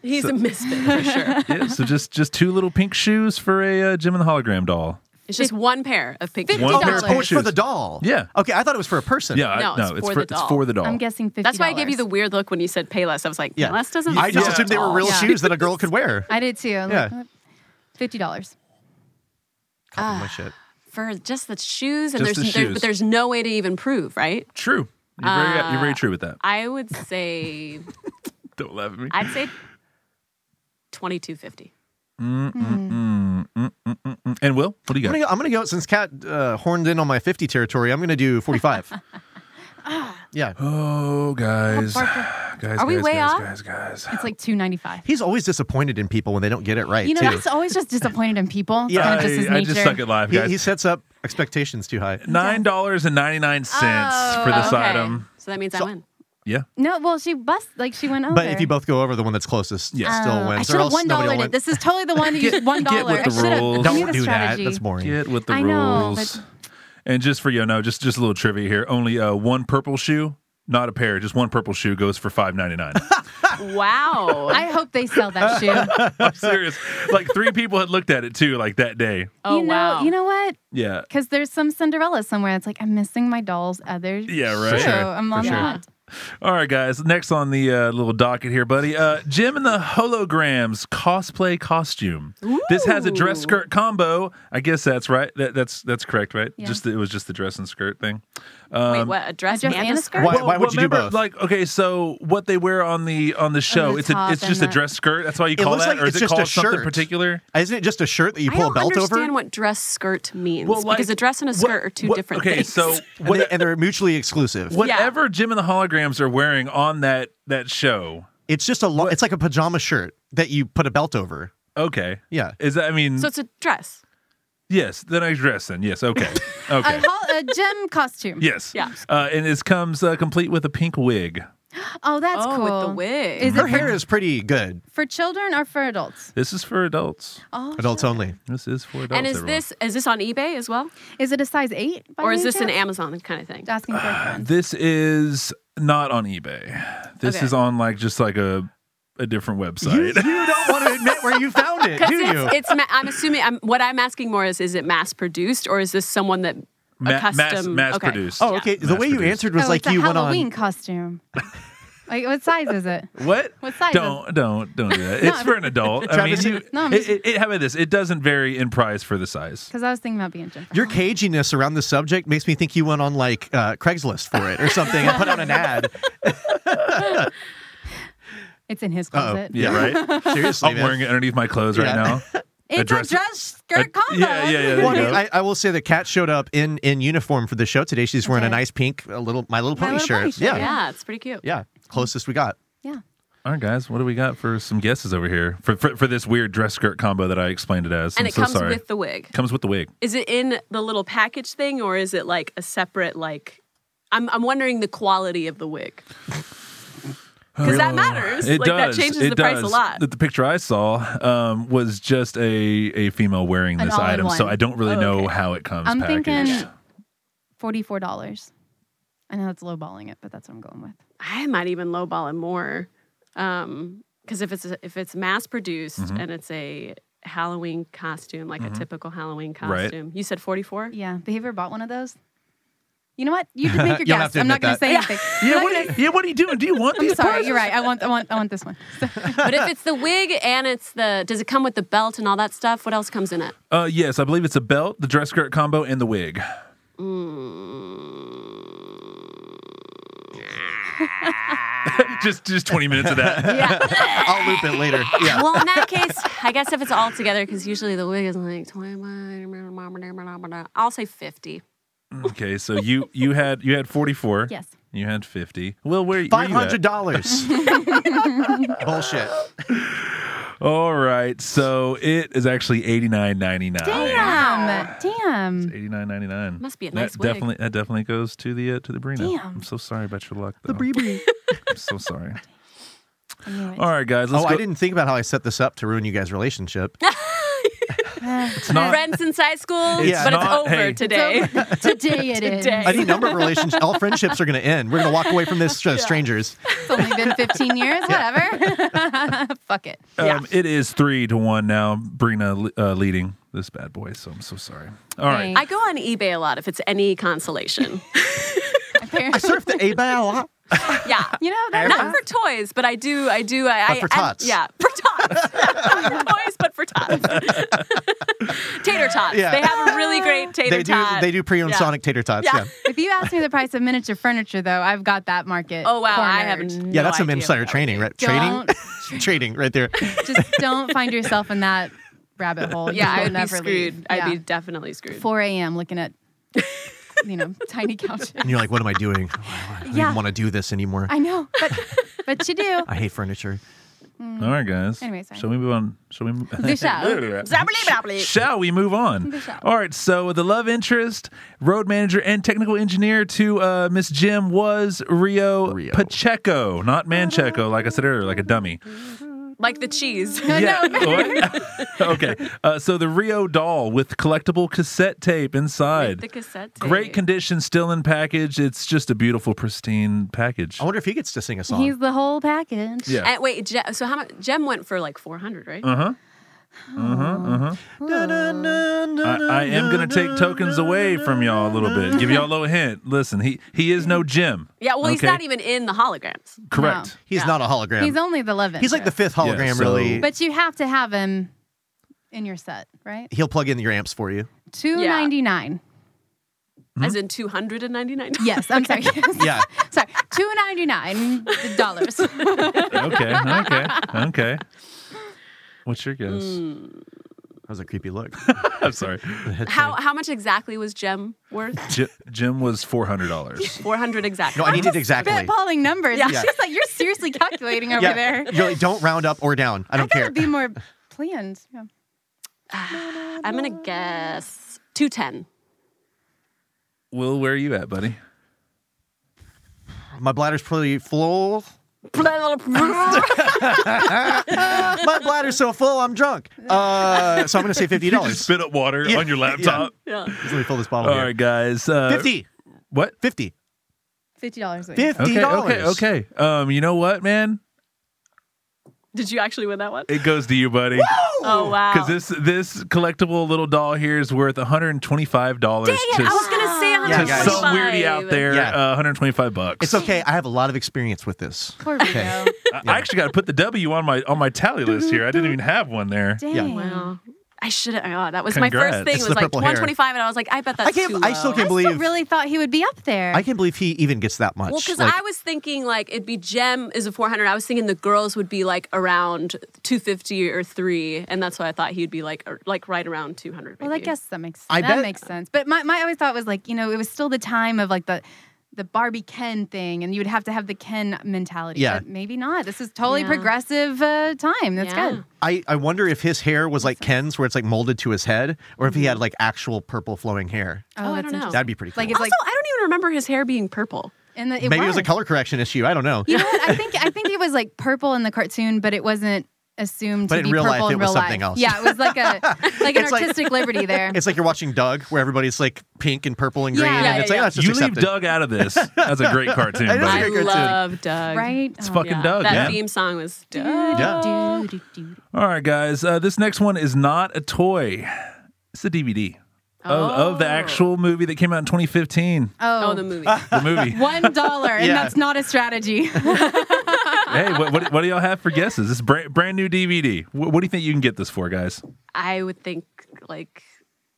He's a misfit for sure.
yeah, so just just two little pink shoes for a uh, Jim and the Hologram doll.
It's just one pair of pink
Fifty
shoes.
Oh,
dollars.
it's- oh, it's for
Shoes.
the doll.
Yeah.
Okay, I thought it was for a person.
Yeah,
No,
I- no,
it's
it's, for,
for the
it's
doll.
for the doll.
I'm guessing $50.
That's why I gave you the weird look when you said Payless. I was like,
Yeah.
Payless doesn't.
I just
sell
assumed they were
dolls.
real
Yeah.
shoes that a girl could wear.
I did too. I'm
Yeah.
like, what? $50.
Copy
Ah.
my shit.
for just the shoes,
Just
and there's
the
there-
shoes.
but there's no way to even prove, right?
True. You're very, you're very true with that.
I would say
Don't laugh at me.
I'd say twenty two fifty.
Mm, And Will, what do you
I'm
got?
gonna go, I'm gonna go since Kat uh, horned in on my 50 territory. I'm gonna do 45. yeah,
Oh, guys, guys, guys,
Are we
guys,
way
guys,
off?
guys, guys.
It's like two ninety five.
he's always disappointed in people when they don't get it right.
You know,
too.
that's always just disappointed in people. It's
Yeah,
kind of just his
I, I
nature.
just suck at life,
he,
guys.
he sets up expectations too high.
Nine dollars and ninety nine cents for this item.
So that means I win.
Yeah,
No, well, she bust like she went over.
But if you both go over, the one that's closest
Yeah.
still
Oh, I
wins.
should
or
have
else
one
nobody
dollar
will
it. This is totally the one that you one
get
dollar.
with
I
the
should have.
rules.
I knew
Don't
the
do that.
strategy.
That's boring.
get with the
I
rules.
know,
And just for you know, just just a little trivia here. Only uh, one purple shoe, not a pair. Just one purple shoe goes for five ninety nine.
Wow.
I hope they sell that shoe.
I'm serious. Like three people had looked at it too, like that day.
oh
you know,
wow.
you know what?
Yeah.
Because there's some Cinderella somewhere. It's like I'm missing my doll's other.
Yeah, right. For
Shoe.
sure.
I'm
For
on
sure.
that.
All right, guys. Next on the uh, little docket here, buddy. Uh, Jim and the holograms cosplay costume. This has a dress
Ooh.
skirt combo. I guess that's right. That, that's that's correct, right?
Yeah.
Just it was just the dress and skirt thing.
Wait, what? A dress,
a dress
and,
and
a
a
skirt?
Why- why would you do
remember,
both?
Like, okay, so what they wear on the on the show,
the
it's a
top
it's just a
and the-
dress skirt. That's why you
It
call
looks
that,
like
or
it's
is it
just a
called something
shirt.
particular?
Isn't it just a shirt that you
I
pull a
don't
belt
understand
over?
what dress skirt means
like-
because a dress and a
what-
skirt are two
what-
different
okay,
things.
so
and,
what,
they, are mutually exclusive.
whatever Jim and the holograms are wearing on that that show.
It's just a lo- it's like a pajama shirt that you put a belt over.
Okay.
Yeah.
Is that I mean
so it's a dress.
Yes, the next dress then. Yes, okay. Okay.
A, hol- a gem costume.
yes.
Yeah.
Uh, and this comes uh, complete with a pink wig.
Oh, that's
oh,
cool.
with the wig.
Is
Her
it
hair is pretty good.
for children or for adults?
This is for adults.
Oh,
Adults only.
This is for adults.
and is
everyone.
this is this on eBay as well,
is it a size eight? By
or is
any
this an
chance?
Amazon kind of thing?
Asking for a friend.
This is not on eBay. This
Okay.
is on like just like a a different
You, you
website.
don't want to admit where you found it, do you?
It's, it's ma- I'm assuming I'm, what I'm asking more is is it mass produced or is this someone that
Ma-
a
mass-
custom
mass
okay.
produced.
oh, okay. The way you
Mass-produced.
answered was
oh,
like
it's a
you went
Halloween
on.
costume. like, what size is it?
What?
What size? Is
Don't don't don't do that. It's for an adult. I mean,
Travis,
you,
No, I'm
it,
just-
it, it- how about this? It doesn't vary in price for the size.
Because I was thinking about being gym.
Your caginess around the subject makes me think you went on like uh, Craigslist for it or something and put out an ad.
It's in his closet.
Yeah, right.
Seriously,
I'm
man.
wearing it underneath my clothes right
Yeah.
now.
It's a
dress-
dress, skirt
Uh,
combo.
yeah, yeah, yeah. There
Well,
you
I,
go.
mean, I, I will say that Kat showed up in, in uniform for the show today. She's wearing a
Okay.
nice pink a little My Little
My
Pony
Little
shirt.
Pony shirt,
yeah.
Yeah.
yeah,
it's pretty cute.
closest we got.
Yeah.
All right, guys, what do we got for some guesses over here for for, for this weird dress skirt combo that I explained it as?
And
I'm
it
so
comes
sorry.
with the wig.
comes with the wig.
Is it in the little package thing or is it like a separate like? I'm I'm wondering the quality of the wig because that matters.
It
like
does.
that changes
it
the
does.
price a lot.
The, the picture I saw um, was just a a female wearing
An
this item,
all-in-one.
so I don't really
Oh,
know
okay.
how it comes.
I'm
packaged.
thinking forty-four dollars. I know that's lowballing it, but that's what I'm going with.
I might even lowball it more because if it's if it's mass produced
Mm-hmm.
and it's a Halloween costume, like a typical Halloween
Right.
costume, you said 44.
Yeah, behavior bought one of those. You know what? You did make your
You'll have
guess.
to
I'm not going
admit
to say
that.
anything.
Yeah, what are you, yeah, what are you doing? Do you want
I'm
these?
sorry. You're right. I want. I want. I want this one.
but if it's the wig and it's the does it come with the belt and all that stuff? What else comes in it?
Uh, yes, I believe it's a belt, the dress skirt combo, and the wig.
Mm.
just just twenty minutes of that.
I'll loop it later. Yeah.
Well, in that case, I guess if it's all together, because usually the wig is like 20, I'll say 50.
Okay, so you you had you had forty four.
Yes.
You had fifty. Well, where where
Five
you at?
hundred dollars. Bullshit.
All right, so it is actually eighty nine ninety nine.
Damn. Damn.
Eighty nine ninety nine.
Must be a nice
that
wig.
definitely that definitely goes to the uh, to the Brina.
Damn.
I'm so sorry about your luck. Though.
Bree.
I'm so sorry.
I knew it.
All right, guys. Let's
Oh,
go.
I didn't think about how I set this up to ruin you guys' relationship.
It's not.
Friends since high school,
It's
but
not-
it's over
hey.
today.
Today it is.
Today.
Any number of relationships, all friendships are going to end. We're going to walk away from this uh, strangers.
It's only been 15 years. Whatever. Fuck it.
Um, it is three to one now. Brina uh, leading this bad boy. So I'm so sorry. All right.
I go on eBay a lot if it's any consolation.
I surfed the A-Bay a lot.
Yeah.
You know that.
Not for toys, but I do. I do. I,
But
I-
for
I-
tots.
yeah, for tots. Not for toys, but for tots. tater tots.
Yeah.
They have a really great tater
They do.
tot.
They do pre-owned
Yeah.
Sonic tater tots. Yeah.
Yeah.
Yeah,
If you ask me the price of miniature furniture, though, I've got that market.
Oh wow! I have
cornered.
no
that's some
idea
insider
what that
training, right?
Don't
Trading, trading, right there.
just don't find yourself in that rabbit hole.
would- Yeah, I
You'll
would be
never
screwed.
leave.
I'd be
Yeah.
definitely screwed.
4 a.m. looking at, you know, tiny couches.
And you're like, what am I doing? I don't
Yeah.
want to do this anymore. I,
I know, but but you do.
hate furniture.
All right, guys.
Anyway, sorry.
Shall we move on? Shall we? Move-
Dusha.
Shall we move on? All right. So the love interest, road manager, and technical engineer to uh, Miss Jim was Rio,
Rio.
Pacheco, not Mancheco, like I said earlier, like a dummy.
Like the cheese.
Yeah. what? okay. Uh, so the Rio doll with collectible cassette tape inside.
the cassette tape.
Great condition, still in package. It's just a beautiful, pristine package.
I wonder if he gets to sing a song.
He's the whole package.
Yeah.
And Eh, wait, Je- so how much? Gem went for like four hundred, right?
Uh-huh.
Uh huh. Uh huh. Uh huh. I, I am gonna take tokens away from y'all a little bit. Give y'all a little hint. Listen, he he is no Jim.
yeah. Well, he's
okay?
not even in the holograms.
correct.
He's
Yeah.
not a hologram.
He's only the 11th.
He's like the fifth hologram,
Yeah, so-
really.
But you have to have him in your set, right?
He'll plug in your amps for you.
299.
Mm-hmm.
As in two hundred and ninety nine.
Yes, I'm sorry.
Yeah.
sorry, 299 dollars.
Okay. Okay. Okay. What's your guess?
Hmm. That was a creepy look.
I'm sorry.
How how much exactly was Gem worth?
Jim, Jim was four hundred dollars.
Four hundred exactly.
No, I need it exactly.
Spitballing numbers. Yeah.
Yeah.
She's like, you're seriously calculating over
Yeah.
there.
You're like, don't round up or down. I
I
don't
gotta
care.
be more planned. Yeah.
I'm going to guess 210.
Will, where are you at, buddy?
My bladder's pretty full. My bladder's so full, I'm drunk. Uh, so I'm going to say fifty dollars.
Spit up water on your laptop.
Yeah.
Let me fill this
All
bottle.
right,
here.
guys. Uh,
Fifty.
What?
Fifty.
Fifty dollars.
Fifty
Okay,
dollars.
okay, okay. Um, you know what, man?
Did you actually win that one?
It goes to you, buddy.
Oh, wow.
Because this this collectible little doll here is worth one hundred and twenty five dollars to,
I was going to say
Yeah,
to
125.
guys.
some weirdie out there.
Yeah.
Uh, one hundred twenty five bucks.
It's okay. I have a lot of experience with this.
Poor Vito.
I- I actually got to put the W on my on my tally list here. I didn't even have one there.
Dang.
Wow. I should have. Oh, that was my
Congrats.
first thing.
It's
the
was like
purple hair.
125, and I was like, I bet that's
I can't.
too
I still
low.
can't
I
believe.
really thought he would be up there.
I can't believe he even gets that much.
Well, because
Like,
I was thinking like it'd be Gem is a 400. I was thinking the girls would be like around 250 or three, and that's why I thought he'd be like or, like right around 200.
Well, I
maybe.
guess that makes
I
that
bet-
makes sense. But my, my always thought was like, you know, it was still the time of like the the Barbie Ken thing, and you would have to have the Ken mentality.
Yeah.
But maybe not. This is totally
Yeah.
progressive uh, time. That's
Yeah.
good.
I, I wonder if his hair was like Ken's, where it's like molded to his head, or if he had like actual purple flowing hair.
Oh,
that's
I don't know.
interesting.
That'd be pretty cool.
Like, it's
Also, I don't even remember his hair being purple.
in the,
Maybe it was a color correction issue. I don't know.
You know what? I think I think it was like purple in the cartoon, but it wasn't assumed
But
to
in
be
real
purple
life,
in
it was
real
something
life.
else.
Yeah, it was like a like an
It's like-
artistic liberty there.
It's like you're watching Doug, where everybody's like pink and purple and
Yeah,
green,
yeah,
and it's
yeah,
like
yeah.
that's just
you
accepted.
leave Doug out of this. That's a great cartoon.
I know.
buddy.
I
That's a good cartoon.
love Doug.
Right? Oh. It's
fucking Doug,
That
yeah.
theme song was Doug.
Yeah.
Oh.
All right, guys. Uh, this next one is not a toy. It's a DVD of, of the
Oh.
actual movie that came out in 2015.
Oh,
Oh, the movie.
Ah.
The movie.
one dollar, and
Yeah.
that's not a strategy.
hey, what, what, what do y'all have for guesses? This is brand, brand new DVD. What, what do you think you can get this for, guys?
I would think like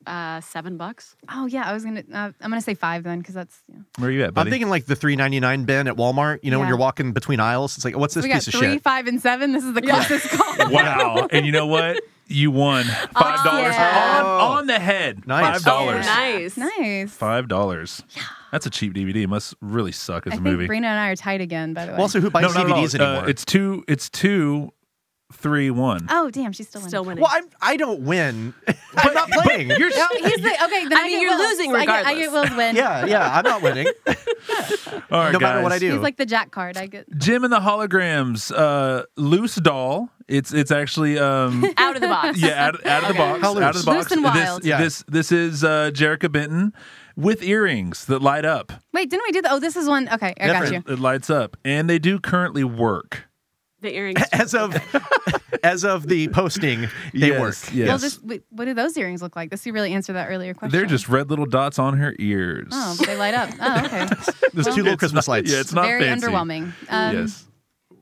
uh, seven bucks.
oh yeah, I was gonna. Uh, I'm gonna say five then, because that's. Yeah.
Where are you at, buddy?
I'm thinking like the 3.99 bin at Walmart. You know, when
Yeah.
you're walking between aisles, it's like, what's this
we got
piece of
three,
shit?
five, and seven. This is the closest call.
wow. and you know what? You won five dollars
yeah.
on, on the head.
Nice.
Five dollars.
Nice.
Nice.
Five dollars. That's a cheap DVD. It must really suck as
I
a
think
movie.
Brina and I are tied again. By the way.
Well, also, who buys
no, not at all.
DVDs
Uh,
anymore?
it's two. It's two, three, one.
oh damn, she's still winning.
Still winning.
well, I'm, I don't win. I'm not playing.
No, Oh, he's the okay. Then
I
I,
mean,
get
you're
Will's.
losing
I get, I
regardless.
get Will's win.
yeah, yeah, I'm not winning.
All right,
no matter what
guys.
I do.
He's like the Jack card. I get.
Jim and the Holograms, uh, loose doll. It's it's actually um,
out of the box.
yeah, out, out of the box,
How
out
loose?
of the box.
Loose and
This-
wild.
This,
Yeah.
this is uh, Jerrica Benton with earrings that light up.
Wait, didn't we do the? Oh, this is one. Okay, I got you.
It, it lights up, and they do currently work.
The earrings.
as of as of the posting, they
Yes,
work.
Yes.
Well, just wait, what do those earrings look like? This you really answer that earlier question.
They're just red little dots on her ears.
Oh, they light up. Oh, okay.
There's two little Christmas
not,
lights.
Yeah, it's not
Very
fancy.
underwhelming. Um,
yes.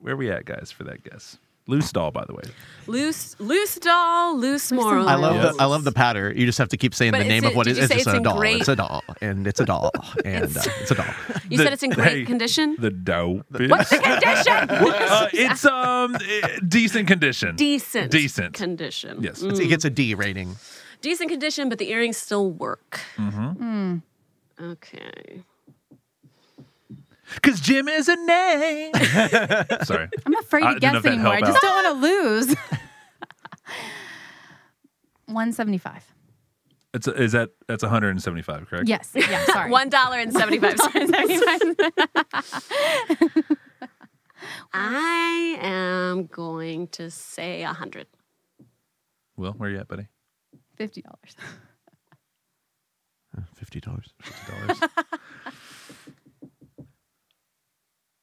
Where we at, guys, for that guess? Loose doll, by the way.
Loose, loose doll, loose morals.
I love
Yes.
the I love the patter. You just have to keep saying
But
the
it's
name
a-
of what
did
it
you
is.
say
It's
it's
a
in
doll.
great-
It's a doll, and it's a doll, and it's, uh, it's a doll.
You
The-
said it's in great
hey,
condition.
The dope.
What's the condition?
uh, it's um eh, decent condition.
Decent.
Decent.
Condition. Mm.
Yes.
It's, it gets a D rating.
Decent condition, but the earrings still work. Mm. Okay.
Because Jim is a name. Sorry.
I'm afraid
I didn't know
to guess
if that
anymore. I
helped
just
out.
don't want to lose. 175.
It's is that that's 175, correct?
Yes. Yeah, sorry.
One dollar and seventy-five cents. I am going to say a hundred.
Will, where you at, buddy?
$50.
Fifty dollars.
$50.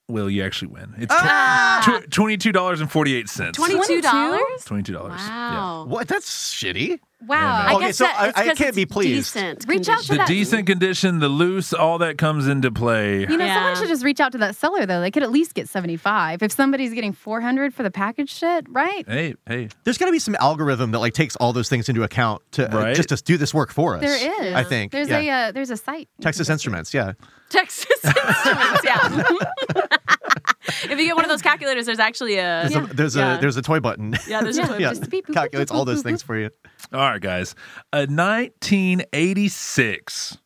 Will, you actually win. It's tw- tw- $22.48.
Twenty-two dollars.
$22. Yeah.
Wow.
What? That's shitty.
Wow.
Yeah,
I
Okay,
guess
so
that-
I-
it's
I
'cause
can't
it's
be pleased.
Decent
Reach out to
Oh, The
that-
decent condition, the loose, all that comes into play.
You know, someone
Yeah.
should just reach out to that seller, though. They could at least get 75 If somebody's getting 400 for the package shit, right?
Hey, hey.
There's got to be some algorithm that like takes all those things into account to uh,
Right.
just to do this work for us.
There is.
I think.
There's,
yeah.
a, uh, there's a site. you
Texas
can go to.
Instruments. Yeah.
Texas Instruments. Yeah. if you get one of those calculators, there's actually a
There's
Yeah.
a there's
Yeah.
a there's a toy button.
yeah. There's a toy
yeah.
button.
Just beep, boop, boop,
Calculates
boop,
all
boop,
those
boop,
things for you.
All right, guys. A 1986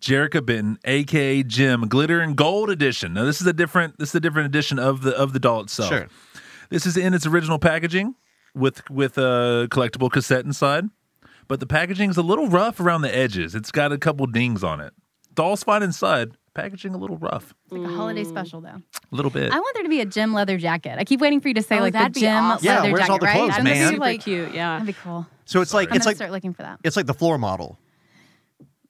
Jerrica Benton, aka Jim, Glitter and Gold edition. Now this is a different this is a different edition of the of the doll itself.
Sure.
This is in its original packaging. with with a collectible cassette inside, but the packaging's a little rough around the edges. It's got a couple dings on it. It's all fine inside. Packaging a little rough,
It's like a holiday special though.
a little bit.
I want there to be a gym leather jacket. I keep waiting for you to say
Oh,
like the
that'd be
gym
awesome.
Yeah,
leather
where's
jacket,
all the
right?
clothes,
That'd
man?
be
Super
like
cute, yeah.
that'd be cool.
So it's like
I'm
it's
gonna
like
start looking for that.
it's like the floor model.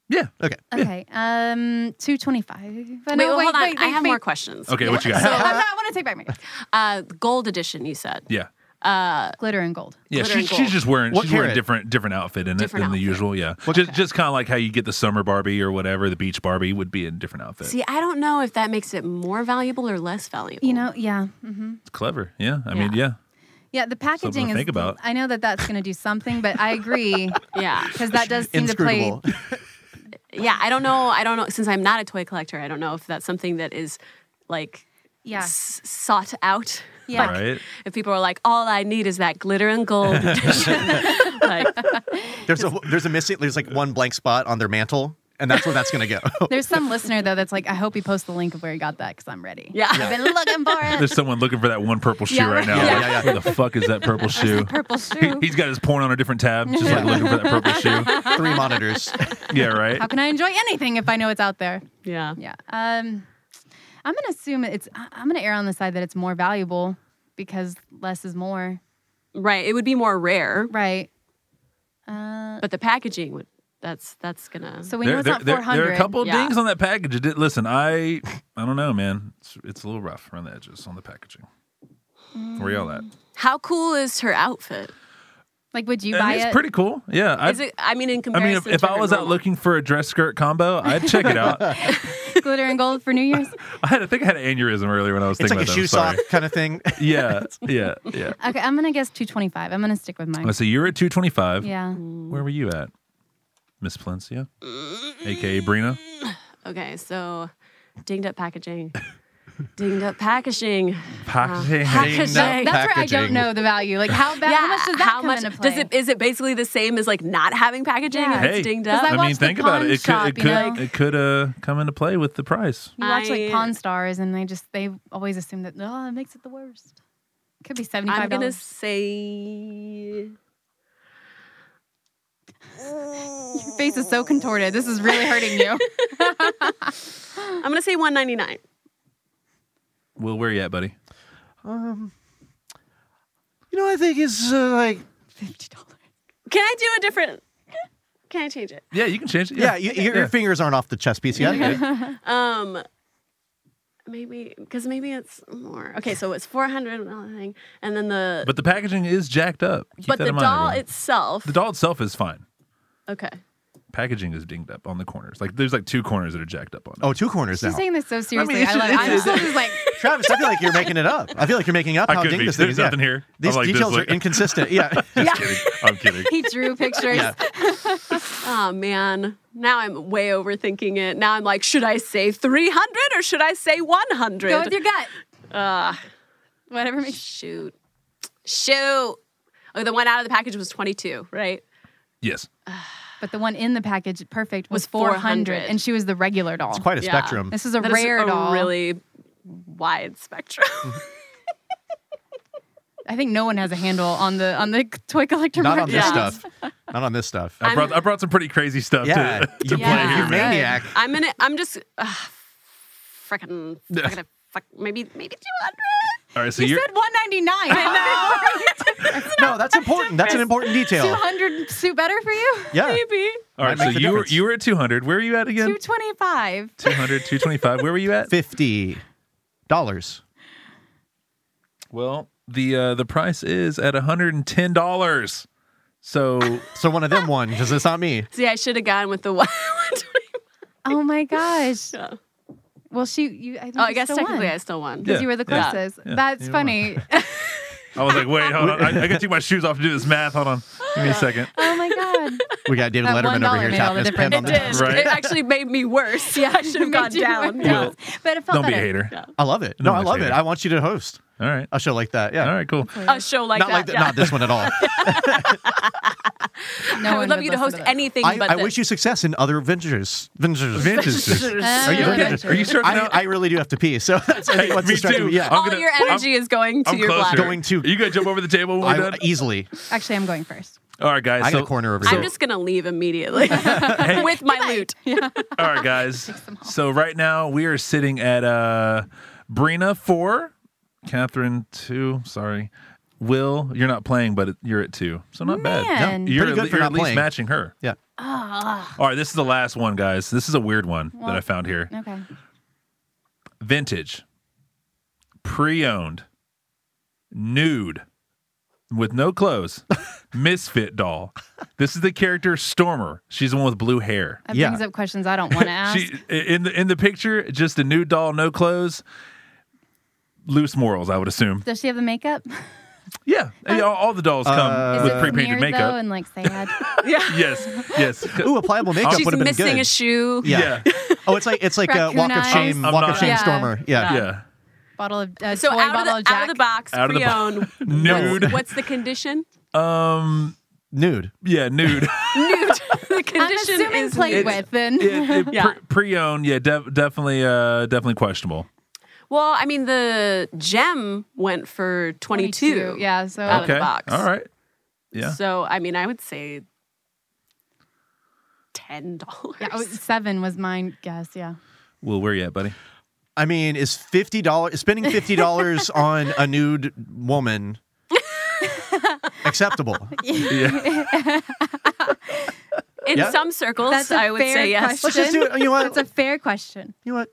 yeah.
Okay.
Okay, um, two twenty-five.
Wait, well, hold on. I have more questions.
Okay, what you got?
So I, I want to take back my
Uh, gold edition, you said.
yeah.
glitter and gold.
Yeah,
Glitter
she,
and
she's
gold.
just wearing
What
she's wearing a
carrot?
different different outfit in
Different
it than
outfit.
the usual. Yeah, just just kind of like how you get the summer Barbie or whatever. The beach Barbie would be a different outfit.
See, I don't know if that makes it more valuable or less valuable.
You know, yeah, hmm
it's clever. Yeah, I mean, yeah,
yeah. The packaging
to
is.
think about.
I know that that's going to do something, but I agree
Yeah.
because that does seem to play.
Inscrutable.
Yeah, I don't know. I don't know. Since I'm not a toy collector, I don't know if that's something that is like
Yeah,
s- sought out.
yeah.
right.
If people are like, all I need is that glitter and gold edition. like,
There's a there's a missing there's like one blank spot on their mantle, and that's where that's gonna go.
There's some listener though that's like, I hope he posts the link of where he got that because I'm ready.
Yeah.
I've been looking for it.
There's someone looking for that one purple shoe
Yeah,
right now.
right.
Like, Where the fuck is that purple shoe?
Purple
He,
shoe.
he's got his porn on a different tab, just like looking for that purple shoe.
Three monitors.
Yeah, right.
How can I enjoy anything if I know it's out there?
yeah.
Yeah. Um, I'm gonna assume it's. I- I'm gonna err on the side that it's more valuable because less is more.
Right. It would be more rare,
Right. Uh,
but the packaging would. That's that's gonna.
so we know
There,
it's
there,
not
there,
400.
there are a couple of
Yeah.
dings on that package. It did- Listen, I I don't know, man. It's, it's a little rough around the edges on the packaging. Where y'all at?
how cool is her outfit?
Like, would you
And
buy
it's
it?
pretty cool. Yeah, I,
Is it? I mean, in
I mean,
comparison.
if, if
to
I
her
was out
normal-
looking for a dress skirt combo, I'd check it out. I
glitter and gold for New Year's.
had, I think I had an aneurysm earlier when I was
It's
thinking
like a
about
shoe
that. I'm
sock kind of thing.
sorry. Yeah, yeah, yeah.
Okay, I'm gonna guess 225. I'm gonna stick with mine.
So you're at 225.
Yeah.
Where were you at, Miss Palencia,
Mm-hmm.
aka Brina?
Okay, so dinged up packaging. dinged up packaging.
Packaging.
Packaging.
Dinged up.
That's where I
Packaging.
don't know the value. Like how bad? how much does that come into play?
does it is it basically the same as like not having packaging
Yeah.
if
Hey,
it's dinged
Does
up?
that- I
I mean,
watched the
think about it. It could,
pawn
it could,
shop, you know?
it could uh, come into play with the price.
you watch
I-
like Pawn Stars, and they just they always assume that oh, it makes it the worst. Could be seventy
I'm
five
gonna
dollars.
say
Your face is so contorted. This is really hurting you.
I'm gonna say 199.
Will, where you at, buddy?
You know, I think it's uh, like
Fifty dollars.
Can I do a different? Can I change it?
Yeah, you can change it.
yeah, you, your, your fingers aren't off the chess piece yet.
Um, maybe because maybe it's more. Okay, so it's 400 thing, and then the
But the packaging is jacked up. Keep
but
that
the
in mind,
doll
everyone.
itself.
the doll itself is fine.
okay,
Packaging is dinged up on the corners. Like there's like two corners that are jacked up on it.
Oh, two corners
She's
now.
saying this so seriously. I,
it's
love it.
just-
I'm
it's-
still just like
Travis, I feel like you're making it up. I feel like you're making up
I
how
could
ding
be.
this thing
There's
is. Yeah.
nothing here. I'm
These
like this,
details
like-
are inconsistent. Yeah.
Just kidding. I'm kidding.
he drew pictures.
Yeah.
Oh man, now I'm way overthinking it. Now I'm like, should I say 300 or should I say 100?
Go with your gut.
Ah,
Whatever makes
shoot, shoot. Oh, the one out of the package was 22, right?
Yes.
But the one in the package, perfect, was,
Was
400,
400.
and she was the regular doll.
It's quite a
Yeah.
spectrum.
this is a
That is
rare
a
doll.
really wide spectrum.
I think no one has a handle on the on the toy collector
Not on
market.
this
Yeah.
stuff. Not on this stuff.
I brought I brought some pretty crazy stuff
yeah.
to, to
you,
Yeah.
play here,
you
man.
maniac.
I'm gonna. I'm just. Uh, frickin'. frickin' fuck. Maybe. Maybe 200.
All right, so
You
you're
said 199.
No, that's important. That's an important detail.
200 suit better for you?
Yeah.
Maybe.
all right.
That
So
makes a
you were
difference.
you were at 200. Where are you at again?
225.
200, 225. Where were you at?
Fifty dollars.
Well, the uh, the price is at $110. So
So one of them won because it's not me.
See, I should have gone with the one.
Oh my gosh.
oh,
Well, she, you, Oh, I think
I
you
guess
still
technically
won.
I still won.
Yeah.
You were the
Yeah.
closest.
Yeah.
That's
You won.
funny.
I was like, wait, hold on. I, I gotta take my shoes off to do this math. Hold on. Give me a second.
oh my God.
We got David
That one
Letterman over
dollar
here
made all
tapping
the
his pen
difference.
on
It
the
did.
Right.
It actually made me worse. Yeah, I should have
Me
gone
too.
down.
Yeah.
Yeah.
But it felt
Don't be
better.
a hater.
I love it.
No
No, I
one's
love it.
hating.
I want you to host
All right.
a show like that.
All
Yeah.
right, cool.
A show like
not
that.
like that.
yeah.
Not this one at all.
No
I
one
would love
would
you to
listen
host
to that.
anything
I,
but
I
the-
wish you success in other ventures. Ventures.
Ventures.
Are you
Um,
okay?
Are you starting
I,
out?
I really do have to pee, so that's I think
Hey,
what's
me
distracting
too. Oh,
me. Yeah.
I'm
all
gonna-
your
I'm-
energy is going to
I'm
your
closer.
bladder.
Going to-
You gonna jump over the table when
I-
we're done?
easily.
Actually, I'm going first.
All right, guys.
I got
so-
a corner over
I'm
here.
just gonna leave immediately with my loot.
All right, guys. So right now we are sitting at uh Brina four, Catherine two. Sorry, Will, you're not playing, but it- you're at two, so not
Man.
bad. You're,
Pretty good for
you're
not
at least
playing.
matching her.
yeah.
All right, this is the last one, guys. This is a weird one that I found here.
Okay.
Vintage, pre-owned, nude, with no clothes, misfit doll. This is the character Stormer. She's the one with blue hair.
That
Yeah.
brings up questions I don't want to ask.
She in the in the picture, just a nude doll, no clothes, loose morals, I would assume.
Does she have the makeup?
Yeah, yeah, all, all the dolls come
uh, Is
with
it
pre-painted
smeared, though,
makeup.
and like sad.
yes, yes.
Ooh, a pliable makeup
She's
would have been
missing
good.
a shoe.
yeah.
Yeah.
Oh, it's like it's like a
Raccoon
walk of
eyes.
shame,
I'm
walk of
not-
shame
Yeah.
stormer. Yeah.
yeah.
bottle of uh,
So
toy
out of,
bottle
the,
of
out
Jack.
of the box,
Out of the bo-
pre-owned.
Nude.
What's the condition?
Um.
Nude.
Yeah, nude.
Nude. the
I'm
condition
assuming
is
played
nude.
with then.
It- it-
Yeah.
pre- pre-owned. Yeah, def- definitely. Uh, definitely questionable.
Well, I mean, the gem went for 22.
Yeah. So
Out of the
okay.
box.
All right. Yeah.
So, I mean, I would say $10.
yeah, oh, seven was mine guess. Yeah.
Will, where you at, buddy?
I mean, is fifty dollars spending fifty dollars on a nude woman acceptable?
In
Yeah.
some circles,
That's a
I would
fair
say yes.
question.
Let's just do it. You know what?
That's a fair question.
you know what?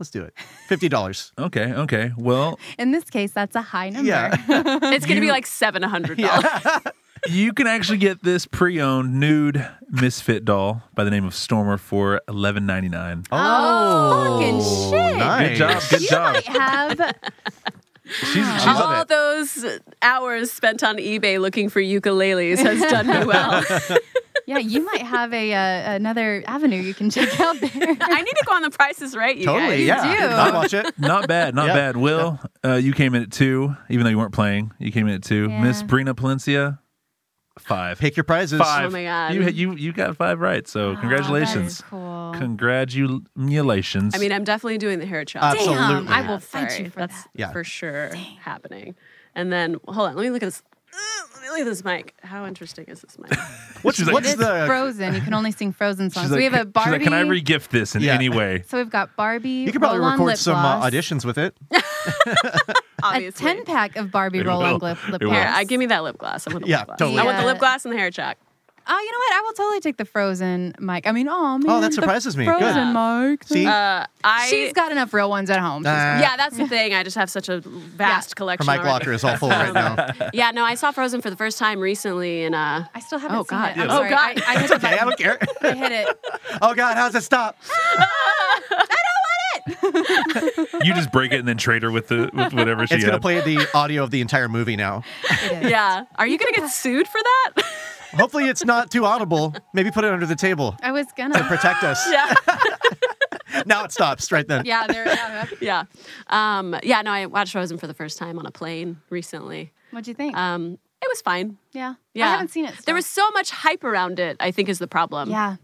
Let's do it. Fifty dollars.
Okay. Okay. Well,
In this case, that's a high number.
Yeah.
It's going to be
You-
like $700.
you can actually get this pre-owned nude misfit doll by the name of Stormer for eleven ninety nine.
Oh,
Fucking shit.
Nice.
Good job. Good
You
job.
might have
She's, she's
All
on it.
those hours spent on eBay looking for ukuleles has done me well.
yeah, you might have a uh, another avenue you can check out there.
I need to go on the prices right, you
Totally.
guys.
Yeah.
do.
I'll watch it.
Not bad, not
Yeah.
bad. Will, uh, you came in at two, even though you weren't playing. You came in at two.
Yeah.
Miss Brina Palencia, five.
Pick your prizes.
five.
Oh my God.
You you you got five right. So congratulations,
Oh, that is cool.
congratulations.
I mean, I'm definitely doing the hair chop.
Absolutely.
Damn, I
Yeah,
will fight
sorry.
you for
That's
that.
Yeah.
for sure happening. And then hold on, let me look at this. Ugh, Let me look at this mic. How interesting is this mic?
What's,
She's like-
what's
It's
the?
Frozen. You can only sing Frozen songs.
she's like,
we have a
she's
Barbie.
like, can I regift this in
Yeah.
any way?
so we've got Barbie.
You could probably
roll-on
record
lip
some uh,
gloss,
auditions with it.
A
Obviously.
ten pack of Barbie
It
roll on
will.
lip, lip gloss.
It will.
Here, I give me that lip gloss. I want the
Yeah,
lip gloss.
totally.
I want the
Yeah.
lip gloss and the hair chalk.
Oh, you know what? I will totally take the Frozen mic. I mean, oh man.
Oh, that
the
surprises me. Good.
Frozen mic.
See,
Uh, I
She's got enough real ones at home. She's-
Nah.
yeah, that's the thing. I just have such a vast
her
collection.
Uh, mic
already.
locker is all full right now.
Yeah, no, I saw Frozen for the first time recently, and uh,
I still haven't
Oh,
seen
God.
it. I'm
Oh,
sorry.
God.
I, I hit the
Okay, I
button.
don't care.
I hit it.
Oh God, how's it stop?
You just break it and then trade her with the with whatever she
It's gonna
had.
play the audio of the entire movie now.
It is.
yeah, are you gonna get sued for that?
Hopefully, it's not too audible. Maybe put it under the table.
I was gonna.
Protect us.
yeah.
Now it stops right then.
yeah, there. Yeah.
yeah. Um, yeah, no, I watched Frozen for the first time on a plane recently.
What'd you think?
Um, it was fine.
Uh, yeah.
Yeah.
I haven't seen it.
There
still.
was so much hype around it, I think is the problem.
Yeah.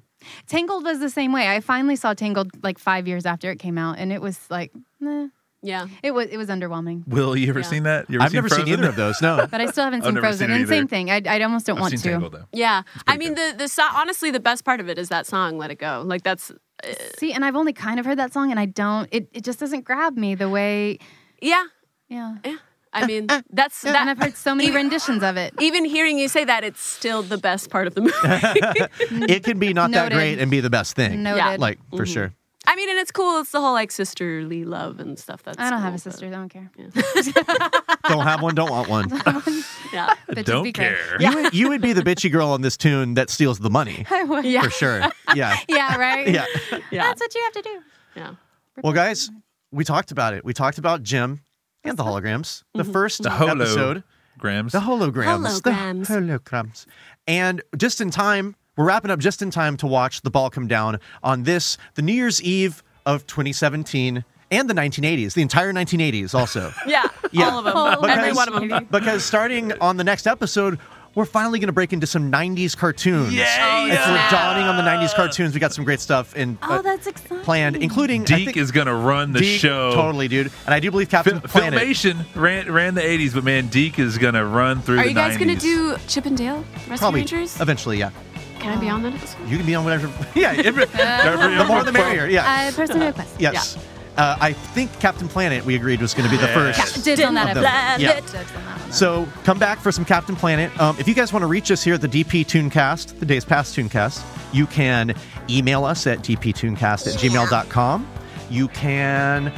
Tangled was the same way. I finally saw Tangled like five years after it came out, and it was like, nah.
Yeah.
It was it was underwhelming.
Will, you ever seen that? You ever
I've never seen
Frozen?
either of those. No.
But I still haven't
I've
seen
never
Frozen.
seen it
and same
either.
thing. I, I almost don't
I've
want
seen
to.
Tangled though.
Yeah. I mean the the song honestly the best part of it is that song Let It Go. Like that's
See, and I've only kind of heard that song, and I don't. It it just doesn't grab me the way.
yeah.
Yeah.
Yeah. I mean that's
and Uh, I've
that
heard so many renditions of it.
even hearing you say that it's still the best part of the movie.
It can be not that
Noted.
great and be the best thing.
Noted.
Yeah.
Like for sure.
I mean and it's cool it's the whole like sisterly love and stuff that's
I don't have
cool,
a sister. I don't care.
Don't have one. Don't want one.
but- Yeah.
Bitches
Don't
be great.
care.
You would, you would be the bitchy girl on this tune that steals the money
I would.
Yeah.
for sure. Yeah.
Yeah. Right.
Yeah.
Yeah.
That's what you have to do.
yeah.
Well, guys, we talked about it. We talked about Jim and the holograms. The first
The holo-
episode.
Grams.
The holograms.
Holograms.
The holograms. And just in time, we're wrapping up just in time to watch the ball come down on this, the New Year's Eve of 2017 and the 1980s, the entire 1980s also.
Yeah.
Yeah.
All of them.
All
Every
Because-
one of them.
Because starting on the next episode, we're finally going to break into some 90s cartoons.
Yeah, Oh,
If we're
yeah.
dawning on the 90s cartoons, we got some great stuff in, uh,
Oh, that's exciting.
planned, including. I
Deke
think-
is gonna run the
Deke,
show.
Totally, dude. And I do believe Captain Planet.
Filmation ran ran the '80s, but man, Deke is gonna run through.
Are
the
you guys
90s.
going to do Chip and Dale Rescue
Probably
Rangers?
eventually, yeah.
Can I be on that episode?
You can be on whatever. Yeah, if- the more the merrier. Yeah.
Uh, personal request.
yes. Uh, I think Captain Planet we agreed was going to be the
Yeah.
first.
Yeah. Dibs on that
Of them.
episode.
Yeah.
Dibs on that one.
So come back for some Captain Planet. Um, if you guys want to reach us here at the DP Tooncast, the Days Past Tooncast, you can email us at dptooncast at gmail.com. You can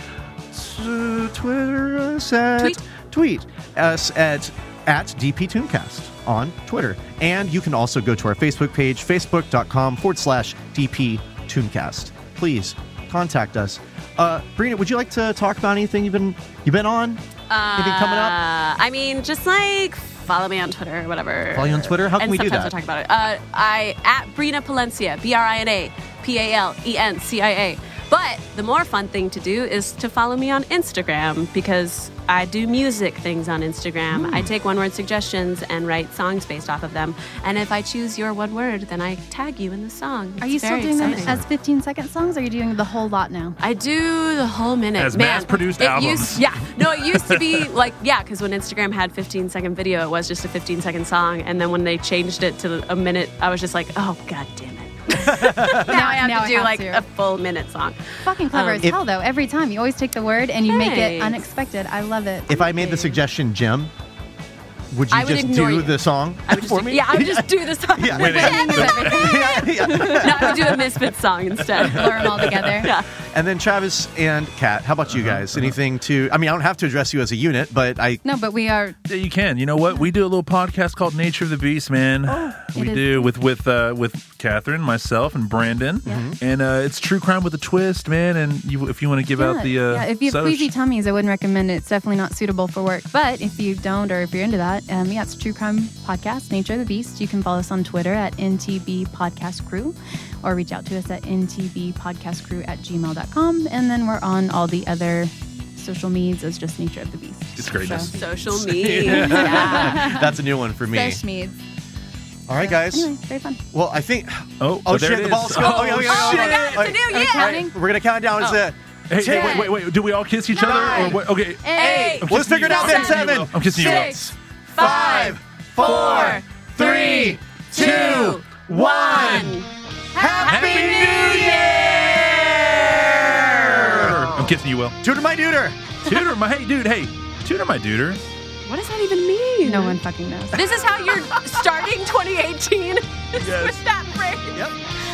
uh, Twitter us at
Tweet.
tweet us at at DP Tooncast on Twitter. And you can also go to our Facebook page, facebook.com forward slash DP Tooncast. Please contact us. Uh, Brina, would you like to talk about anything you've been you've been on? anything coming up?
Uh, I mean, just like follow me on Twitter, or whatever.
Follow you on Twitter? How can
and
we do
sometimes
that?
I talk about it. Uh, I at Brina Palencia, B R I N A P A L E N C I A. But the more fun thing to do is to follow me on Instagram because I do music things on Instagram.
Hmm.
I take one word suggestions and write songs based off of them. And if I choose your one word, then I tag you in the song.
Are
It's
you still
very
doing them
exciting.
as 15 second songs? Or are you doing the whole lot now?
I do the whole minute.
As
Man,
mass-produced
it
albums.
Used, yeah. No, it used to be like, yeah, because when Instagram had 15 second video, it was just a 15 second song. And then when they changed it to a minute, I was just like, oh, god damn it. now I have
Now
to
I
do
have
like
to.
a full minute song.
Fucking clever
Um,
as
if-
hell, though. Every time you always take the word and you make it
Thanks.
unexpected. I love it.
If I made the suggestion, Jim, would you
I would
just
ignore
do
you.
the song
I would just
for
do,
me?
Yeah, I would just do the song.
Yeah.
no,
Yeah.
I would do a Misfits song instead.
blur them all together.
Yeah.
And then Travis and Kat, how about you
Uh-huh,
guys? Anything to? I mean, I don't have to address you as a unit, but I
No, but we are.
Yeah, you can. You know what? We do a little podcast called Nature of the Beast, man. we
is-
do with with uh, with Catherine, myself, and Brandon,
Mm-hmm.
and uh, it's true crime with a twist, man. And you, if you want to give out the uh,
yeah, if you have
so-
queasy tummies, I wouldn't recommend it. It's definitely not suitable for work. But if you don't, or if you're into that, um, yeah, it's True Crime Podcast, Nature of the Beast. You can follow us on Twitter at NTB Podcast Crew or reach out to us at NTB Podcast Crew at gmail.com. And then we're on all the other social medias as just Nature of the Beast.
It's greatness.
So,
Social media. Yeah.
that's a new one for me.
Sesh meads.
All right, guys.
Anyway, very fun.
Well, I think.
oh,
Oh
oh, there
shit!
it
The
is.
ball's
Oh,
yeah, yeah, yeah,
Oh my
yeah.
God, it's a new
All
year.
all we're gonna count down. It's a.
Hey, hey,
Ten.
wait, wait, wait. Do we all kiss each other? Or
Nine.
what? Okay.
Eight,
I'm
Well, let's
kissing
figure it
you.
out then.
Seven.
Seven.
I'm kissing you.
Six.
Five, four, three, two, one. Happy New Year!
I'm kissing you, Will.
Tutor my tutor.
Tutor my hey, dude. Hey, tutor my duder.
What does that even mean?
No one fucking knows.
This is how you're starting 2018 with that phrase.
Yep.